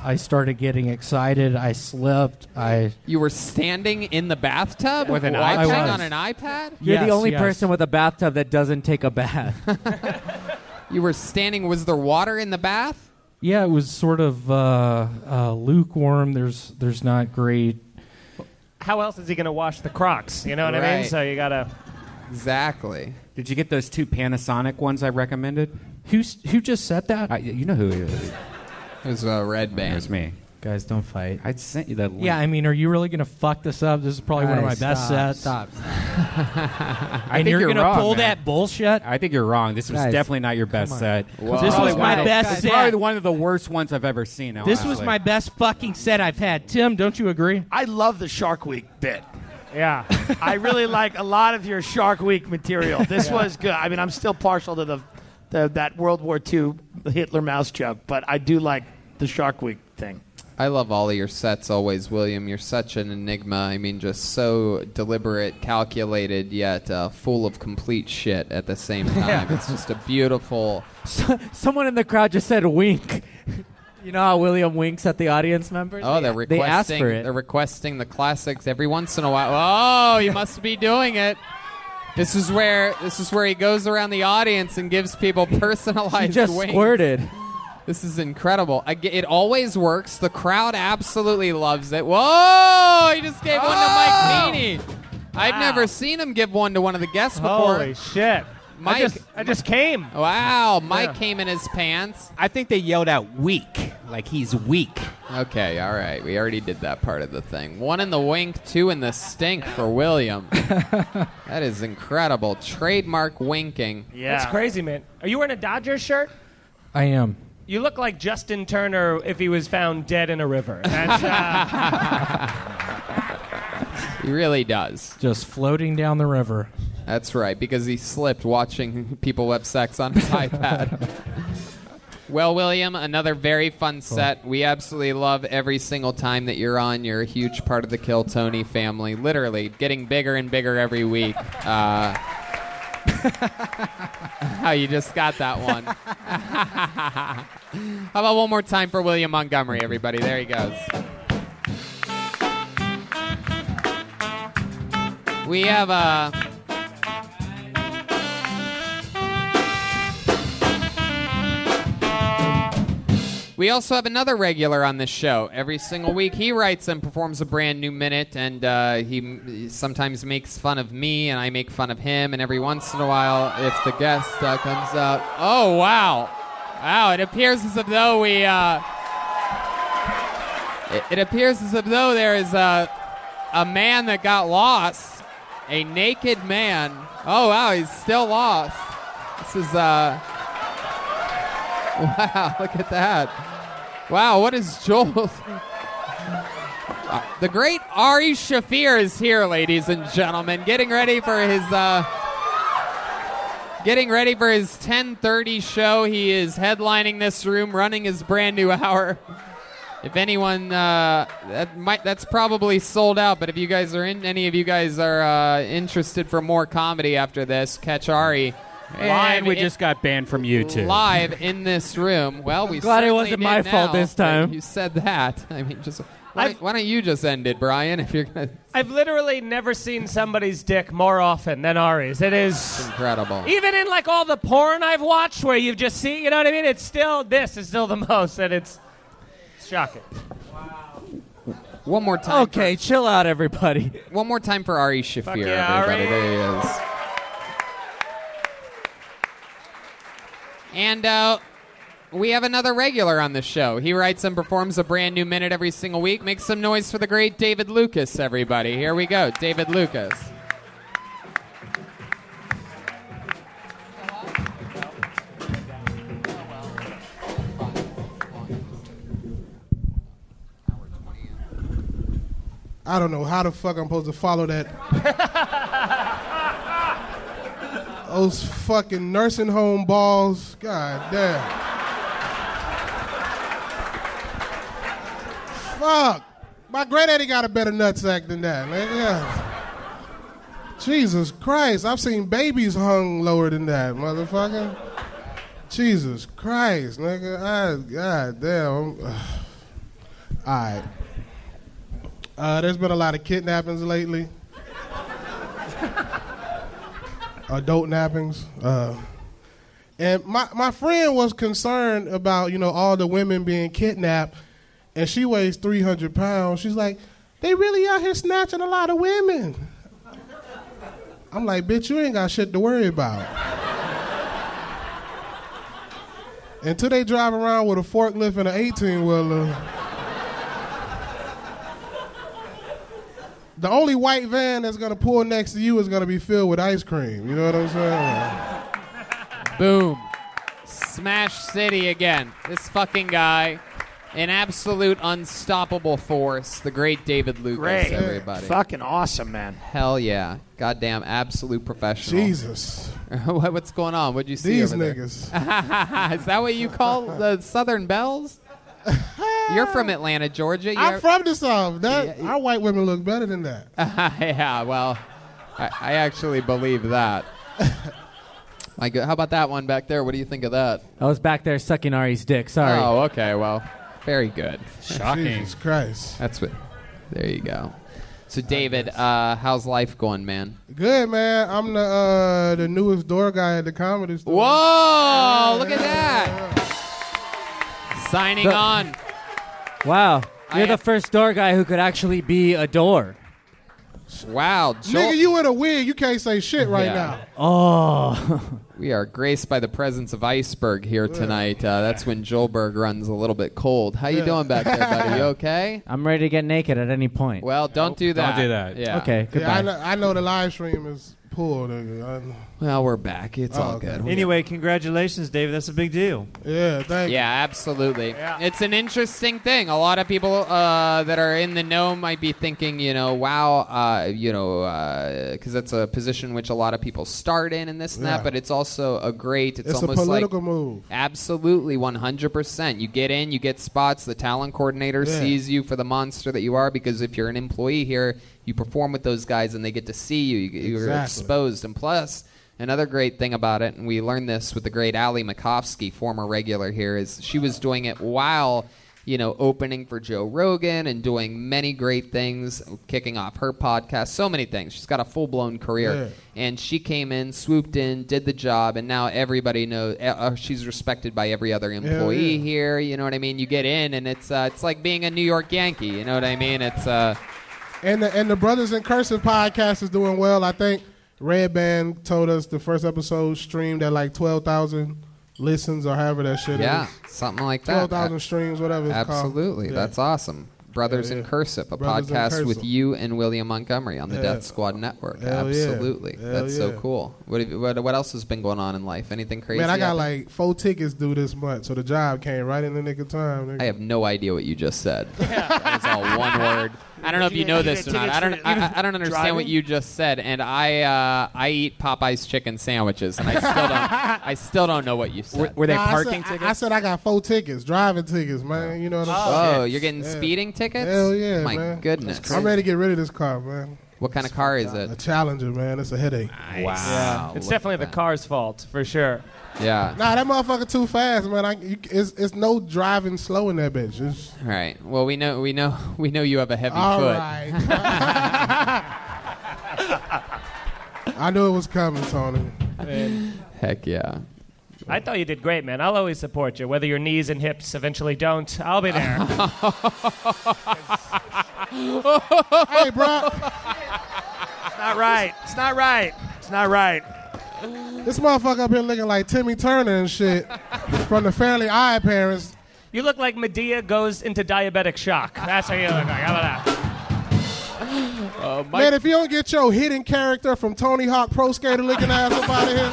Speaker 20: I started getting excited. I slipped. I
Speaker 3: you were standing in the bathtub
Speaker 20: With an
Speaker 3: watching
Speaker 20: iPad?
Speaker 3: on an iPad?
Speaker 7: You're the
Speaker 20: Yes,
Speaker 7: only
Speaker 20: yes.
Speaker 7: person with a bathtub that doesn't take a bath.
Speaker 3: You were standing. Was there water in the bath?
Speaker 20: yeah, it was sort of uh, uh, lukewarm. There's there's not great.
Speaker 9: How else is he going to wash the Crocs? You know what I mean?
Speaker 20: Right.
Speaker 9: So you got to.
Speaker 3: Exactly.
Speaker 4: Did you get those two Panasonic ones I recommended?
Speaker 20: Who's who just said that?
Speaker 4: you know who it is.
Speaker 3: It was a red band.
Speaker 4: It was me.
Speaker 7: Guys, don't fight.
Speaker 4: I sent you that link.
Speaker 20: Yeah, I mean, are you really gonna fuck this up? This is probably one of my
Speaker 4: Guys,
Speaker 20: best sets.
Speaker 4: stop, stop.
Speaker 20: I
Speaker 4: I think
Speaker 20: and you're,
Speaker 4: you're
Speaker 20: gonna
Speaker 4: wrong,
Speaker 20: pull
Speaker 4: man.
Speaker 20: that bullshit.
Speaker 4: I think you're wrong. This was
Speaker 20: Guys,
Speaker 4: definitely not your best
Speaker 20: on.
Speaker 4: set.
Speaker 20: Whoa.
Speaker 4: It's
Speaker 20: This
Speaker 4: probably
Speaker 20: was
Speaker 4: one of
Speaker 20: my
Speaker 4: the-
Speaker 20: best
Speaker 4: it's
Speaker 20: set.
Speaker 4: Probably one of the worst ones I've ever seen.
Speaker 20: This was my best fucking set I've had. Tim, don't you agree?
Speaker 13: I love the Shark Week bit.
Speaker 9: Yeah.
Speaker 13: I really like a lot of your Shark Week material. This
Speaker 9: Yeah.
Speaker 13: was good. I mean, I'm still partial to the, the that World War II Hitler mouse joke, but I do like the Shark Week thing.
Speaker 3: I love all of your sets always, William. You're such an enigma. I mean, just so deliberate, calculated, yet uh, full of complete shit at the same time. It's just a beautiful.
Speaker 7: Someone in the crowd just said wink. you know how William winks at the audience members?
Speaker 3: Oh, they're
Speaker 7: They-
Speaker 3: requesting.
Speaker 7: They asked for it.
Speaker 3: They're requesting the classics every once in a while. Oh, you must be doing it. This is where this is where he goes around the audience and gives people personalized.
Speaker 7: She just
Speaker 3: wings.
Speaker 7: squirted.
Speaker 3: This is incredible. I get, it always works. The crowd absolutely loves it. Whoa! He just gave one to Mike Meany. I've never seen him give one to one of the guests before.
Speaker 9: Holy shit.
Speaker 3: Mike,
Speaker 9: just- I just came.
Speaker 3: Wow, Mike
Speaker 9: Yeah.
Speaker 3: came in his pants.
Speaker 19: I think they yelled out weak, like he's weak.
Speaker 3: Okay, all right. We already did that part of the thing. One in the wink, two in the stink for William. that is incredible. Trademark winking.
Speaker 9: That's crazy, man. Are you wearing a Dodgers shirt?
Speaker 20: I am.
Speaker 9: You look like Justin Turner if he was found dead in a river. That's, uh,
Speaker 3: He really does.
Speaker 20: Just floating down the river.
Speaker 3: That's right, because he slipped watching people have sex on his iPad. Well, William, another very fun set. We absolutely love every single time that you're on. You're a huge part of the Kill Tony family, literally getting bigger and bigger every week. Uh, how you just got that one. how about one more time for William Montgomery, everybody? There he goes. We have uh, a. We also have another regular on this show. Every single week, he writes and performs a brand new minute, and uh, he m- sometimes makes fun of me, and I make fun of him. And every once in a while, if the guest uh, comes up, oh wow, wow! It appears as though we, uh, it, it appears as though there is a a man that got lost, a naked man. Oh wow, he's still lost. This is uh. Wow, look at that. Wow, what is Joel? uh, the great Ari Shafir is here, ladies and gentlemen, getting ready for his uh, getting ready for his 10:30 show. He is headlining this room, running his brand new hour. If anyone uh, that might that's probably sold out, but if you guys are in, any of you guys are uh, interested for more comedy after this, catch Ari.
Speaker 4: Live, we
Speaker 3: in-
Speaker 4: just got banned from YouTube.
Speaker 3: live in this room. Well, we
Speaker 4: glad it
Speaker 3: certainly
Speaker 4: wasn't
Speaker 3: did
Speaker 4: my
Speaker 3: now
Speaker 4: fault this
Speaker 3: that
Speaker 4: time.
Speaker 3: You said that. I mean, just why, don't- why don't you just end it, Brian? If you're gonna,
Speaker 9: I've literally never seen somebody's dick more often than Ari's. It is
Speaker 3: incredible.
Speaker 4: E
Speaker 9: even in like all the porn I've watched where you just see, you know what I mean? It's still this is still the most, and it's, it's shocking.
Speaker 3: One more time.
Speaker 19: Okay, chill out, everybody.
Speaker 3: One more time for Ari Shafir,
Speaker 9: Fuck yeah,
Speaker 3: everybody.
Speaker 9: Ari.
Speaker 3: There he is. And uh, we have another regular on the show. He writes and performs a brand new minute every single week. Make some noise for the great David Lucas, everybody. Here we go, David Lucas.
Speaker 21: I don't know how the fuck I'm supposed to follow that. Those fucking nursing home balls. God damn. fuck. My granddaddy got a better nutsack than that. man. Yeah. Jesus Christ. I've seen babies hung lower than that, motherfucker. Jesus Christ, nigga. I, God damn. I'm- All right. Uh, there's been a lot of kidnappings lately. Adult nappings. Uh, and my, my friend was concerned about, you know, all the women being kidnapped, and she weighs 300 pounds. She's like, they really out here snatching a lot of women. I'm like, bitch, you ain't got shit to worry about. Until they drive around with a forklift and an 18 wheeler. the only white van that's gonna pull next to you is gonna be filled with ice cream. You know what I'm saying?
Speaker 3: Boom. Smash City again. This fucking guy, an absolute unstoppable force. The great David Lucas,
Speaker 5: Great.
Speaker 3: everybody.
Speaker 5: Fucking awesome, man.
Speaker 3: Hell yeah. Goddamn, absolute professional.
Speaker 5: Jesus.
Speaker 3: What- What's going on? What'd you see?
Speaker 5: These
Speaker 3: over there? Is that what you call the Southern Bells? You're from Atlanta, Georgia.
Speaker 21: I'm
Speaker 3: You're-
Speaker 21: from the South. That, Our white women look better than that.
Speaker 3: yeah, well, I, I actually believe that. My good. How about that one back there? What do you think of that?
Speaker 7: I was back there sucking Ari's dick. Sorry.
Speaker 3: Oh, okay. Well, very good.
Speaker 7: Shocking. Jesus
Speaker 21: Christ.
Speaker 3: That's what. There you go. So, David, uh, how's life going, man?
Speaker 21: Good man. I'm the uh, the newest door guy at the comedy store.
Speaker 3: Whoa! Look at that. Signing
Speaker 21: The-
Speaker 3: on.
Speaker 19: Wow.
Speaker 7: You're the first door guy who could actually be a door.
Speaker 3: Wow,
Speaker 21: Nigga, you in a wig. You can't say shit right now.
Speaker 7: Oh.
Speaker 3: We are graced by the presence of iceberg here tonight. Uh, that's when Joelberg runs a little bit cold. How you doing back there, buddy? You okay?
Speaker 7: I'm ready to get naked at any point.
Speaker 3: Well, don't do that. Yeah.
Speaker 7: Okay. Goodbye.
Speaker 21: Yeah, I, know, I know the live stream is pulled. nigga.
Speaker 3: Well, we're back. It's
Speaker 21: Oh,
Speaker 3: all
Speaker 21: okay.
Speaker 3: good.
Speaker 6: Anyway, congratulations, David. That's a big deal.
Speaker 21: Yeah, thank
Speaker 3: Yeah, absolutely. It's an interesting thing. A lot of people uh, that are in the know might be thinking, you know, wow, uh, you know, because that's a position which a lot of people start in and this and
Speaker 21: Yeah.
Speaker 3: that, but it's also a great, it's,
Speaker 21: It's, a
Speaker 3: almost like
Speaker 21: political move.
Speaker 3: Absolutely, 100%. You get in, you get spots. The talent coordinator
Speaker 21: Yeah.
Speaker 3: sees you for the monster that you are because if you're an employee here, you perform with those guys and they get to see you. You- You're
Speaker 21: Exactly.
Speaker 3: exposed. And plus, another great thing about it, and we learned this with the great Allie Makovsky, former regular here, is she was doing it while. You know, opening for Joe Rogan and doing many great things, kicking off her podcast, so many things. She's got a full blown career
Speaker 1: Yeah.
Speaker 3: and she came in, swooped in, did the job, and now everybody knows. Uh, uh, she's respected by every other employee
Speaker 1: yeah.
Speaker 3: here. You know what I mean? You get in, and it's uh, it's like being a New York Yankee. You know what I mean? It's uh,
Speaker 21: And the, and the Brothers in Cursive podcast is doing well. I think Red Band told us the first episode streamed at like 12,000 listens or however that shit
Speaker 3: yeah,
Speaker 21: is.
Speaker 3: something like that.
Speaker 21: 12,000 streams, whatever it's called.
Speaker 3: Absolutely,
Speaker 21: Yeah.
Speaker 3: that's awesome. Brothers in Cursive, a
Speaker 21: Brothers in
Speaker 3: podcast with
Speaker 21: Cursive.
Speaker 3: you and William Montgomery on the
Speaker 21: Yeah.
Speaker 3: Death Squad Network.
Speaker 21: Hell yeah.
Speaker 3: Absolutely,
Speaker 21: Hell
Speaker 3: that's so
Speaker 21: yeah.
Speaker 3: cool. What, have you- what what else has been going on in life? Anything crazy?
Speaker 21: Man, I got
Speaker 3: happened?
Speaker 21: like four tickets due this month, so the job came right in the nick of time. nigga.
Speaker 3: I have no idea what you just said. That's all one word. I don't know if you know this or not. I don't. I, I- I don't understand what you just said. And I, uh, I eat Popeye's chicken sandwiches, and I still don't. I still don't know what you said.
Speaker 21: Nah, I said, I- I, said I got four tickets, driving tickets, man. You know what I'm saying?
Speaker 3: Oh, you're getting speeding tickets?
Speaker 21: Hell yeah,
Speaker 3: My
Speaker 21: man.
Speaker 3: goodness. That's
Speaker 21: I'm
Speaker 3: crazy.
Speaker 21: ready to get rid of this car, man.
Speaker 3: What kind of car is
Speaker 21: A
Speaker 3: it?
Speaker 21: Challenger, man. It's a headache.
Speaker 9: Yeah. It's definitely the car's fault, for sure.
Speaker 3: Yeah.
Speaker 21: Nah, that motherfucker too fast, man. I, you, it's, it's no driving slow in that bitch. It's,
Speaker 3: All right. Well, we know. We know. We know you have a heavy
Speaker 21: All
Speaker 3: foot.
Speaker 21: I knew it was coming, Tony.
Speaker 3: Heck yeah.
Speaker 9: I thought you did great, man. I'll always support you, whether your knees and hips eventually don't. I'll be there.
Speaker 21: hey, bro.
Speaker 13: It's not right. It's not right. It's not right.
Speaker 21: This motherfucker up here looking like Timmy Turner and shit from the Fairly Odd Parents.
Speaker 9: You look like Medea goes into diabetic shock. That's how you look like. How about that?
Speaker 13: Uh,
Speaker 21: Man, if you don't get your hidden character from Tony Hawk Pro Skater looking ass up out of here,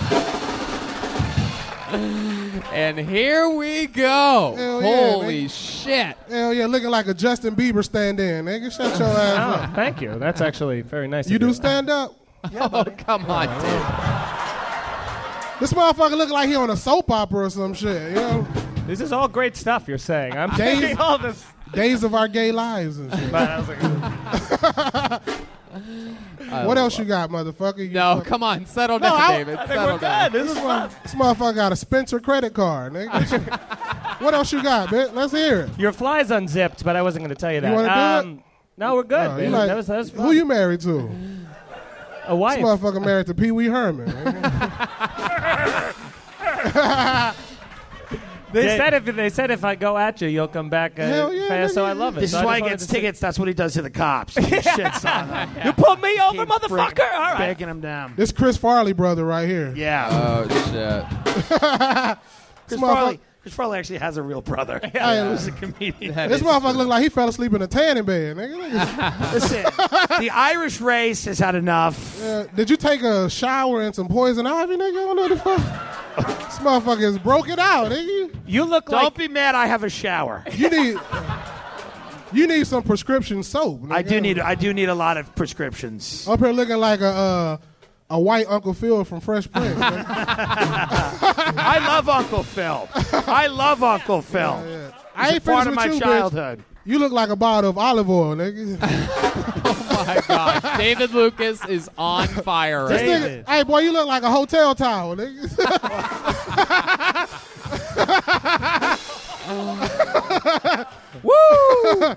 Speaker 3: And here we go.
Speaker 21: Hell yeah,
Speaker 3: Holy
Speaker 21: nigga.
Speaker 3: shit.
Speaker 21: hell yeah, looking like a Justin Bieber stand in. Nigga, shut your ass up.
Speaker 9: Thank you. That's actually very nice.
Speaker 21: Uh-huh. You do stand up?
Speaker 3: oh, come on, dude.
Speaker 21: This motherfucker look like he on a soap opera or some shit. You know?
Speaker 9: This is all great stuff you're saying. I'm
Speaker 21: Days,
Speaker 9: taking all this.
Speaker 21: days of our gay lives and shit.
Speaker 9: But I was like,
Speaker 21: what else you got, motherfucker? You
Speaker 3: No,
Speaker 21: fuck-
Speaker 3: come on, settle
Speaker 21: No,
Speaker 3: down,
Speaker 21: I- I
Speaker 3: David.
Speaker 21: think
Speaker 3: settle
Speaker 21: we're
Speaker 3: down.
Speaker 21: This, one, this motherfucker got a Spencer credit card. Nigga. what else you got, bitch? Let's hear it.
Speaker 9: your fly's unzipped, but I wasn't going to tell you that.
Speaker 21: wanna do
Speaker 9: um, No, we're good.
Speaker 21: Oh,
Speaker 9: man.
Speaker 21: you like-
Speaker 9: that was, that was fun.
Speaker 21: Who you married to?
Speaker 9: A wife.
Speaker 21: This motherfucker married to Pee Wee Herman. nigga.
Speaker 9: They
Speaker 21: Yeah.
Speaker 9: said if they said if I go at you, you'll come back uh,
Speaker 21: Hell yeah,
Speaker 9: fast. So I love it.
Speaker 13: This
Speaker 9: So I
Speaker 13: is
Speaker 9: just
Speaker 13: why he
Speaker 9: wanted
Speaker 13: gets
Speaker 9: to say-
Speaker 13: tickets. That's what he does to the cops. He shits on them.
Speaker 9: You put me over, motherfucker.
Speaker 13: Freaking
Speaker 9: All right.
Speaker 13: Begging him down.
Speaker 21: this Chris Farley brother right here.
Speaker 13: Yeah.
Speaker 3: Oh shit.
Speaker 13: Chris
Speaker 21: This motherfucker-
Speaker 13: Farley, Chris Farley actually has a real brother.
Speaker 21: Yeah.
Speaker 13: He's a comedian.
Speaker 21: This motherfucker look like he fell asleep in a tanning bed. Nigga. Nigga.
Speaker 13: Listen, the Irish race has had enough.
Speaker 21: Yeah, did you take a shower and some poison ivy, nigga? I don't know what the fuck. this motherfucker is broken out, nigga.
Speaker 13: You look Don't
Speaker 21: like-
Speaker 13: be mad. I have a shower.
Speaker 21: You need you need some prescription soap.
Speaker 13: I do need. I do need a lot of prescriptions.
Speaker 21: Up here looking like a uh, a white Uncle Phil from Fresh Prince. nigga.
Speaker 13: I love Uncle Phil. I love Uncle Phil.
Speaker 21: I
Speaker 13: He's
Speaker 21: ain't
Speaker 13: a part of
Speaker 21: finished with
Speaker 13: my
Speaker 21: you, bitch.
Speaker 13: childhood.
Speaker 21: you look like a bottle of olive oil, nigga.
Speaker 3: My God, David Lucas is on fire right
Speaker 21: This nigga, hey boy, you look like a hotel towel, nigga. Woo!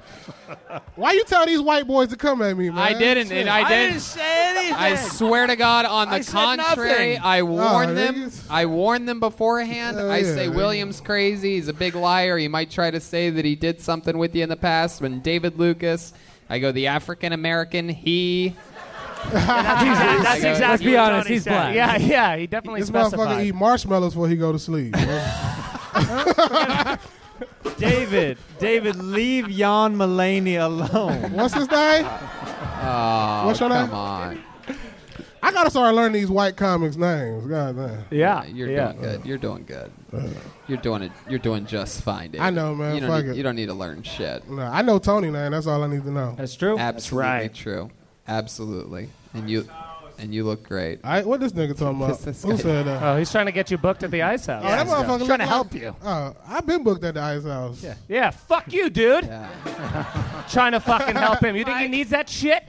Speaker 21: Why you tell these white boys to come at me, man?
Speaker 3: I didn't,
Speaker 21: Shit.
Speaker 3: and I didn't. I swear to God, on the
Speaker 21: I said
Speaker 3: contrary,
Speaker 21: nothing.
Speaker 3: I warned
Speaker 21: Oh,
Speaker 3: them. I warned them beforehand.
Speaker 21: Hell
Speaker 3: I
Speaker 21: yeah,
Speaker 3: say
Speaker 21: nigga.
Speaker 3: William's crazy. He's a big liar. He might try to say that he did something with you in the past. When David Lucas, I go the African American. He
Speaker 13: that's exactly, that's exactly
Speaker 1: Let's be
Speaker 13: what
Speaker 1: honest,
Speaker 13: Tony
Speaker 1: he's
Speaker 13: said.
Speaker 1: black.
Speaker 13: Yeah, yeah, he definitely
Speaker 21: This
Speaker 13: specified.
Speaker 21: motherfucker eat marshmallows before he go to sleep.
Speaker 1: David, David, leave Jan Mullaney alone.
Speaker 21: What's his name?
Speaker 3: Oh,
Speaker 21: What's your
Speaker 3: come
Speaker 21: name?
Speaker 3: on.
Speaker 21: I gotta start learning these white comics names. God damn.
Speaker 3: you're doing good. You're doing good.
Speaker 21: Uh.
Speaker 3: You're doing it. You're doing just fine, David.
Speaker 21: I know, man.
Speaker 3: You don't,
Speaker 21: Fuck
Speaker 3: need,
Speaker 21: it.
Speaker 3: you don't need to learn shit.
Speaker 21: No, I know Tony name. That's all I need to know.
Speaker 3: That's true. Absolutely true. Absolutely. And you, and you look great.
Speaker 21: I, what this nigga talking about?
Speaker 3: Kiss this
Speaker 21: Who
Speaker 3: guy.
Speaker 21: said that?
Speaker 1: Oh, he's trying to get you booked at the Ice House.
Speaker 21: Oh, that motherfucker look like-
Speaker 1: you.
Speaker 21: Oh, I've been booked at the Ice House.
Speaker 1: Yeah. Yeah, fuck you, dude. trying to fucking help him. You think he needs that shit?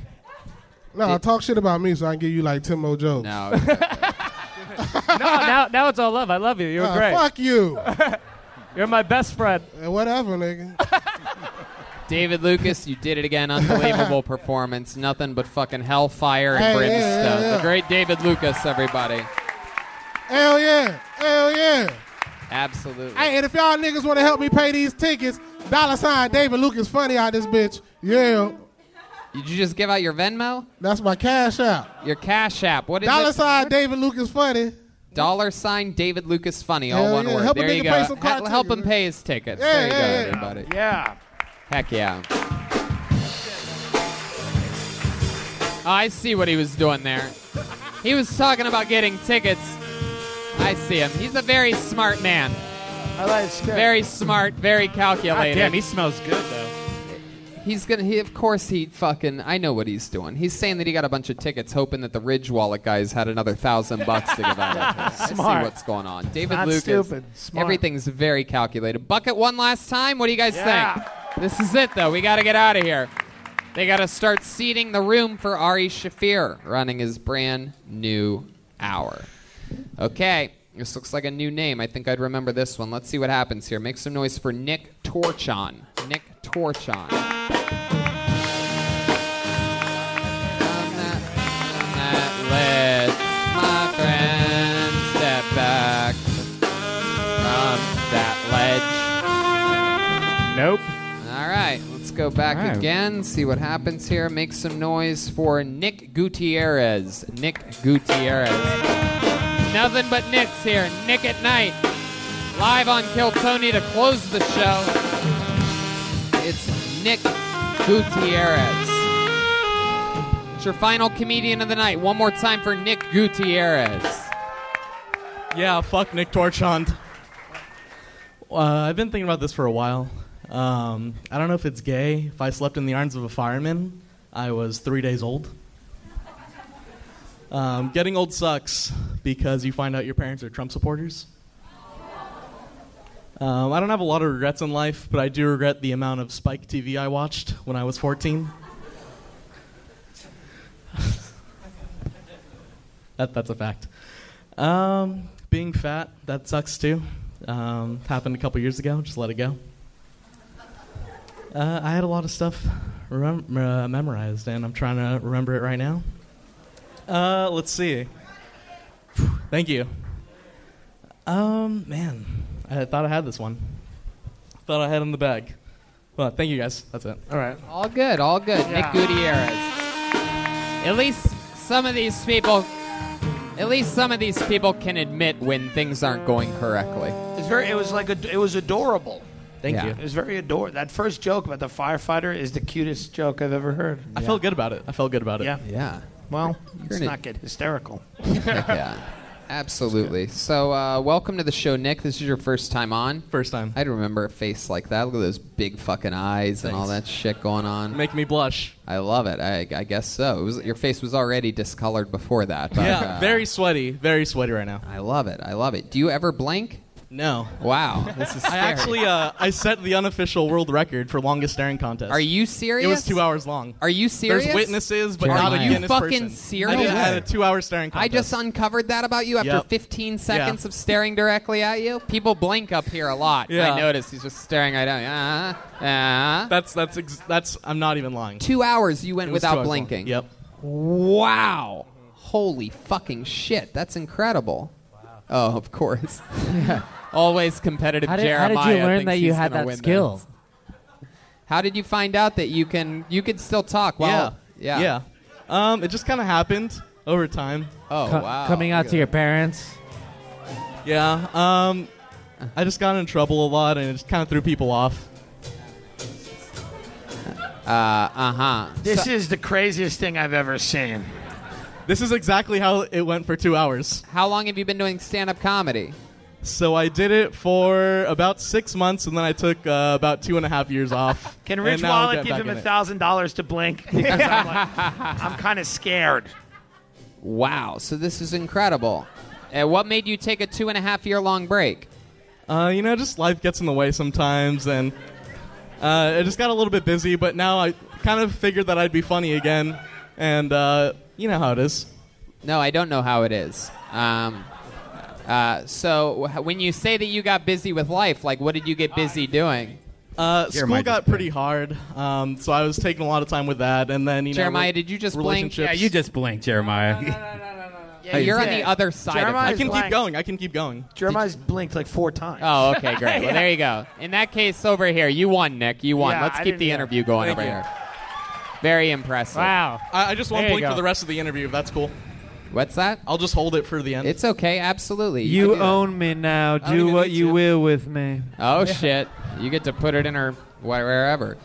Speaker 21: No, talk shit about me so I can give you like ten more jokes. No,
Speaker 1: no, now, now it's all love. I love you. You're
Speaker 21: Uh,
Speaker 1: great.
Speaker 21: fuck you.
Speaker 1: You're my best friend.
Speaker 21: Whatever, nigga.
Speaker 3: David Lucas, you did it again. Unbelievable performance. Nothing but fucking hellfire and
Speaker 21: Hey, yeah,
Speaker 3: brimstone.
Speaker 21: yeah, yeah.
Speaker 3: The great David Lucas, everybody.
Speaker 21: Hell yeah. Hell yeah.
Speaker 3: Absolutely.
Speaker 21: Hey, and if y'all niggas want to help me pay these tickets, dollar sign David Lucas funny out this bitch. Yeah,
Speaker 3: Did you just give out your Venmo?
Speaker 21: that's my cash app.
Speaker 3: Your Cash App. What is
Speaker 21: Dollar
Speaker 3: it?
Speaker 21: sign David Lucas funny.
Speaker 3: Dollar sign David Lucas funny. All
Speaker 21: Hell
Speaker 3: one
Speaker 21: yeah.
Speaker 3: word.
Speaker 21: Help a
Speaker 3: there you
Speaker 21: nigga
Speaker 3: go.
Speaker 21: pay some car
Speaker 3: Hel- help him pay his tickets.
Speaker 21: Yeah,
Speaker 3: there you
Speaker 21: yeah,
Speaker 3: go,
Speaker 21: yeah.
Speaker 3: everybody.
Speaker 1: Yeah.
Speaker 3: Heck yeah. I see what he was doing there. He was talking about getting tickets. I see him. He's a very smart man.
Speaker 1: I like his character.
Speaker 3: Very smart, very calculated.
Speaker 1: God damn, he smells good though.
Speaker 3: He's gonna. He, of course, he fucking. I know what he's doing. He's saying that he got a bunch of tickets, hoping that the Ridge Wallet guys had another thousand bucks to give out. I see
Speaker 1: Smart.
Speaker 3: what's going on. David
Speaker 1: Not
Speaker 3: Lucas.
Speaker 1: stupid, smart.
Speaker 3: Everything's very calculated. Bucket one last time. What do you guys
Speaker 1: Yeah.
Speaker 3: think? This is it, though. We got to get out of here. They got to start seating the room for Ari Shafir running his brand new hour. Okay, this looks like a new name. I think I'd remember this one. Let's see what happens here. Make some noise for Nick Torchon. Nick Torchon. Let my friend step back from that ledge.
Speaker 1: Nope.
Speaker 3: All right, let's go back
Speaker 1: All right.
Speaker 3: again, see what happens here. Make some noise for Nick Gutierrez. Nick Gutierrez. Nothing but Nick's here. Nick at night. Live on Kill Tony to close the show. It's Nick Gutierrez. It's your final comedian of the night. One more time for Nick Gutierrez.
Speaker 22: Yeah, fuck Nick Torchond. Uh, I've been thinking about this for a while. Um, I don't know if it's gay. If I slept in the arms of a fireman, I was three days old. Um, getting old sucks because you find out your parents are Trump supporters. Um, I don't have a lot of regrets in life, but I do regret the amount of Spike TV I watched when I was 14. That, that's a fact. Um, being fat, that sucks too. Um, happened a couple years ago. Just let it go. Uh, I had a lot of stuff remem- uh, memorized, and I'm trying to remember it right now. Uh, let's see. Thank you. Um, man, I thought I had this one. Thought I had it in the bag. Well, thank you guys. That's it. All right.
Speaker 3: All good, all good.
Speaker 22: Yeah.
Speaker 3: Nick Gutierrez. At least some of these people, at least some of these people can admit when things aren't going correctly.
Speaker 5: It's very. It was like a, It was adorable.
Speaker 3: Thank Yeah. you.
Speaker 5: It was very adorable. That first joke about the firefighter is the cutest joke I've ever heard.
Speaker 22: I felt good about it. I felt good about it.
Speaker 5: Yeah.
Speaker 3: Yeah.
Speaker 5: Well, let's
Speaker 3: gonna-
Speaker 5: not get hysterical.
Speaker 3: Heck yeah. Absolutely. So, uh, welcome to the show, Nick. This is your first time on.
Speaker 22: First time.
Speaker 3: I'd remember a face like that. Look at those big fucking eyes and all that
Speaker 22: Thanks.
Speaker 3: shit going on.
Speaker 22: Making me blush.
Speaker 3: I love it. I, I guess so. It was, your face was already discolored before that. But,
Speaker 22: Yeah,
Speaker 3: uh,
Speaker 22: very sweaty, very sweaty right now.
Speaker 3: I love it. I love it. Do you ever blink?
Speaker 22: No.
Speaker 3: Wow. This is
Speaker 22: I
Speaker 3: scary.
Speaker 22: actually uh, I set the unofficial world record for longest staring contest.
Speaker 3: Are you serious?
Speaker 22: It was two hours long.
Speaker 3: Are you serious?
Speaker 22: There's witnesses, but
Speaker 3: Are
Speaker 22: not a
Speaker 3: you
Speaker 22: Guinness
Speaker 3: fucking
Speaker 22: person.
Speaker 3: serious?
Speaker 22: I did- I had a two-hour staring
Speaker 3: I
Speaker 22: contest.
Speaker 3: just uncovered that about you after
Speaker 22: Yep.
Speaker 3: 15 seconds of staring directly at you. People blink up here a lot.
Speaker 22: Yeah.
Speaker 3: I noticed he's just staring right at me. Uh, uh.
Speaker 22: That's that's ex- that's. I'm not even lying.
Speaker 3: Two hours you went
Speaker 22: It was two
Speaker 3: without
Speaker 22: hours long.
Speaker 3: blinking.
Speaker 22: Yep.
Speaker 3: Wow. Holy fucking shit. That's incredible. Oh, of course. Always competitive
Speaker 7: How did- how did you
Speaker 3: Jeremiah.
Speaker 7: learn
Speaker 3: thinks
Speaker 7: that you
Speaker 3: he's
Speaker 7: had
Speaker 3: gonna
Speaker 7: that
Speaker 3: win
Speaker 7: skill?
Speaker 3: this. How did you find out that you can you could still talk?
Speaker 22: Yeah.
Speaker 3: Well, yeah.
Speaker 22: Yeah. Um, it just kind of happened over time. Oh
Speaker 7: Co- Coming out to your parents.
Speaker 22: Yeah. Um, I just got in trouble a lot, and it just kind of threw people off.
Speaker 3: Uh huh.
Speaker 13: This is the craziest thing I've ever seen.
Speaker 22: This is exactly how it went for two hours.
Speaker 3: How long have you been doing stand-up comedy?
Speaker 22: So I did it for about six months, and then I took uh, about two and a half years off.
Speaker 13: Can
Speaker 22: And
Speaker 13: Rich
Speaker 22: now I'm
Speaker 13: Wallet
Speaker 22: getting
Speaker 13: give
Speaker 22: back
Speaker 13: him
Speaker 22: in
Speaker 13: a
Speaker 22: it.
Speaker 13: thousand dollars to blink? Because I'm, like, I'm kind of scared.
Speaker 3: Wow. So this is incredible. And what made you take a two and a half year long break?
Speaker 22: Uh, you know, just life gets in the way sometimes, and uh, it just got a little bit busy. But now I kind of figured that I'd be funny again, and uh, you know how it is.
Speaker 3: No, I don't know how it is. Um, uh, so wh- when you say that you got busy with life, like what did you get busy doing?
Speaker 22: Uh,
Speaker 3: Jeremiah
Speaker 22: school
Speaker 3: just
Speaker 22: got pretty hard, um, so I was taking a lot of time with that, and then you know.
Speaker 3: Jeremiah,
Speaker 22: re-
Speaker 3: did you just blink?
Speaker 22: relationships.
Speaker 3: Yeah, you
Speaker 22: just blinked, Jeremiah.
Speaker 3: Yeah, you're on the other side.
Speaker 22: I
Speaker 3: of
Speaker 22: can keep going. I can keep going.
Speaker 3: Jeremiah's blinked like four times. Oh, okay, great. Well, there you go. In that case, over here, you won, Nick. You won.
Speaker 22: Yeah,
Speaker 3: Let's
Speaker 22: I
Speaker 3: keep
Speaker 22: didn't
Speaker 3: the
Speaker 22: know.
Speaker 3: interview going
Speaker 22: Thank
Speaker 3: over
Speaker 22: you.
Speaker 3: here. Very impressive.
Speaker 22: I, I just want
Speaker 3: There you
Speaker 22: blink for
Speaker 3: go.
Speaker 22: the rest of the interview. If that's cool.
Speaker 3: What's that?
Speaker 22: I'll just hold it for the end.
Speaker 3: It's okay. Absolutely.
Speaker 13: You
Speaker 3: can do that.
Speaker 6: Own me now.
Speaker 22: don't
Speaker 6: Do
Speaker 22: even
Speaker 6: what
Speaker 22: need
Speaker 6: you
Speaker 22: to.
Speaker 6: will with me.
Speaker 3: Oh shit! You get to put it in her wherever.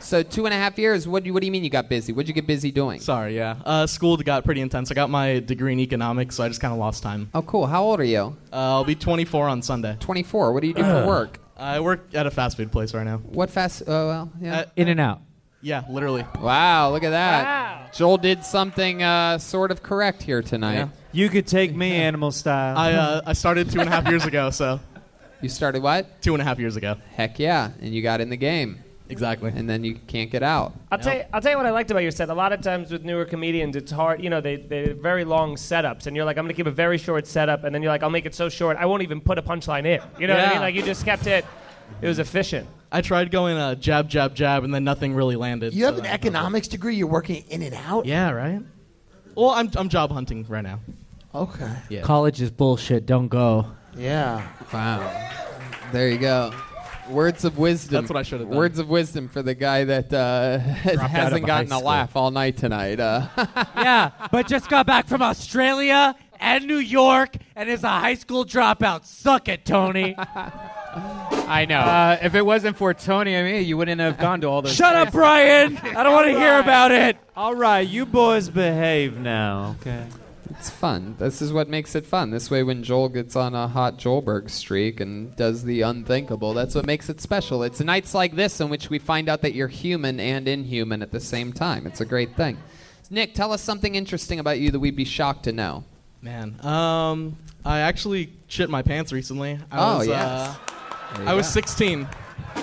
Speaker 3: So two and a half years. What do you, what do you mean you got busy? What'd you get busy doing?
Speaker 22: Sorry, yeah. Uh, school got pretty intense. I got my degree in economics, so I just kind of lost time.
Speaker 3: Oh, cool. How old are you?
Speaker 22: Uh, I'll be 24 on Sunday.
Speaker 3: 24. What do you do for work?
Speaker 22: I work at a fast food place right now.
Speaker 3: What fast? Oh well, yeah.
Speaker 22: In
Speaker 7: and out.
Speaker 22: Yeah, literally.
Speaker 3: Wow! Look at that. Joel did something uh, sort of correct here tonight.
Speaker 6: You could take me animal style.
Speaker 22: I uh, I started two and a half years ago, so.
Speaker 3: You started what?
Speaker 22: Two and a half years ago.
Speaker 3: Heck yeah! And you got in the game.
Speaker 22: Exactly.
Speaker 3: And then you can't get out.
Speaker 9: I'll tell, you, I'll tell you what I liked about your set. A lot of times with newer comedians, it's hard. You know, they they have very long setups, and you're like, I'm going to keep a very short setup, and then you're like, I'll make it so short, I won't even put a punchline in. You know what I
Speaker 22: Yeah.
Speaker 9: mean? Like you just kept it. It was efficient.
Speaker 22: I tried going uh, jab, jab, jab, and then nothing really landed.
Speaker 9: You have an
Speaker 22: economics degree. You're working in and out. Yeah, right. Well, I'm I'm job hunting right now.
Speaker 13: Okay.
Speaker 22: Yeah.
Speaker 7: College is bullshit. Don't go.
Speaker 13: Yeah.
Speaker 3: Wow. There you go. Words of wisdom.
Speaker 22: That's what I should have done.
Speaker 3: Words of wisdom for the guy that uh,
Speaker 22: of
Speaker 3: hasn't
Speaker 22: high
Speaker 3: gotten a
Speaker 22: school.
Speaker 3: laugh all night tonight. Uh,
Speaker 7: yeah, but just got back from Australia and New York and is a high school dropout. Suck it, Tony.
Speaker 3: I know.
Speaker 16: Uh, if it wasn't for Tony and me, you wouldn't have gone to all those.
Speaker 6: Shut
Speaker 16: places.
Speaker 6: up, Brian. I don't want to hear
Speaker 16: Alright.
Speaker 6: about it. All right, you boys behave now, okay?
Speaker 3: It's fun. This is what makes it fun. This way, when Joel gets on a hot Joelberg streak and does the unthinkable, that's what makes it special. It's nights like this in which we find out that you're human and inhuman at the same time. It's a great thing. Nick, tell us something interesting about you that we'd be shocked to know.
Speaker 22: Man, um, I actually shit my pants recently. I
Speaker 3: Oh,
Speaker 22: was,
Speaker 3: yes.
Speaker 22: uh,
Speaker 3: There you
Speaker 22: I was
Speaker 3: go.
Speaker 22: 16.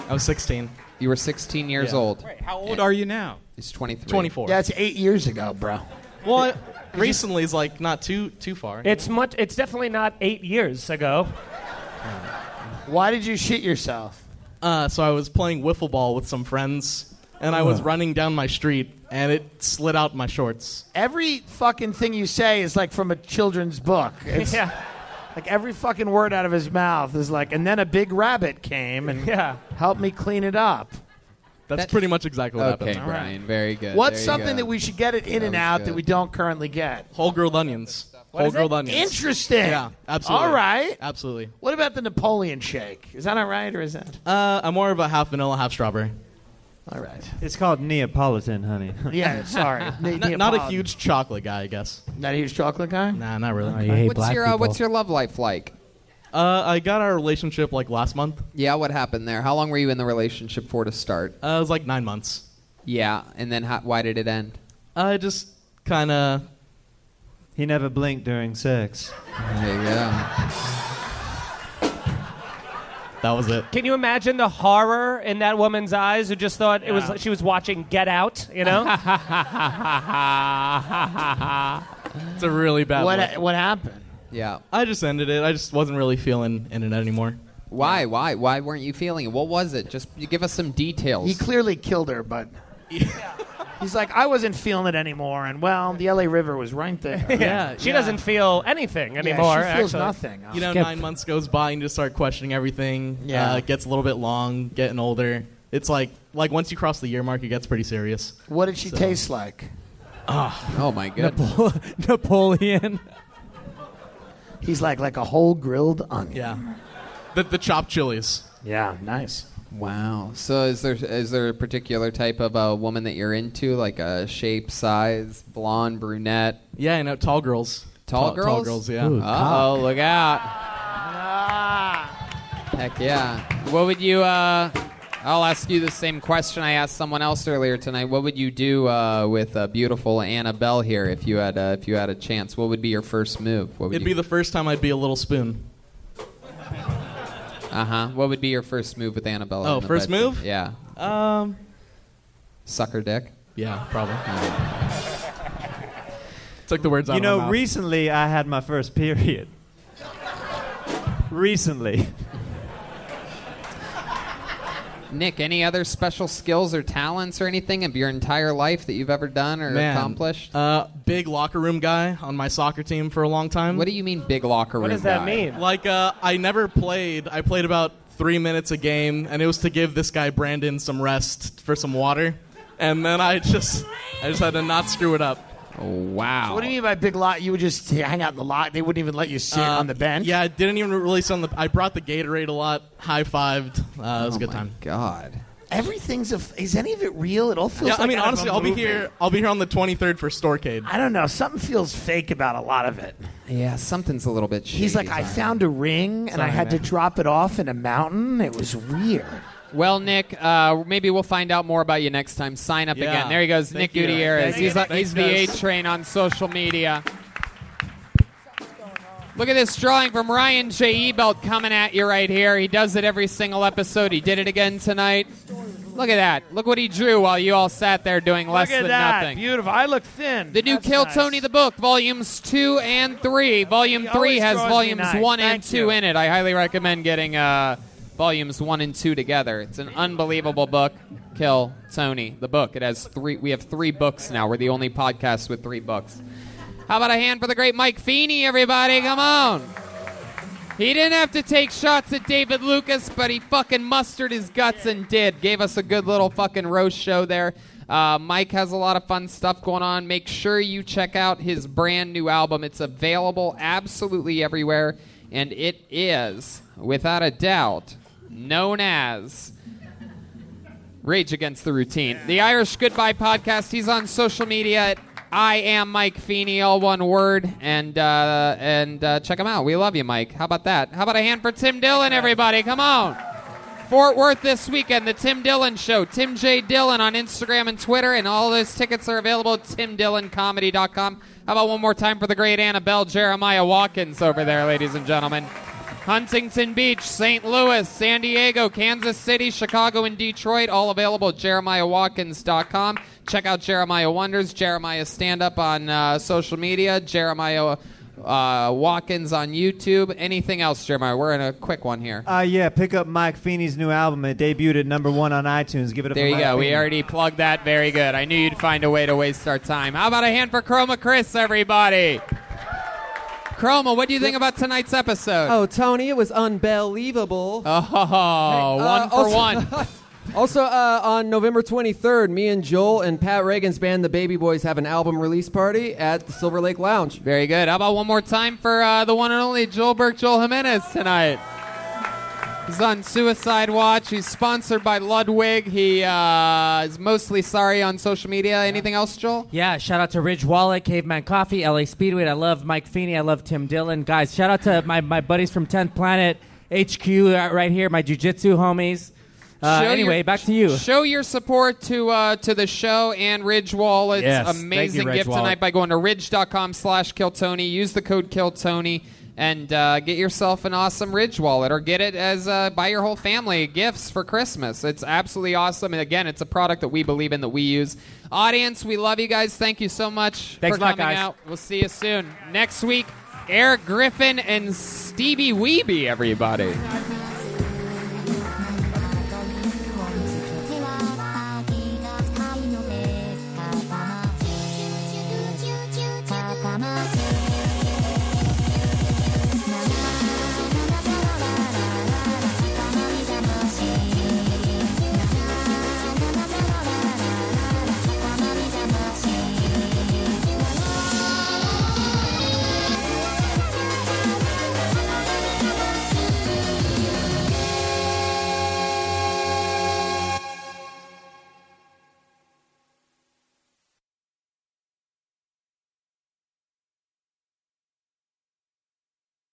Speaker 22: I was 16.
Speaker 3: You were 16 years
Speaker 22: Yeah.
Speaker 3: old.
Speaker 22: Wait, how old are you now?
Speaker 3: He's 23.
Speaker 22: 24. Yeah, it's
Speaker 9: eight years ago, bro.
Speaker 22: Well, I- recently is like not too too far.
Speaker 9: It's much. It's definitely not eight years ago.
Speaker 22: Why did you shit yourself? Uh, so I was playing wiffle ball with some friends, and I was
Speaker 13: Ugh.
Speaker 22: running down my street, and it slid out my shorts.
Speaker 13: Every fucking thing you say is like from a children's book. It's
Speaker 22: Yeah.
Speaker 13: Like every fucking word out of his mouth is like, and then a big rabbit came and
Speaker 9: yeah.
Speaker 13: helped me clean it up.
Speaker 22: That's pretty much exactly what
Speaker 3: Okay,
Speaker 22: happened.
Speaker 3: Brian, very good.
Speaker 13: What's
Speaker 3: There you
Speaker 13: something
Speaker 3: go.
Speaker 13: that we should get at In and Out that we don't currently get?
Speaker 22: Whole grilled onions. Whole grilled onions.
Speaker 13: Interesting.
Speaker 22: Yeah, absolutely.
Speaker 13: All right.
Speaker 22: Absolutely.
Speaker 13: What about the Napoleon shake? Is that all right or is that?
Speaker 22: Uh, I'm more of a half vanilla, half strawberry.
Speaker 13: All right.
Speaker 6: It's called Neapolitan, honey.
Speaker 13: Yeah, sorry. Ne-
Speaker 22: Not- not a
Speaker 13: Neapolitan.
Speaker 22: huge chocolate guy, I guess.
Speaker 13: Not a huge chocolate guy?
Speaker 22: Nah, not really.
Speaker 3: what's your uh, what's your love life like?
Speaker 22: Uh, I got our relationship like last month.
Speaker 3: Yeah, what happened there? How long were you in the relationship for to start?
Speaker 22: Uh, it was like nine months.
Speaker 3: Yeah, and then how, why did it end?
Speaker 22: I just kind of.
Speaker 6: He never blinked during sex.
Speaker 3: There you
Speaker 22: That was it.
Speaker 9: Can you imagine the horror in that woman's eyes who just thought it was she was watching Get Out, you know?
Speaker 22: It's a really bad.
Speaker 9: What-
Speaker 22: look.
Speaker 9: what happened?
Speaker 3: Yeah.
Speaker 22: I just ended it. I just wasn't really feeling in it anymore.
Speaker 3: Why? Why? Why weren't you feeling it? What was it? Just you give us some details.
Speaker 13: He clearly killed her, but he's like, I wasn't feeling it anymore. And well, the LA River was right there.
Speaker 9: She doesn't feel anything
Speaker 13: Yeah,
Speaker 9: anymore.
Speaker 13: she feels
Speaker 9: actually.
Speaker 13: nothing.
Speaker 22: You know, nine months goes by and you just start questioning everything.
Speaker 13: Yeah.
Speaker 22: uh, it gets a little bit long, getting older. It's like like once you cross the year mark, it gets pretty serious. Ah.
Speaker 13: What did she taste like?
Speaker 3: Oh, my goodness.
Speaker 15: Napo- Napoleon.
Speaker 5: He's like like a whole grilled onion.
Speaker 3: Yeah.
Speaker 22: The, the chopped chilies.
Speaker 23: Yeah, nice.
Speaker 3: Wow. So is there is there a particular type of uh, woman that you're into, like a shape, size, blonde, brunette?
Speaker 22: Yeah, I know. Tall girls.
Speaker 3: Tall,
Speaker 22: Tall-
Speaker 3: girls.
Speaker 22: tall girls, yeah. Ooh,
Speaker 3: Uh oh,
Speaker 22: cock.
Speaker 3: look out.
Speaker 5: Ah.
Speaker 3: Heck yeah. What would you? Uh, I'll ask you the same question I asked someone else earlier tonight. What would you do uh, with uh, beautiful Annabelle here if you had uh, if you had a chance? What would be your first move? What would
Speaker 22: It'd be the first time I'd be a little spoon.
Speaker 3: Uh huh. What would be your first move with Annabelle?
Speaker 22: Oh,
Speaker 3: in the
Speaker 22: first
Speaker 3: bedroom?
Speaker 22: move?
Speaker 3: Yeah.
Speaker 22: Um,
Speaker 3: Sucker dick.
Speaker 22: Yeah, probably. Took the words out
Speaker 6: You
Speaker 22: of
Speaker 6: know,
Speaker 22: my mouth.
Speaker 6: recently I had my first period. recently.
Speaker 3: Nick, any other special skills or talents or anything of your entire life that you've ever done or
Speaker 22: Man,
Speaker 3: accomplished?
Speaker 22: Uh, big locker room guy on my soccer team for a long time. What
Speaker 3: do you mean, big locker
Speaker 24: What room does that guy? mean?
Speaker 22: Like, uh, I never played. I played about three minutes a game, and it was to give this guy Brandon some rest for some water, and then I just, I just had to not screw it up.
Speaker 3: Wow.
Speaker 5: What do you mean by big lot? You would just hang out in the lot. They wouldn't even let you sit
Speaker 22: Uh,
Speaker 5: on the bench.
Speaker 22: Yeah, I didn't even release on the. I brought the Gatorade a lot. High fived. Uh, it was a good time.
Speaker 3: God.
Speaker 5: Everything's a. f- Is any of it real? It all feels.
Speaker 22: yeah,
Speaker 5: like
Speaker 22: I
Speaker 5: out
Speaker 22: mean,
Speaker 5: of a
Speaker 22: honestly, I'll be
Speaker 5: movie.
Speaker 22: here. I'll be here on the 23rd for Storcade.
Speaker 5: I don't know. Something feels fake about a lot of it.
Speaker 3: Yeah, something's a little bit. Shady,
Speaker 5: He's like, I found a ring and I
Speaker 3: Sorry,
Speaker 5: had to
Speaker 3: man.
Speaker 5: drop it off in a mountain. It was weird.
Speaker 3: Well, Nick, uh, maybe we'll find out more about you next time. Sign up
Speaker 22: Yeah.
Speaker 3: again. There he goes,
Speaker 22: Thank
Speaker 3: Nick
Speaker 22: you.
Speaker 3: Gutierrez.
Speaker 22: Thank you.
Speaker 3: He's, like, he's the A
Speaker 22: Thanks, guys.
Speaker 3: train on social media. Look at this drawing from Ryan J. Ebelt coming at you right here. He does it every single episode. He did it again tonight. Look at that. Look what he drew while you all sat there doing less
Speaker 25: Look at
Speaker 3: than
Speaker 25: that.
Speaker 3: nothing.
Speaker 25: Beautiful. I look thin.
Speaker 3: The new
Speaker 25: That's
Speaker 3: Kill
Speaker 25: nice.
Speaker 3: Tony the Book, volumes two and three. Volume
Speaker 25: He
Speaker 3: three
Speaker 25: always
Speaker 3: has
Speaker 25: draws me
Speaker 3: volumes
Speaker 25: nice.
Speaker 3: one and
Speaker 25: Thank
Speaker 3: two
Speaker 25: you.
Speaker 3: in it. I highly recommend getting uh, volumes one and two together. It's an unbelievable book. Kill Tony the Book. It has three. We have three books now. We're the only podcast with three books. How about a hand for the great Mike Feeney, everybody? Come on. He didn't have to take shots at David Lucas, but he fucking mustered his guts and did. Gave us a good little fucking roast show there. Uh, Mike has a lot of fun stuff going on. Make sure you check out his brand new album. It's available absolutely everywhere, and it is, without a doubt, known as Rage Against the Routine. The Irish Goodbye Podcast. He's on social media at I am Mike Feeney, all one word, and uh, and uh, check him out. We love you, Mike. How about that? How about a hand for Tim Dillon, everybody? Come on. Fort Worth this weekend, the Tim Dillon Show. Tim J. Dillon on Instagram and Twitter, and all those tickets are available at timdilloncomedy.com. How about one more time for the great Annabelle Jeremiah Watkins over there, ladies and gentlemen? Huntington Beach, St. Louis, San Diego, Kansas City, Chicago, and Detroit, all available at jeremiahwatkins.com. Check out Jeremiah Wonders, Jeremiah Stand Up on uh, social media, Jeremiah uh, Watkins on YouTube. Anything else, Jeremiah? We're in a quick one here.
Speaker 6: Uh, yeah, pick up Mike Feeney's new album. It debuted at number one on iTunes. Give it up.
Speaker 3: There
Speaker 6: for
Speaker 3: you
Speaker 6: Mike
Speaker 3: go.
Speaker 6: Feeney.
Speaker 3: We already plugged that. Very good. I knew you'd find a way to waste our time. How about a hand for Chroma Chris, everybody? Chroma, what do you think about tonight's episode?
Speaker 15: Oh, Tony, it was unbelievable. uh,
Speaker 3: Oh, one for one.
Speaker 15: also, uh, on November 23rd, me and Joel and Pat Reagan's band, the Baby Boys, have an album release party at the Silver Lake Lounge.
Speaker 3: Very good. How about one more time for uh, the one and only Joel Burke, Joel Jimenez tonight? He's on Suicide Watch. He's sponsored by Ludwig. He uh, is mostly sorry on social media. Anything else, Joel?
Speaker 7: Yeah, shout out to Ridge Wallet, Caveman Coffee, LA Speedway. I love Mike Feeney. I love Tim Dillon. Guys, shout out to my, my buddies from 10th Planet HQ uh, right here, my jujitsu homies. Uh,
Speaker 3: Show
Speaker 7: anyway,
Speaker 3: your-
Speaker 7: back to you.
Speaker 3: Show your support to uh, to the show and Ridge Wallet's
Speaker 7: Yes, thank you,
Speaker 3: amazing
Speaker 7: Ridge
Speaker 3: gift
Speaker 7: Wallet.
Speaker 3: tonight by going to ridge.com slash killtony. Use the code killtony and uh, get yourself an awesome Ridge Wallet or get it as uh, buy your whole family gifts for Christmas. It's absolutely awesome. And again, it's a product that we believe in that we use. Audience, we love you guys. Thank you so much
Speaker 7: Thanks
Speaker 3: for
Speaker 7: a lot,
Speaker 3: coming
Speaker 7: guys.
Speaker 3: out. We'll see you soon. Next week, Eric Griffin and Stevie Weeby, everybody.